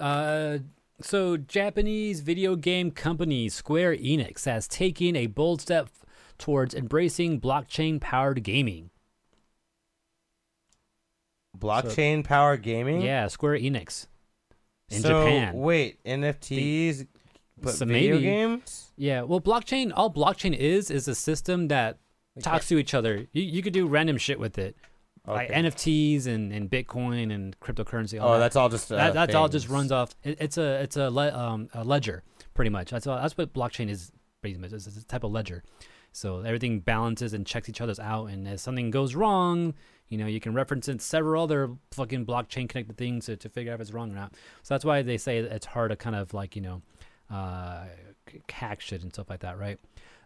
[SPEAKER 1] Uh, so Japanese video game company Square Enix has taken a bold step towards embracing blockchain-powered gaming.
[SPEAKER 2] Blockchain power gaming.
[SPEAKER 1] Yeah, Square Enix in
[SPEAKER 2] so,
[SPEAKER 1] Japan.
[SPEAKER 2] Wait, NFTs, but
[SPEAKER 1] So
[SPEAKER 2] video
[SPEAKER 1] maybe-
[SPEAKER 2] games.
[SPEAKER 1] Yeah, well, blockchain. All blockchain is is a system that talks to each other. You, you could do random shit with it, like
[SPEAKER 2] Okay.
[SPEAKER 1] NFTs and, and Bitcoin and cryptocurrency. All
[SPEAKER 2] oh,
[SPEAKER 1] that.
[SPEAKER 2] that's all just. Uh,
[SPEAKER 1] that, that's all just
[SPEAKER 2] things.
[SPEAKER 1] runs off. It, it's a it's a, le- um, a ledger pretty much. That's all, that's what blockchain is pretty much. It's a type of ledger. So everything balances and checks each other's out. And if something goes wrong, you know you can reference it several other fucking blockchain connected things to, to figure out if it's wrong or not. So that's why they say it's hard to kind of like you know uh, c- hack shit and stuff like that, right?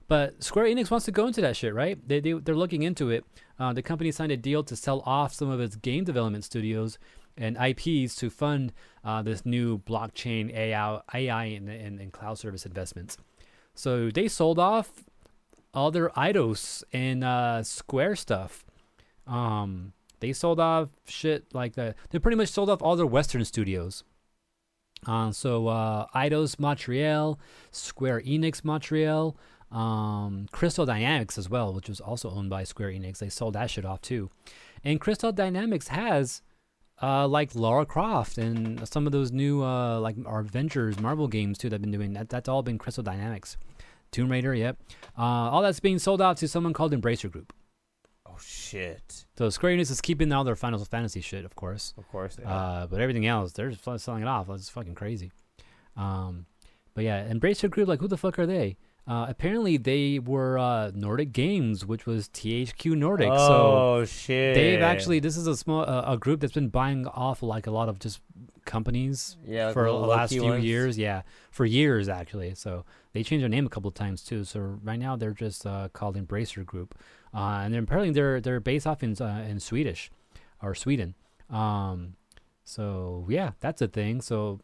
[SPEAKER 1] But Square Enix wants to go into that shit, right? They, they they're looking into it. Uh, the company signed a deal to sell off some of its game development studios and IPs to fund uh, this new blockchain AI, AI and, and, and cloud service investments. So they sold off all their IDOS and uh, Square stuff. Um, they sold off shit like that. They pretty much sold off all their Western studios. Uh, so uh, Eidos Montreal, Square Enix Montreal, um, Crystal Dynamics as well, which was also owned by Square Enix. They sold that shit off too. And Crystal Dynamics has uh, like Lara Croft and some of those new uh, like our Adventures Marvel games too. That have been doing that. That's all been Crystal Dynamics, Tomb Raider. Yep. Uh, all that's being sold out to someone called Embracer Group.
[SPEAKER 2] Oh shit!
[SPEAKER 1] So Square Enix is keeping all their Final Fantasy shit, of course.
[SPEAKER 2] Of course. Yeah.
[SPEAKER 1] Uh, but everything else, they're just fl- selling it off. That's fucking crazy. Um, but yeah, Embracer Group, like, who the fuck are they? Uh, apparently, they were uh, Nordic Games, which was THQ Nordic. so
[SPEAKER 2] oh shit!
[SPEAKER 1] they've actually, this is a small uh, a group that's been buying off like a lot of just companies
[SPEAKER 2] yeah like
[SPEAKER 1] for the
[SPEAKER 2] little
[SPEAKER 1] last
[SPEAKER 2] low-key
[SPEAKER 1] few
[SPEAKER 2] ones.
[SPEAKER 1] years. Yeah, for years actually. So they changed their name a couple of times too. So right now they're just uh, called Embracer Group, uh, and then apparently they're they're based off in uh, in Swedish, or Sweden. Um, so yeah, that's a thing. So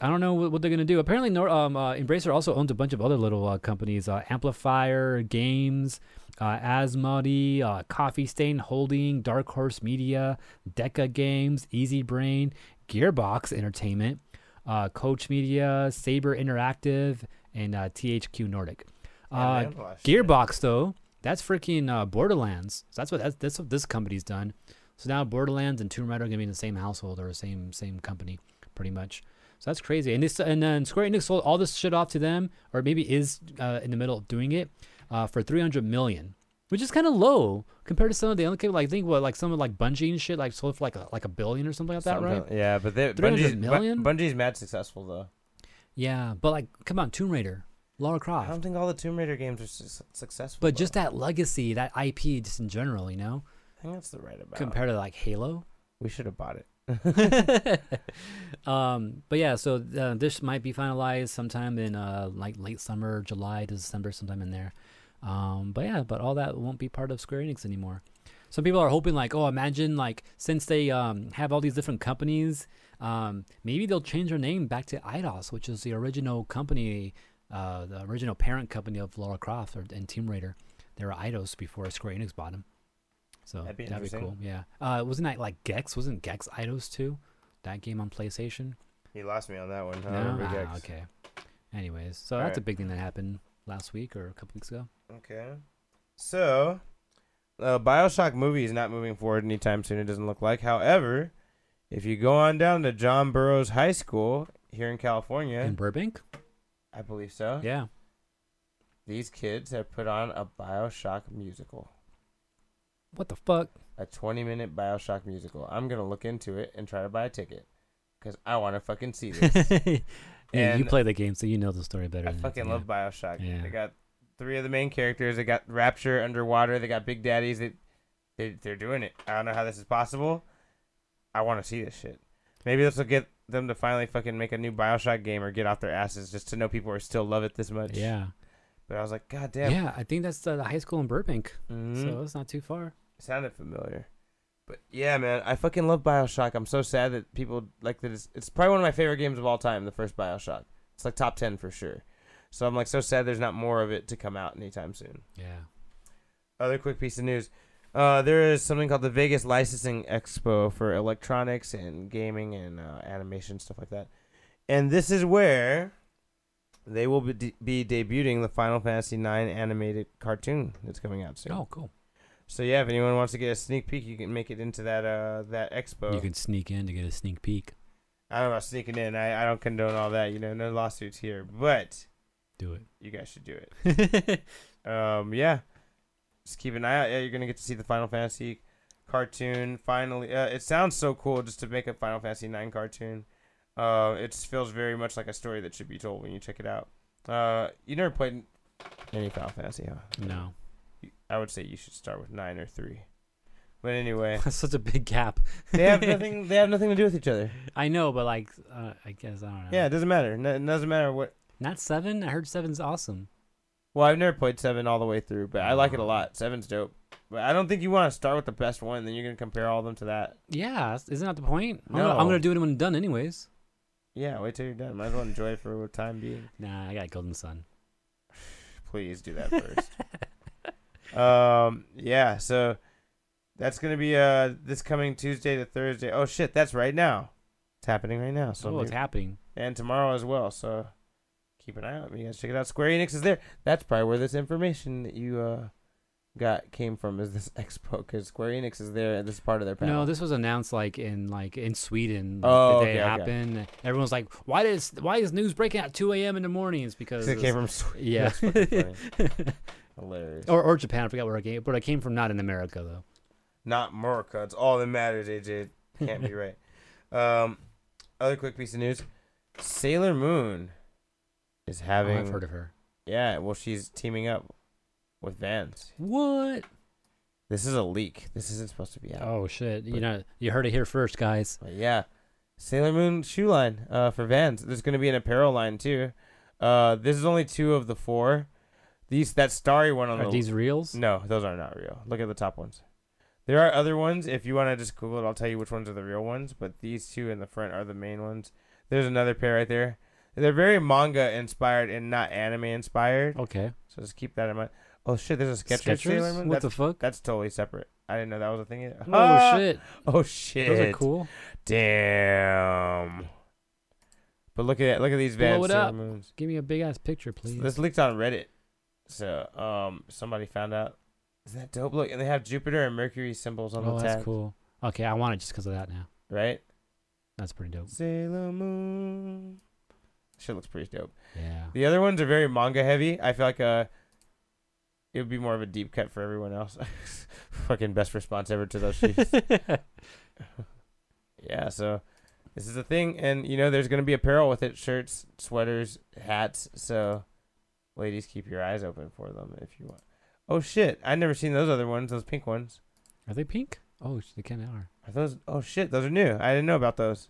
[SPEAKER 1] I don't know what, what they're gonna do. Apparently, Nor- um, uh, Embracer also owns a bunch of other little uh, companies: uh, Amplifier Games, uh, Asmodee, uh, Coffee Stain Holding, Dark Horse Media, Deca Games, Easy Brain, Gearbox Entertainment, uh, Coach Media, Saber Interactive, and uh, THQ Nordic. Uh,
[SPEAKER 2] man, oh, shit.
[SPEAKER 1] Gearbox though, that's freaking uh, Borderlands. So that's what that's, that's what this company's done. So now Borderlands and Tomb Raider are gonna be in the same household or same same company, pretty much. So that's crazy. And this and then Square Enix sold all this shit off to them, or maybe is uh, in the middle of doing it uh, for 300 million, which is kind of low compared to some of the other companies. Like I think what like some of like Bungie and shit like sold for like a, like a billion or something like that, right?
[SPEAKER 2] Yeah, but they,
[SPEAKER 1] 300
[SPEAKER 2] Bungie's, Bu-
[SPEAKER 1] million?
[SPEAKER 2] Bungie's mad successful though.
[SPEAKER 1] Yeah, but like come on, Tomb Raider, Lara
[SPEAKER 2] I
[SPEAKER 1] Croft.
[SPEAKER 2] don't think all the Tomb Raider games are su- successful.
[SPEAKER 1] Ah. But
[SPEAKER 2] though.
[SPEAKER 1] just that legacy, that IP, just in general, you know,
[SPEAKER 2] I think that's the right about.
[SPEAKER 1] compared to like Halo.
[SPEAKER 2] we should have bought it.
[SPEAKER 1] um, but yeah, so uh, this might be finalized sometime in uh, like late summer, July, December, sometime in there. Um, but yeah, but all that won't be part of Square Enix anymore. Some people are hoping like, oh, imagine like since they um, have all these different companies, um, maybe they'll change their name back to IDOS, which is the original company, uh, the original parent company of Lara Croft or, and Team Raider. They were IDOS before Square Enix bought them. So
[SPEAKER 2] That'd be
[SPEAKER 1] cool.
[SPEAKER 2] interesting.
[SPEAKER 1] Yeah. Uh, wasn't that like Gex? Wasn't Gex IDOS too? That game on PlayStation?
[SPEAKER 2] He lost me on that one. Huh?
[SPEAKER 1] No.
[SPEAKER 2] Rubex.
[SPEAKER 1] Ah, okay. Anyways, so
[SPEAKER 2] All
[SPEAKER 1] that's a
[SPEAKER 2] right.
[SPEAKER 1] big thing that happened last week or a couple weeks ago.
[SPEAKER 2] Okay. So, uh, Bioshock movie is not moving forward anytime soon. It doesn't look like. However, if you go on down to John Burroughs High School here in California,
[SPEAKER 1] In Burbank?
[SPEAKER 2] I believe so.
[SPEAKER 1] Yeah.
[SPEAKER 2] These kids have put on a Bioshock musical,
[SPEAKER 1] What the fuck?
[SPEAKER 2] a 20-minute Bioshock musical. I'm gonna look into it and try to buy a ticket because I want to fucking see this.
[SPEAKER 1] yeah, you
[SPEAKER 2] And-
[SPEAKER 1] play the game, so you know the story better.
[SPEAKER 2] I
[SPEAKER 1] than
[SPEAKER 2] fucking
[SPEAKER 1] yeah.
[SPEAKER 2] love Bioshock.
[SPEAKER 1] Yeah.
[SPEAKER 2] They got three of the main characters. They got Rapture underwater. They got Big Daddies. They, they they're doing it. I don't know how this is possible. I want to see this shit. Maybe this will get them to finally fucking make a new Bioshock game or get off their asses just to know people are still love it this much.
[SPEAKER 1] Yeah.
[SPEAKER 2] But I was like, God
[SPEAKER 1] yeah,
[SPEAKER 2] damn.
[SPEAKER 1] I think that's uh, the high school in Burbank,
[SPEAKER 2] Mhm.
[SPEAKER 1] so it's not too far.
[SPEAKER 2] sounded familiar. But yeah, man, I fucking love Bioshock. I'm so sad that people like that. It's, it's probably one of my favorite games of all time. The first Bioshock. It's like top ten for sure. So I'm like so sad there's not more of it to come out anytime soon.
[SPEAKER 1] Yeah.
[SPEAKER 2] other quick piece of news. Uh, there is something called the Vegas Licensing Expo for electronics and gaming and uh, animation stuff like that, and this is where they will be, de- be debuting the Final Fantasy IX animated cartoon that's coming out soon.
[SPEAKER 1] Oh, cool.
[SPEAKER 2] So yeah, if anyone wants to get a sneak peek, you can make it into that uh, that expo.
[SPEAKER 1] You can sneak in to get a sneak peek.
[SPEAKER 2] I don't know about sneaking in. I, I don't condone all that. You know, no lawsuits here, but
[SPEAKER 1] Do it.
[SPEAKER 2] you guys should do it. Um, yeah. Just keep an eye out. Yeah, you're gonna get to see the Final Fantasy cartoon finally. Uh, it sounds so cool just to make a Final Fantasy IX cartoon. Uh, it just feels very much like a story that should be told when you check it out. Uh, you never played any Final Fantasy, huh?
[SPEAKER 1] no.
[SPEAKER 2] I would say you should start with nine or three. But anyway,
[SPEAKER 1] That's such a big gap.
[SPEAKER 2] they have nothing. They have nothing to do with each other.
[SPEAKER 1] I know, but like, uh, I guess I don't know.
[SPEAKER 2] Yeah, it doesn't matter. No, it doesn't matter what.
[SPEAKER 1] Not seven? I heard seven's awesome.
[SPEAKER 2] Well, I've never played seven all the way through, but I like it a lot. Seven's dope. But I don't think you want to start with the best one. Then you're gonna compare all of them to that.
[SPEAKER 1] Yeah, s- isn't that the point? I'm, gonna, I'm
[SPEAKER 2] No.
[SPEAKER 1] gonna do it when done, anyways.
[SPEAKER 2] Yeah, wait till you're done. Might as well enjoy it for a time being.
[SPEAKER 1] Nah, I got Golden Sun.
[SPEAKER 2] Please do that first. um, yeah, so that's gonna be uh this coming Tuesday to Thursday. Oh shit, that's right now. It's happening right now. So
[SPEAKER 1] oh, it's happening.
[SPEAKER 2] and tomorrow as well. So keep an eye out. You guys check it out. Square Enix is there. That's probably where this information that you uh got came from is this expo because Square Enix is there. This is part of their panel.
[SPEAKER 1] No, this was announced like in like in Sweden. Like,
[SPEAKER 2] Oh,
[SPEAKER 1] the day it
[SPEAKER 2] okay, okay.
[SPEAKER 1] happened. Everyone's like, "Why does why is news breaking at 2 a.m. in the morning?" It's because
[SPEAKER 2] it
[SPEAKER 1] it's-
[SPEAKER 2] came from Sweden.
[SPEAKER 1] yeah,
[SPEAKER 2] That's fucking funny. Hilarious.
[SPEAKER 1] or or Japan. I forgot where I came, but I came from not in America though.
[SPEAKER 2] Not America. It's all that matters. AJ can't
[SPEAKER 1] Oh,
[SPEAKER 2] be right. Um, other quick piece of news: Sailor Moon is
[SPEAKER 1] Oh,
[SPEAKER 2] having.
[SPEAKER 1] I've heard of her.
[SPEAKER 2] Yeah, well, she's teaming up with Vans.
[SPEAKER 1] What?
[SPEAKER 2] This is a leak. This isn't supposed to be out.
[SPEAKER 1] Oh shit! You
[SPEAKER 2] But-
[SPEAKER 1] know, you heard it here first, guys.
[SPEAKER 2] But yeah, Sailor Moon shoe line uh, for Vans. There's going to be an apparel line too. Uh, this is only two of the four. These that starry one on
[SPEAKER 1] Are
[SPEAKER 2] the
[SPEAKER 1] these reels?
[SPEAKER 2] no, those are not real. Look at the top ones. There are other ones. If you want to just Google it, I'll tell you which ones are the real ones. But these two in the front are the main ones. There's another pair right there. They're very manga inspired and not anime inspired.
[SPEAKER 1] Okay.
[SPEAKER 2] So just keep that in mind. Oh shit, there's a Skechers Sailor Moon.
[SPEAKER 1] What
[SPEAKER 2] That's,
[SPEAKER 1] the fuck?
[SPEAKER 2] that's totally separate. I didn't know that was a thing. Either.
[SPEAKER 1] Oh
[SPEAKER 2] Ah!
[SPEAKER 1] shit!
[SPEAKER 2] Oh shit.
[SPEAKER 1] Those are cool.
[SPEAKER 2] Damn. But look at look at these Vans
[SPEAKER 1] Blow it
[SPEAKER 2] Sailor
[SPEAKER 1] up.
[SPEAKER 2] Moons.
[SPEAKER 1] Give me a big ass picture, please.
[SPEAKER 2] This leaked on Reddit, so um somebody found out. Isn't that dope? Look, and they have Jupiter and Mercury symbols on
[SPEAKER 1] oh,
[SPEAKER 2] the
[SPEAKER 1] that's
[SPEAKER 2] tab,
[SPEAKER 1] cool. Okay, I want it just because of that now.
[SPEAKER 2] right?
[SPEAKER 1] That's pretty dope.
[SPEAKER 2] Sailor Moon. Shit looks pretty dope.
[SPEAKER 1] Yeah.
[SPEAKER 2] The other ones are very manga heavy. I feel like uh, it would be more of a deep cut for everyone else. Fucking best response ever to those sheets. Yeah, so this is a thing, and you know there's gonna be apparel with it: shirts, sweaters, hats. So, ladies, keep your eyes open for them if you want. Oh shit! I never seen those other ones. Those pink ones.
[SPEAKER 1] Are they pink? Oh, sh- they kind of are.
[SPEAKER 2] Are those? Oh shit! Those are new. I didn't know about those.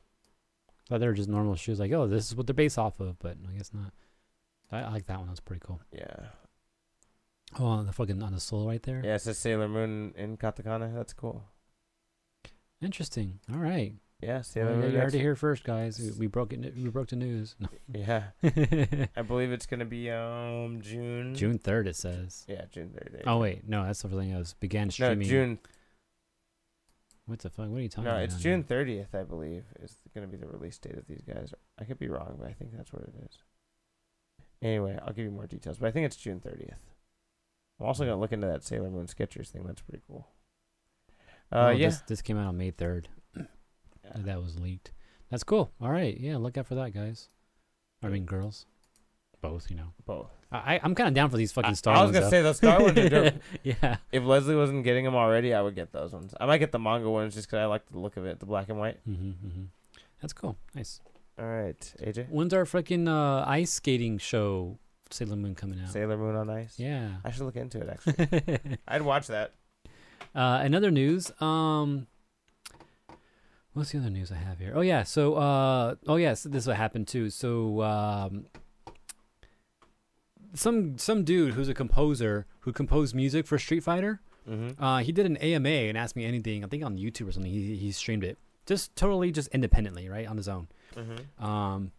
[SPEAKER 1] Thought they were just normal shoes. Like, oh, this is what they're based off of, but I guess not. I, I like that one. That's pretty cool.
[SPEAKER 2] Yeah.
[SPEAKER 1] Oh, on the fucking on the sole right there.
[SPEAKER 2] Yeah, it says Sailor Moon in katakana. That's cool.
[SPEAKER 1] Interesting. All right.
[SPEAKER 2] Oh, Yeah,
[SPEAKER 1] Well,
[SPEAKER 2] Sailor
[SPEAKER 1] you
[SPEAKER 2] Moon.
[SPEAKER 1] heard it
[SPEAKER 2] that's-
[SPEAKER 1] here first, guys. We, we broke it. We broke the news. No.
[SPEAKER 2] Yeah, I believe it's gonna be um June.
[SPEAKER 1] June third, it says.
[SPEAKER 2] Yeah, June 30th.
[SPEAKER 1] Oh wait, no, that's something else. Began
[SPEAKER 2] no,
[SPEAKER 1] streaming.
[SPEAKER 2] June.
[SPEAKER 1] What the fuck? What are you talking
[SPEAKER 2] No,
[SPEAKER 1] about?
[SPEAKER 2] it's
[SPEAKER 1] on
[SPEAKER 2] June 30th, I believe, is gonna be the release date of these guys. I could be wrong, but I think that's what it is. Anyway, I'll give you more details, but I think it's June 30th. I'm also gonna look into that Sailor Moon Skechers thing. That's pretty cool.
[SPEAKER 1] here?
[SPEAKER 2] Uh,
[SPEAKER 1] Oh,
[SPEAKER 2] yeah.
[SPEAKER 1] This, this came out on May third.
[SPEAKER 2] Yeah.
[SPEAKER 1] That was leaked. That's cool. All right. Yeah, look out for that, guys. I
[SPEAKER 2] Yeah.
[SPEAKER 1] mean, girls. Both, you know.
[SPEAKER 2] Both.
[SPEAKER 1] I, I- I'm kind of down for these fucking
[SPEAKER 2] I-
[SPEAKER 1] Star
[SPEAKER 2] I was
[SPEAKER 1] ones,
[SPEAKER 2] gonna
[SPEAKER 1] though.
[SPEAKER 2] say those Star ones are dope.
[SPEAKER 1] yeah.
[SPEAKER 2] If Leslie wasn't getting them already, I would get those ones. I might get the manga ones just 'cause I like the look of it, the black and white.
[SPEAKER 1] Mm-hmm, mm-hmm. That's cool. Nice.
[SPEAKER 2] All right, AJ.
[SPEAKER 1] When's our freaking uh, ice skating show, Sailor Moon, coming out?
[SPEAKER 2] Sailor Moon on Ice.
[SPEAKER 1] yeah.
[SPEAKER 2] I should look into it actually. I'd watch that.
[SPEAKER 1] uh, in other news, um, what's the other news I have here? Oh yeah, so uh, oh yeah, so this is what happened too. So um, some some dude who's a composer who composed music for Street Fighter.
[SPEAKER 2] hmm
[SPEAKER 1] Uh, he did an AMA and asked me anything. I think on YouTube or something. He he streamed it just totally just independently, right, on his own.
[SPEAKER 2] hmm
[SPEAKER 1] Um,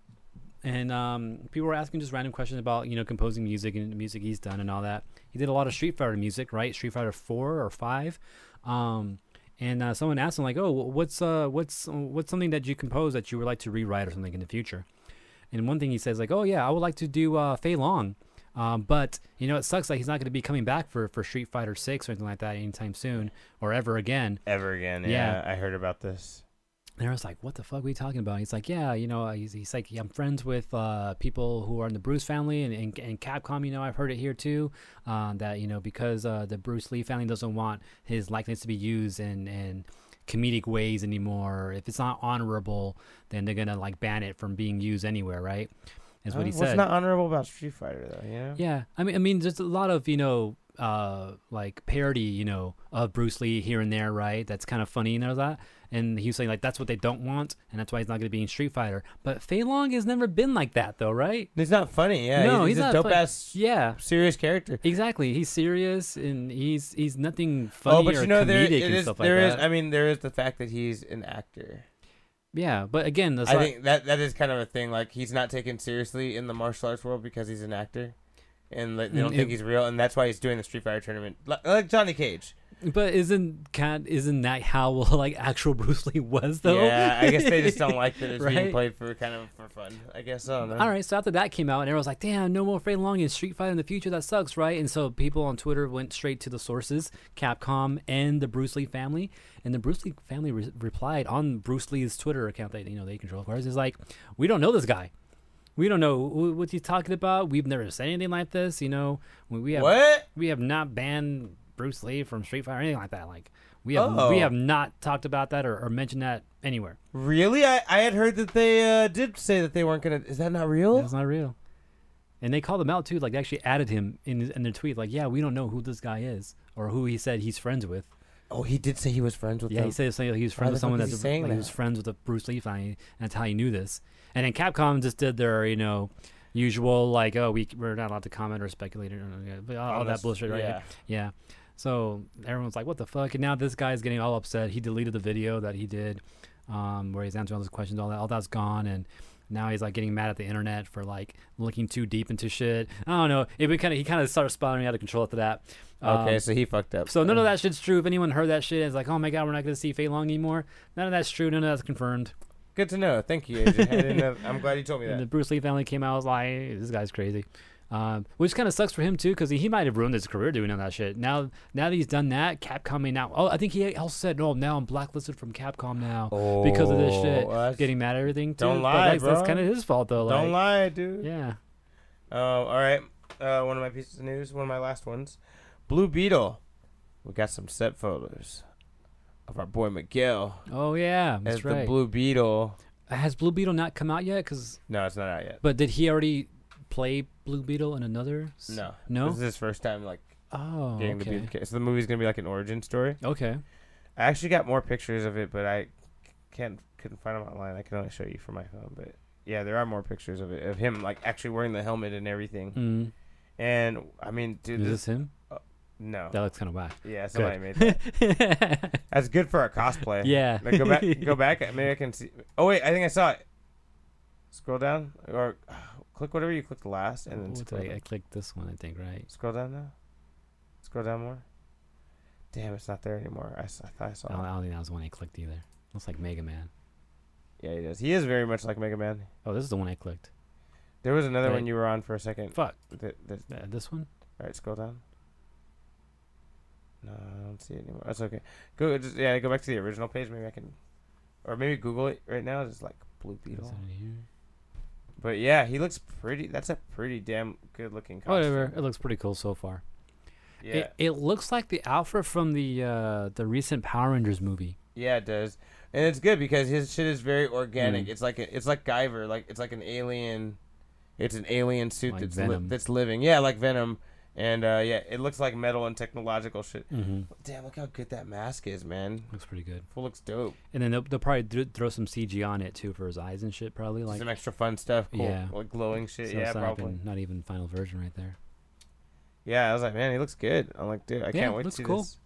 [SPEAKER 1] and um, people were asking just random questions about you know composing music and music he's done and all that. He did a lot of Street Fighter music, right? Street Fighter four or five. Um, and uh, someone asked him like, "Oh, wh- what's uh, what's what's something that you compose that you would like to rewrite or something in the future?" And one thing he says like, "Oh yeah, I would like to do uh, Fei Long." Um, but you know it sucks like he's not going to be coming back for, for Street Fighter Six or anything like that anytime soon or ever again.
[SPEAKER 2] Ever again?
[SPEAKER 1] Yeah.
[SPEAKER 2] Yeah, I heard about this.
[SPEAKER 1] And I was like, what the fuck are we talking about? He's like, yeah, you know, uh, he's, he's like, I'm friends with uh, people who are in the Bruce family and, and, and Capcom, you know, I've heard it here too, uh, that, you know, because uh, the Bruce Lee family doesn't want his likeness to be used in, in comedic ways anymore. If it's not honorable, then they're going to like ban it from being used anywhere, right? Is what
[SPEAKER 2] Uh,
[SPEAKER 1] he
[SPEAKER 2] What's
[SPEAKER 1] said.
[SPEAKER 2] not honorable about Street Fighter though? You know?
[SPEAKER 1] Yeah, I mean, I mean, there's a lot of you know, uh, like parody, you know, of Bruce Lee here and there, right? That's kind of funny, you know that. And he was saying like that's what they don't want, and that's why he's not going to be in Street Fighter. But Fei Long has never been like that, though, right?
[SPEAKER 2] He's not funny. Yeah,
[SPEAKER 1] No,
[SPEAKER 2] he's,
[SPEAKER 1] he's
[SPEAKER 2] he's,
[SPEAKER 1] not
[SPEAKER 2] a dope
[SPEAKER 1] funny.
[SPEAKER 2] ass,
[SPEAKER 1] Yeah,
[SPEAKER 2] serious character.
[SPEAKER 1] exactly. He's serious, and he's he's nothing funny
[SPEAKER 2] oh, but
[SPEAKER 1] or
[SPEAKER 2] you know
[SPEAKER 1] comedic
[SPEAKER 2] there it
[SPEAKER 1] and
[SPEAKER 2] is.
[SPEAKER 1] stuff like
[SPEAKER 2] there is.
[SPEAKER 1] that.
[SPEAKER 2] I mean, there is the fact that he's an actor.
[SPEAKER 1] yeah, but again, that's
[SPEAKER 2] I
[SPEAKER 1] like,
[SPEAKER 2] think that that is kind of a thing. Like he's not taken seriously in the martial arts world because he's an actor, and like, they don't
[SPEAKER 1] Mm,
[SPEAKER 2] think
[SPEAKER 1] it-
[SPEAKER 2] he's real, and that's why he's doing the Street Fighter tournament, like, like Johnny Cage.
[SPEAKER 1] But isn't cat isn't that how like actual Bruce Lee was though?
[SPEAKER 2] Yeah, I guess they just don't like that it's
[SPEAKER 1] Oh. Right?
[SPEAKER 2] being played for kind of for fun. I guess I don't know.
[SPEAKER 1] All right, so after that came out, and everyone was like, "Damn, no more Fred Long in Street Fighter in the future. That sucks, right?" And so people on Twitter went straight to the sources, Capcom and the Bruce Lee family, and the Bruce Lee family re- replied on Bruce Lee's Twitter account that you know they control, of course. Is like, "We don't know this guy. We don't know wh- what he's talking about. We've never said anything like this. You know, we, we have
[SPEAKER 2] What?
[SPEAKER 1] we have not banned Bruce Lee from Street Fighter or anything like that. Like, we have
[SPEAKER 2] Oh.
[SPEAKER 1] we have not talked about that or, or mentioned that anywhere.
[SPEAKER 2] Really? I, I had heard that they uh, did say that they weren't gonna. Is that not real?
[SPEAKER 1] That's not real. And they called him out too. Like they actually added him in his, in their tweet. Like, yeah, we don't know who this guy is or who he said he's friends with.
[SPEAKER 2] Oh, he did say he was friends with
[SPEAKER 1] Yeah,
[SPEAKER 2] them.
[SPEAKER 1] he said something like he was
[SPEAKER 2] Why
[SPEAKER 1] friends
[SPEAKER 2] the
[SPEAKER 1] with someone
[SPEAKER 2] fuck is
[SPEAKER 1] that's
[SPEAKER 2] he saying
[SPEAKER 1] like he was
[SPEAKER 2] that?
[SPEAKER 1] friends with the Bruce Lee fan. and That's how he knew this. And then Capcom just did their you know usual like, oh, we we're not allowed to comment or speculate or all, all Oh, that
[SPEAKER 2] Honest-
[SPEAKER 1] bullshit, right?
[SPEAKER 2] Oh, yeah.
[SPEAKER 1] Yeah. So everyone's like, what the fuck? And now this guy's getting all upset. He deleted the video that he did um, where he's answering all those questions, all that. All that's gone. And now he's like getting mad at the internet for like looking too deep into shit. I don't know. It kind of he kind of started spiraling out of control after that. Um,
[SPEAKER 2] Okay, so he fucked up.
[SPEAKER 1] so none of that shit's true. If anyone heard that shit, it's like, oh my god, we're not gonna see Fei Long anymore. None of that's true. None of that's confirmed.
[SPEAKER 2] Good to know. Thank you, Adrian. I didn't know. I'm glad you told me
[SPEAKER 1] And the
[SPEAKER 2] that.
[SPEAKER 1] Bruce Lee family came out. I was like, this guy's crazy. Um, which kind of sucks for him too, because he might have ruined his career doing all that shit. Now, now that he's done that, Capcom may now. Oh, I think he also said, "No, now I'm blacklisted from Capcom now because of this
[SPEAKER 2] Oh,
[SPEAKER 1] shit."
[SPEAKER 2] that's-
[SPEAKER 1] Getting mad at everything. Too.
[SPEAKER 2] Don't
[SPEAKER 1] But
[SPEAKER 2] lie,
[SPEAKER 1] that's, That's
[SPEAKER 2] bro.
[SPEAKER 1] kind of his fault though.
[SPEAKER 2] Don't
[SPEAKER 1] like,
[SPEAKER 2] lie, dude.
[SPEAKER 1] Yeah.
[SPEAKER 2] Um, all right. Uh, one of my pieces of news, one of my last ones. Blue Beetle. We got some set photos of our boy Miguel
[SPEAKER 1] Oh yeah, that's
[SPEAKER 2] as
[SPEAKER 1] right.
[SPEAKER 2] the Blue Beetle.
[SPEAKER 1] Has Blue Beetle not come out yet? 'Cause-
[SPEAKER 2] No, it's not out yet.
[SPEAKER 1] but did he already play Blue Beetle in another? s-
[SPEAKER 2] No.
[SPEAKER 1] No.
[SPEAKER 2] This is his first time like
[SPEAKER 1] Oh.
[SPEAKER 2] getting to be
[SPEAKER 1] Okay.
[SPEAKER 2] the kid. So the movie's gonna be like an origin story.
[SPEAKER 1] Okay.
[SPEAKER 2] I actually got more pictures of it, but I can't couldn't find them online. I can only show you from my phone, but yeah, there are more pictures of it of him like actually wearing the helmet and everything.
[SPEAKER 1] Mm.
[SPEAKER 2] And I mean, dude,
[SPEAKER 1] Is this
[SPEAKER 2] this
[SPEAKER 1] him?
[SPEAKER 2] no,
[SPEAKER 1] That looks kind of whack.
[SPEAKER 2] yeah, somebody made that. That's good for our cosplay.
[SPEAKER 1] Yeah.
[SPEAKER 2] Now go back. Go back. Maybe I can see. Oh wait, I think I saw it. Scroll down or click whatever you clicked last, and then
[SPEAKER 1] What
[SPEAKER 2] scroll
[SPEAKER 1] did I, I
[SPEAKER 2] down.
[SPEAKER 1] clicked this one, I think, right?
[SPEAKER 2] Scroll down now. Scroll down more. Damn, it's not there anymore. I, s- I thought I saw.
[SPEAKER 1] I don't,
[SPEAKER 2] it.
[SPEAKER 1] I don't think that was the one I clicked either. Looks like Mega Man.
[SPEAKER 2] Yeah, he does. He is very much like Mega Man.
[SPEAKER 1] Oh, this is the one I clicked.
[SPEAKER 2] There was another
[SPEAKER 1] Right.
[SPEAKER 2] one you were on for a second.
[SPEAKER 1] Fuck.
[SPEAKER 2] Th- th-
[SPEAKER 1] Uh, this one?
[SPEAKER 2] all right, scroll down. No, I don't see it anymore. That's okay. Go, just, yeah, go back to the original page. Maybe I can, or maybe Google it right now. Just like Blue
[SPEAKER 1] Is
[SPEAKER 2] Beetle.
[SPEAKER 1] that in here?
[SPEAKER 2] But yeah, he looks pretty. That's a pretty damn good looking costume.
[SPEAKER 1] Whatever. It looks pretty cool so far.
[SPEAKER 2] Yeah,
[SPEAKER 1] It, it looks like the Alpha from the uh, the recent Power Rangers movie.
[SPEAKER 2] yeah, it does, and it's good because his shit is very organic.
[SPEAKER 1] Mm.
[SPEAKER 2] It's like a, it's like Guyver. Like it's like an alien. It's an alien suit
[SPEAKER 1] Like
[SPEAKER 2] that's li-
[SPEAKER 1] Venom.
[SPEAKER 2] that's living. Yeah, like Venom. And uh, yeah, it looks like metal and technological shit.
[SPEAKER 1] Mm-hmm.
[SPEAKER 2] Damn, look how good that mask is, man.
[SPEAKER 1] Looks pretty good.
[SPEAKER 2] Fool looks dope.
[SPEAKER 1] And then they'll, they'll probably th- throw some CG on it too for his eyes and shit, probably.
[SPEAKER 2] Like,
[SPEAKER 1] Like,
[SPEAKER 2] Some extra fun stuff. Cool.
[SPEAKER 1] Yeah.
[SPEAKER 2] Like glowing shit.
[SPEAKER 1] so
[SPEAKER 2] yeah,
[SPEAKER 1] it's not,
[SPEAKER 2] probably.
[SPEAKER 1] even, not even final version right there.
[SPEAKER 2] Yeah, I was like, man, he looks good. I'm like, dude, I can't wait
[SPEAKER 1] looks
[SPEAKER 2] to see
[SPEAKER 1] cool.
[SPEAKER 2] this.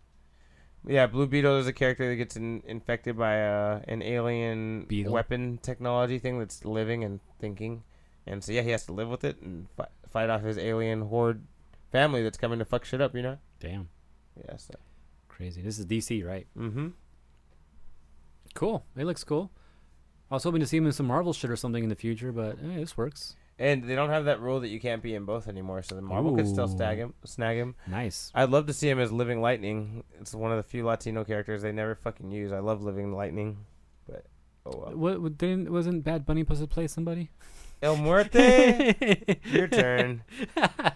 [SPEAKER 2] Yeah, Blue Beetle is a character that gets in, infected by uh, an alien
[SPEAKER 1] Beetle.
[SPEAKER 2] weapon technology thing that's living and thinking, and so yeah, he has to live with it and fi- fight off his alien horde family that's coming to fuck shit up. You know?
[SPEAKER 1] Damn.
[SPEAKER 2] Yeah. So.
[SPEAKER 1] Crazy. This is DC, right?
[SPEAKER 2] Mm-hmm.
[SPEAKER 1] Cool. It looks cool. I was hoping to see him in some Marvel shit or something in the future, but eh, this works.
[SPEAKER 2] And they don't have that rule that you can't be in both anymore, so the Marvel could still
[SPEAKER 1] Ooh.
[SPEAKER 2] snag him. Snag him.
[SPEAKER 1] Nice.
[SPEAKER 2] I'd love to see him as Living Lightning. It's one of the few Latino characters they never fucking use. I love Living Lightning, but oh well.
[SPEAKER 1] What, what didn't wasn't Bad Bunny supposed to play somebody?
[SPEAKER 2] El Muerte. Your turn.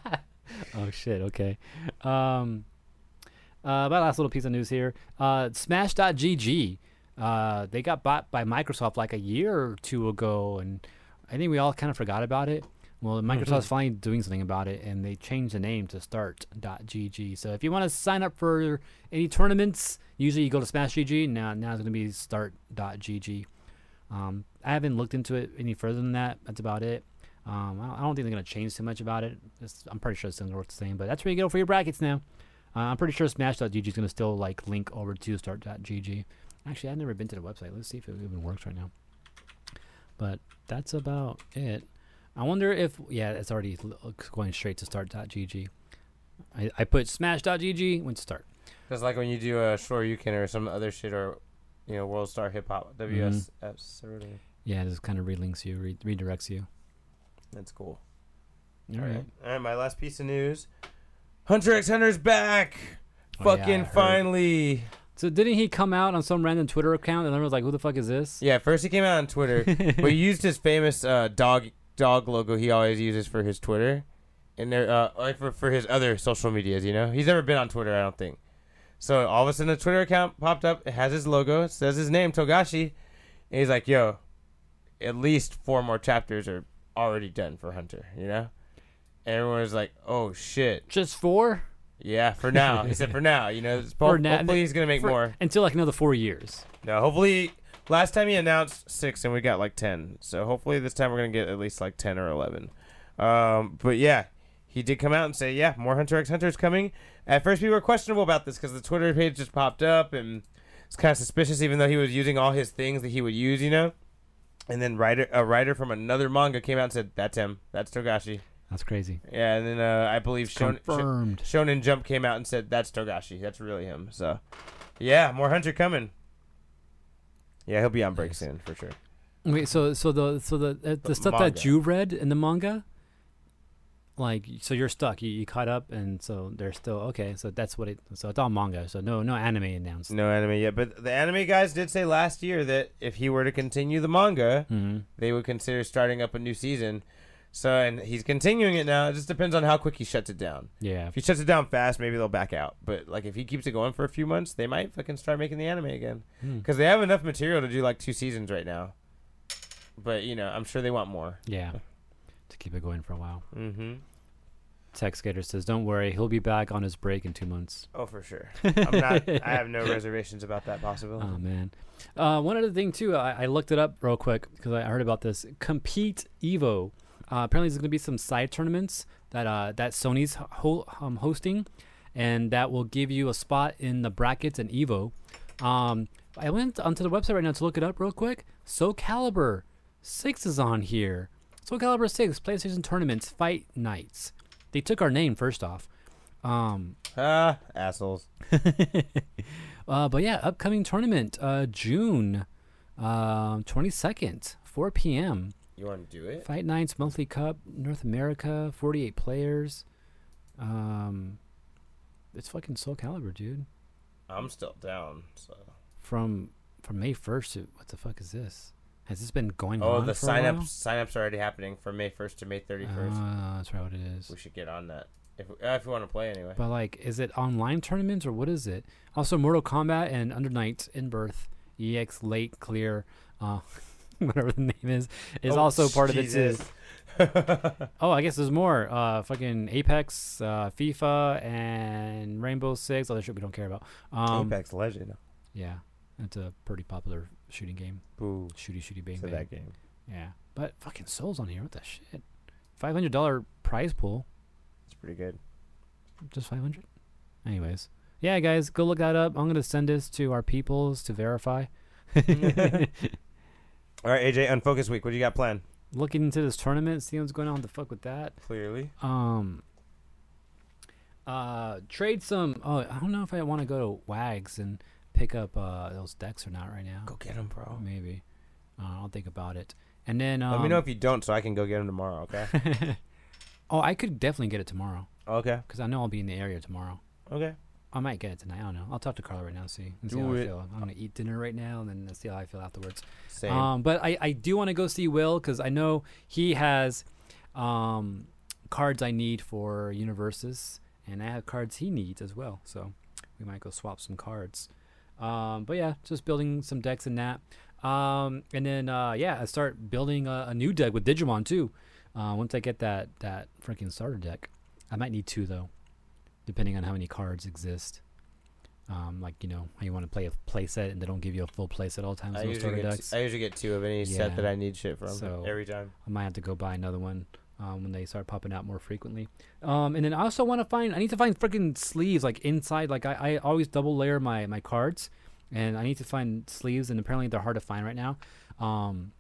[SPEAKER 1] oh shit. Okay. Um, uh, my last little piece of news here. Uh, Smash.gg. Uh, they got bought by Microsoft like a year or two ago, and I think we all kind of forgot about it. Well, Microsoft's finally doing something about it, and they changed the name to Start.gg. So if you want to sign up for any tournaments, usually you go to Smash.gg. Now, now it's going to be Start.gg. Um, I haven't looked into it any further than that. That's about it. Um, I don't- I don't think they're going to change too much about it. It's, I'm pretty sure it's going to work the same, but that's where you go for your brackets now. Uh, I'm pretty sure Smash.gg is going to still like link over to Start.gg. Actually, I've never been to the website. Let's see if it even works right now. But that's about it. I wonder if yeah, it's already l- going straight to Start.gg. I, I put Smash.gg went to Start.
[SPEAKER 2] Just like when you do a Shore You Can or some other shit or, you know, World Star Hip Hop, WSF.
[SPEAKER 1] Mm-hmm.
[SPEAKER 2] Sorority.
[SPEAKER 1] Yeah, it just kind of relinks you, re- redirects you.
[SPEAKER 2] That's cool.
[SPEAKER 1] All right.
[SPEAKER 2] All right, my last piece of news Hunter x Hunter's back.
[SPEAKER 1] Oh, yeah, I
[SPEAKER 2] Fucking
[SPEAKER 1] heard.
[SPEAKER 2] finally.
[SPEAKER 1] So didn't he come out on some random Twitter account and everyone's like, "Who the fuck is this?"
[SPEAKER 2] Yeah, first he came out on Twitter, but he used his famous uh, dog dog logo he always uses for his Twitter, and there uh, or for for his other social medias. You know, he's never been on Twitter, I don't think. So all of a sudden, the Twitter account popped up. It has his logo, it says his name, Togashi, and he's like, "Yo, at least four more chapters are already done for Hunter." You know, and everyone's like, "Oh shit,
[SPEAKER 1] Just four
[SPEAKER 2] yeah." For now, he said, "For now," you know.
[SPEAKER 1] For now-
[SPEAKER 2] hopefully, he's gonna make
[SPEAKER 1] For-
[SPEAKER 2] more.
[SPEAKER 1] until like another four years.
[SPEAKER 2] No, hopefully last time he announced six and we got like ten. So hopefully this time we're gonna get at least like ten or eleven. Um, but yeah, he did come out and say, yeah, more Hunter X Hunter is coming. At first, people were questionable about this because the Twitter page just popped up and it's kind of suspicious, even though he was using all his things that he would use, you know. And then writer a writer from another manga came out and said, "That's him. That's Togashi."
[SPEAKER 1] That's crazy.
[SPEAKER 2] Yeah, and then uh, I believe Shon- Shon-
[SPEAKER 1] Confirmed.
[SPEAKER 2] Shonen Jump came out and said that's Togashi. That's really him. So, yeah, more Hunter coming. Yeah, he'll be on break soon for sure.
[SPEAKER 1] Wait, so so the so the uh, the
[SPEAKER 2] The
[SPEAKER 1] stuff
[SPEAKER 2] manga.
[SPEAKER 1] that you read in the manga, like so you're stuck. You, you caught up, and so they're still okay. So that's what it. So it's all manga. So no no anime announced.
[SPEAKER 2] No anime yet, but the anime guys did say last year that if he were to continue the manga,
[SPEAKER 1] hmm
[SPEAKER 2] they would consider starting up a new season. So, and he's continuing it now. It just depends on how quick he shuts it down.
[SPEAKER 1] Yeah.
[SPEAKER 2] If he shuts it down fast, maybe they'll back out. But like if he keeps it going for a few months, they might fucking start making the anime again
[SPEAKER 1] Hmm.
[SPEAKER 2] because they have enough material to do like two seasons right now. But you know, I'm sure they want more.
[SPEAKER 1] Yeah. To keep it going for a while.
[SPEAKER 2] Mm-hmm.
[SPEAKER 1] Tech Skater says, "Don't worry, he'll be back on his break in two months."
[SPEAKER 2] Oh, for sure. I'm not. I have no reservations about that possibility.
[SPEAKER 1] Oh man. Uh, one other thing too, I, I looked it up real quick because I heard about this. Compete Evo. Uh, apparently, there's going to be some side tournaments that uh, that Sony's ho- um, hosting, and that will give you a spot in the brackets in Evo. Um, I went onto the website right now to look it up real quick. So Calibur Six is on here. So Calibur Six PlayStation tournaments fight nights. They took our name first off. Um,
[SPEAKER 2] Ah, assholes.
[SPEAKER 1] uh, but yeah, upcoming tournament, uh, June um, 22nd, 4 p.m.
[SPEAKER 2] You want to do it?
[SPEAKER 1] Fight Nights Monthly Cup, North America, 48 players. Um, it's fucking Soul Calibur, dude.
[SPEAKER 2] I'm still down. So.
[SPEAKER 1] From from May 1st to what the fuck is this? Has this been going
[SPEAKER 2] Oh,
[SPEAKER 1] on?
[SPEAKER 2] the
[SPEAKER 1] for a
[SPEAKER 2] sign
[SPEAKER 1] while?
[SPEAKER 2] ups sign ups are already happening from May 1st to May 31st.
[SPEAKER 1] Ah, that's right, what it is.
[SPEAKER 2] we should get on that if uh, if we want to play anyway.
[SPEAKER 1] But like, is it online tournaments or what is it? Also, Mortal Kombat and Under Nights in Birth, EX Late Clear, uh, whatever the name is, is
[SPEAKER 2] Oh,
[SPEAKER 1] also part of it too.
[SPEAKER 2] Jesus.
[SPEAKER 1] Oh, I guess there's more. Uh, fucking Apex, uh, FIFA, and Rainbow Six. Other shit we don't care about. Um,
[SPEAKER 2] Apex Legend.
[SPEAKER 1] Yeah, that's a pretty popular shooting game.
[SPEAKER 2] Boo.
[SPEAKER 1] Shooty, shooty, bang,
[SPEAKER 2] to
[SPEAKER 1] bang.
[SPEAKER 2] that game.
[SPEAKER 1] Yeah, but fucking Souls on here. What the shit? Five hundred dollar prize pool.
[SPEAKER 2] It's pretty good.
[SPEAKER 1] just 500 anyways yeah guys go look that up i'm gonna send this to our peoples to verify
[SPEAKER 2] All right, AJ, unfocus week. What do you got planned?
[SPEAKER 1] looking into this tournament see what's going on what the fuck with that
[SPEAKER 2] Clearly.
[SPEAKER 1] um uh trade some oh i don't know if i want to go to wags and pick up uh those decks or not right now
[SPEAKER 2] Go get him, bro.
[SPEAKER 1] maybe uh, i'll think about it and then um,
[SPEAKER 2] Let me know if you don't, so I can go get him tomorrow. Okay.
[SPEAKER 1] oh i could definitely get it tomorrow
[SPEAKER 2] okay.
[SPEAKER 1] because i know i'll be in the area tomorrow
[SPEAKER 2] Okay.
[SPEAKER 1] I might get it tonight. I don't know. I'll talk to Carla right now and see. And see
[SPEAKER 2] Do
[SPEAKER 1] how
[SPEAKER 2] it.
[SPEAKER 1] I feel. I'm gonna eat dinner right now and then see how I feel afterwards.
[SPEAKER 2] Same.
[SPEAKER 1] Um, but I, I do want to go see Will because I know he has um, cards I need for universes, and I have cards he needs as well. So we might go swap some cards. Um, but yeah, just building some decks and that. Um, and then uh, yeah, I start building a, a new deck with Digimon too. Uh, once I get that that freaking starter deck, I might need two though, depending on how many cards exist. Um, like you know how you want to play a playset and they don't give you a full playset all the time.
[SPEAKER 2] I
[SPEAKER 1] so no starter
[SPEAKER 2] usually, get,
[SPEAKER 1] decks.
[SPEAKER 2] I usually get two of any set
[SPEAKER 1] Yeah.
[SPEAKER 2] that I need shit from
[SPEAKER 1] So-
[SPEAKER 2] every time.
[SPEAKER 1] I might have to go buy another one um, when they start popping out more frequently. Um, and then I also want to find. I need to find freaking sleeves like inside. Like I, I always double layer my my cards, and I need to find sleeves. And apparently they're hard to find right now. Um,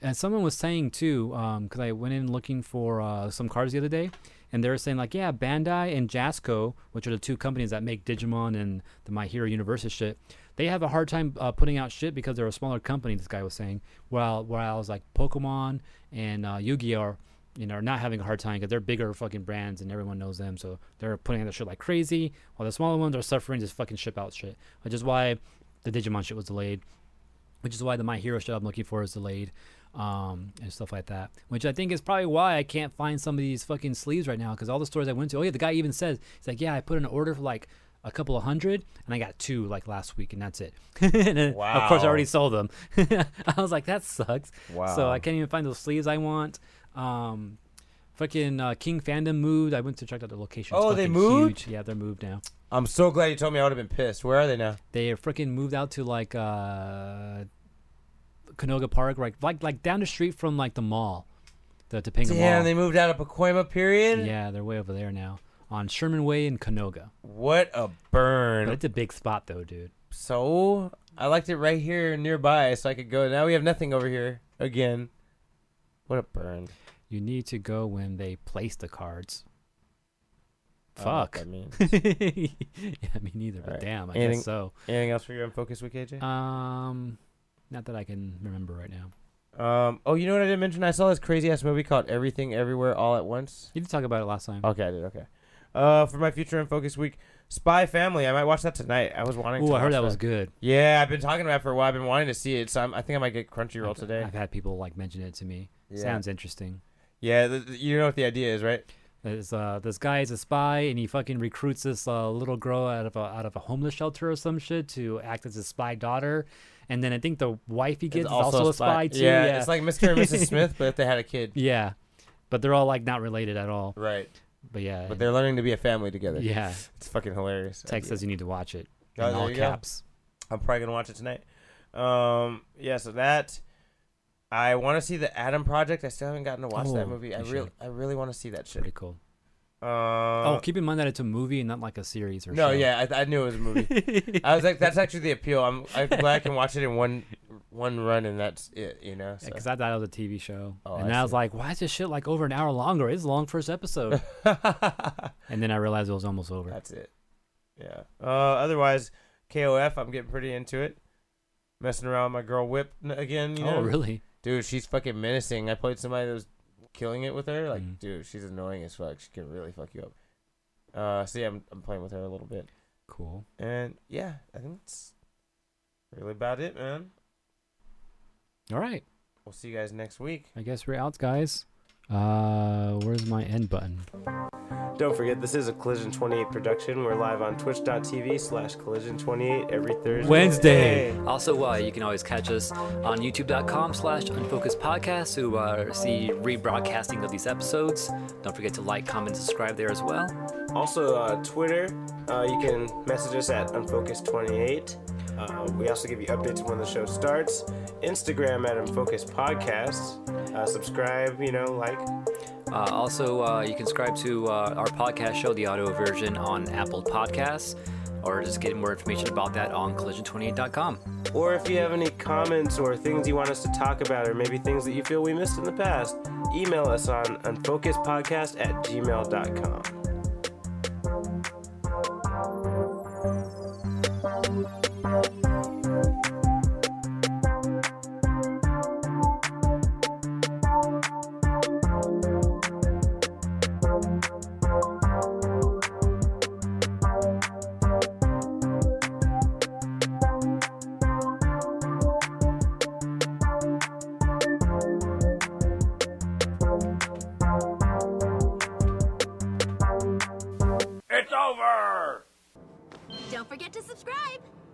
[SPEAKER 1] and someone was saying too, because I went in looking for uh, some cards the other day, and and they were saying like, yeah, Bandai and Jasco, which are the two companies that make Digimon and the My Hero Universe shit, they have a hard time uh, putting out shit because they're a smaller company. This guy was saying, while while like Pokemon and uh, Yu-Gi-Oh. Are, you know, are not having a hard time because they're bigger fucking brands and everyone knows them, so they're putting out their shit like crazy. While the smaller ones are suffering, just fucking ship out shit, which is why the Digimon shit was delayed which is why the My Hero shit I'm looking for is delayed, um, and stuff like that. Which I think is probably why I can't find some of these fucking sleeves right now because all the stores I went to. Oh yeah, the guy even says he's like, yeah, I put in an order for like a couple of hundred, and I got two like last week, and that's it. And then, Of course, I
[SPEAKER 2] Wow.
[SPEAKER 1] already sold them. I was like, that sucks. So
[SPEAKER 2] Wow.
[SPEAKER 1] I can't even find those sleeves I want. Um, fucking uh, King Fandom moved. I went to check out the location. It's
[SPEAKER 2] Oh, they
[SPEAKER 1] fucking
[SPEAKER 2] moved?
[SPEAKER 1] Huge. Yeah, they're moved now.
[SPEAKER 2] I'm so glad you told me. I would have been pissed. Where are they now?
[SPEAKER 1] They are freaking moved out to like uh Canoga Park, like like like down the street from like the mall, the Topanga
[SPEAKER 2] Damn, they
[SPEAKER 1] Mall.
[SPEAKER 2] moved out of Pacoima. Period.
[SPEAKER 1] yeah, they're way over there now on Sherman Way in Canoga.
[SPEAKER 2] What a
[SPEAKER 1] But
[SPEAKER 2] burn.
[SPEAKER 1] it's a big spot though, dude.
[SPEAKER 2] So I liked it right here nearby, so I could go. Now we have nothing over here again. What a burn.
[SPEAKER 1] You need to go when they place the cards.
[SPEAKER 2] I don't know what
[SPEAKER 1] Fuck.
[SPEAKER 2] that means.
[SPEAKER 1] yeah, me neither. But
[SPEAKER 2] Alright.
[SPEAKER 1] damn, I
[SPEAKER 2] Anything-
[SPEAKER 1] guess so.
[SPEAKER 2] Anything else for you on Focus Week, AJ?
[SPEAKER 1] Um, not that I can remember right now.
[SPEAKER 2] Um. Oh, you know what I didn't mention? I saw this crazy ass movie called Everything Everywhere All at Once.
[SPEAKER 1] You did talk about it last time.
[SPEAKER 2] Okay, I did. Okay. Uh, for my future in focus week, Spy Family. I might watch that tonight. I was wanting.
[SPEAKER 1] Oh,
[SPEAKER 2] to
[SPEAKER 1] I heard
[SPEAKER 2] watch
[SPEAKER 1] that was good.
[SPEAKER 2] Yeah, I've been talking about it for a while. I've been wanting to see it, so I'm, I think I might get Crunchyroll
[SPEAKER 1] I've-
[SPEAKER 2] today.
[SPEAKER 1] I've had people like mention it to me.
[SPEAKER 2] Yeah.
[SPEAKER 1] Sounds interesting.
[SPEAKER 2] Yeah, th- th- you know what the idea is, right?
[SPEAKER 1] This uh, this guy is a spy, and he fucking recruits this uh, little girl out of a out of a homeless shelter or some shit to act as his spy daughter, and then I think the wife he gets is also, a spy, too.
[SPEAKER 2] Yeah,
[SPEAKER 1] Yeah,
[SPEAKER 2] it's like Mr. and Mrs. Smith, but if they had a kid.
[SPEAKER 1] yeah, but they're all like not related at all.
[SPEAKER 2] Right.
[SPEAKER 1] But yeah,
[SPEAKER 2] But they're learning to be a family together.
[SPEAKER 1] yeah.
[SPEAKER 2] It's fucking hilarious.
[SPEAKER 1] Text says you need to watch it in
[SPEAKER 2] Oh, there
[SPEAKER 1] all
[SPEAKER 2] you go.
[SPEAKER 1] caps.
[SPEAKER 2] I'm probably gonna watch it tonight. Um, yeah, so that I want to see the Adam Project. I still haven't gotten to watch
[SPEAKER 1] Oh,
[SPEAKER 2] that movie. I
[SPEAKER 1] you
[SPEAKER 2] really,
[SPEAKER 1] should.
[SPEAKER 2] I really want to see that shit.
[SPEAKER 1] Pretty cool.
[SPEAKER 2] Uh,
[SPEAKER 1] oh, keep in mind that it's a movie and not like a series or
[SPEAKER 2] no,
[SPEAKER 1] show.
[SPEAKER 2] yeah, I, I knew it was a movie. I was like, that's actually the appeal. I'm, I'm glad I can watch it in one, one run, and that's it. You know. So.
[SPEAKER 1] Because I thought it was a TV show,
[SPEAKER 2] Oh,
[SPEAKER 1] and
[SPEAKER 2] I
[SPEAKER 1] I, was
[SPEAKER 2] see.
[SPEAKER 1] like, "Why is this shit like over an hour longer? It's a long first episode." and then I realized it was almost over.
[SPEAKER 2] that's it. Yeah. Uh, otherwise, KOF, I'm getting pretty into it. Messing around with my girl Whip n- again. You know?
[SPEAKER 1] Oh, really?
[SPEAKER 2] Dude, she's fucking menacing. I played somebody that was killing it with her. Like,
[SPEAKER 1] Mhm.
[SPEAKER 2] dude, she's annoying as fuck. She can really fuck you up. Uh, so yeah, I'm, I'm playing with her a little bit,
[SPEAKER 1] Cool.
[SPEAKER 2] and yeah, I think that's really about it, man.
[SPEAKER 1] All right.
[SPEAKER 2] We'll see you guys next week.
[SPEAKER 1] I guess we're out, guys. Uh, where's my end button?
[SPEAKER 2] Don't forget, this is a Collision 28 production. We're live on twitch.tv slash collision 28 every Thursday.
[SPEAKER 1] Wednesday. Also, uh, you can always catch us on youtube.com slash unfocused podcast to uh, see rebroadcasting of these episodes. Don't forget to like, comment, and subscribe there as well.
[SPEAKER 2] Also, uh, Twitter, uh, you can message us at unfocus28. Uh, we also give you updates on when the show starts. Instagram at unfocus podcasts. Uh, subscribe, you know, like.
[SPEAKER 4] Uh, also, uh, you can subscribe to uh, our podcast show, the audio version, on Apple Podcasts, or just get more information about that on collision28.com.
[SPEAKER 2] Or if you have any comments or things you want us to talk about, or maybe things that you feel we missed in the past, email us on unfocuspodcast at gmail.com.
[SPEAKER 3] It's over!
[SPEAKER 5] Don't forget to subscribe.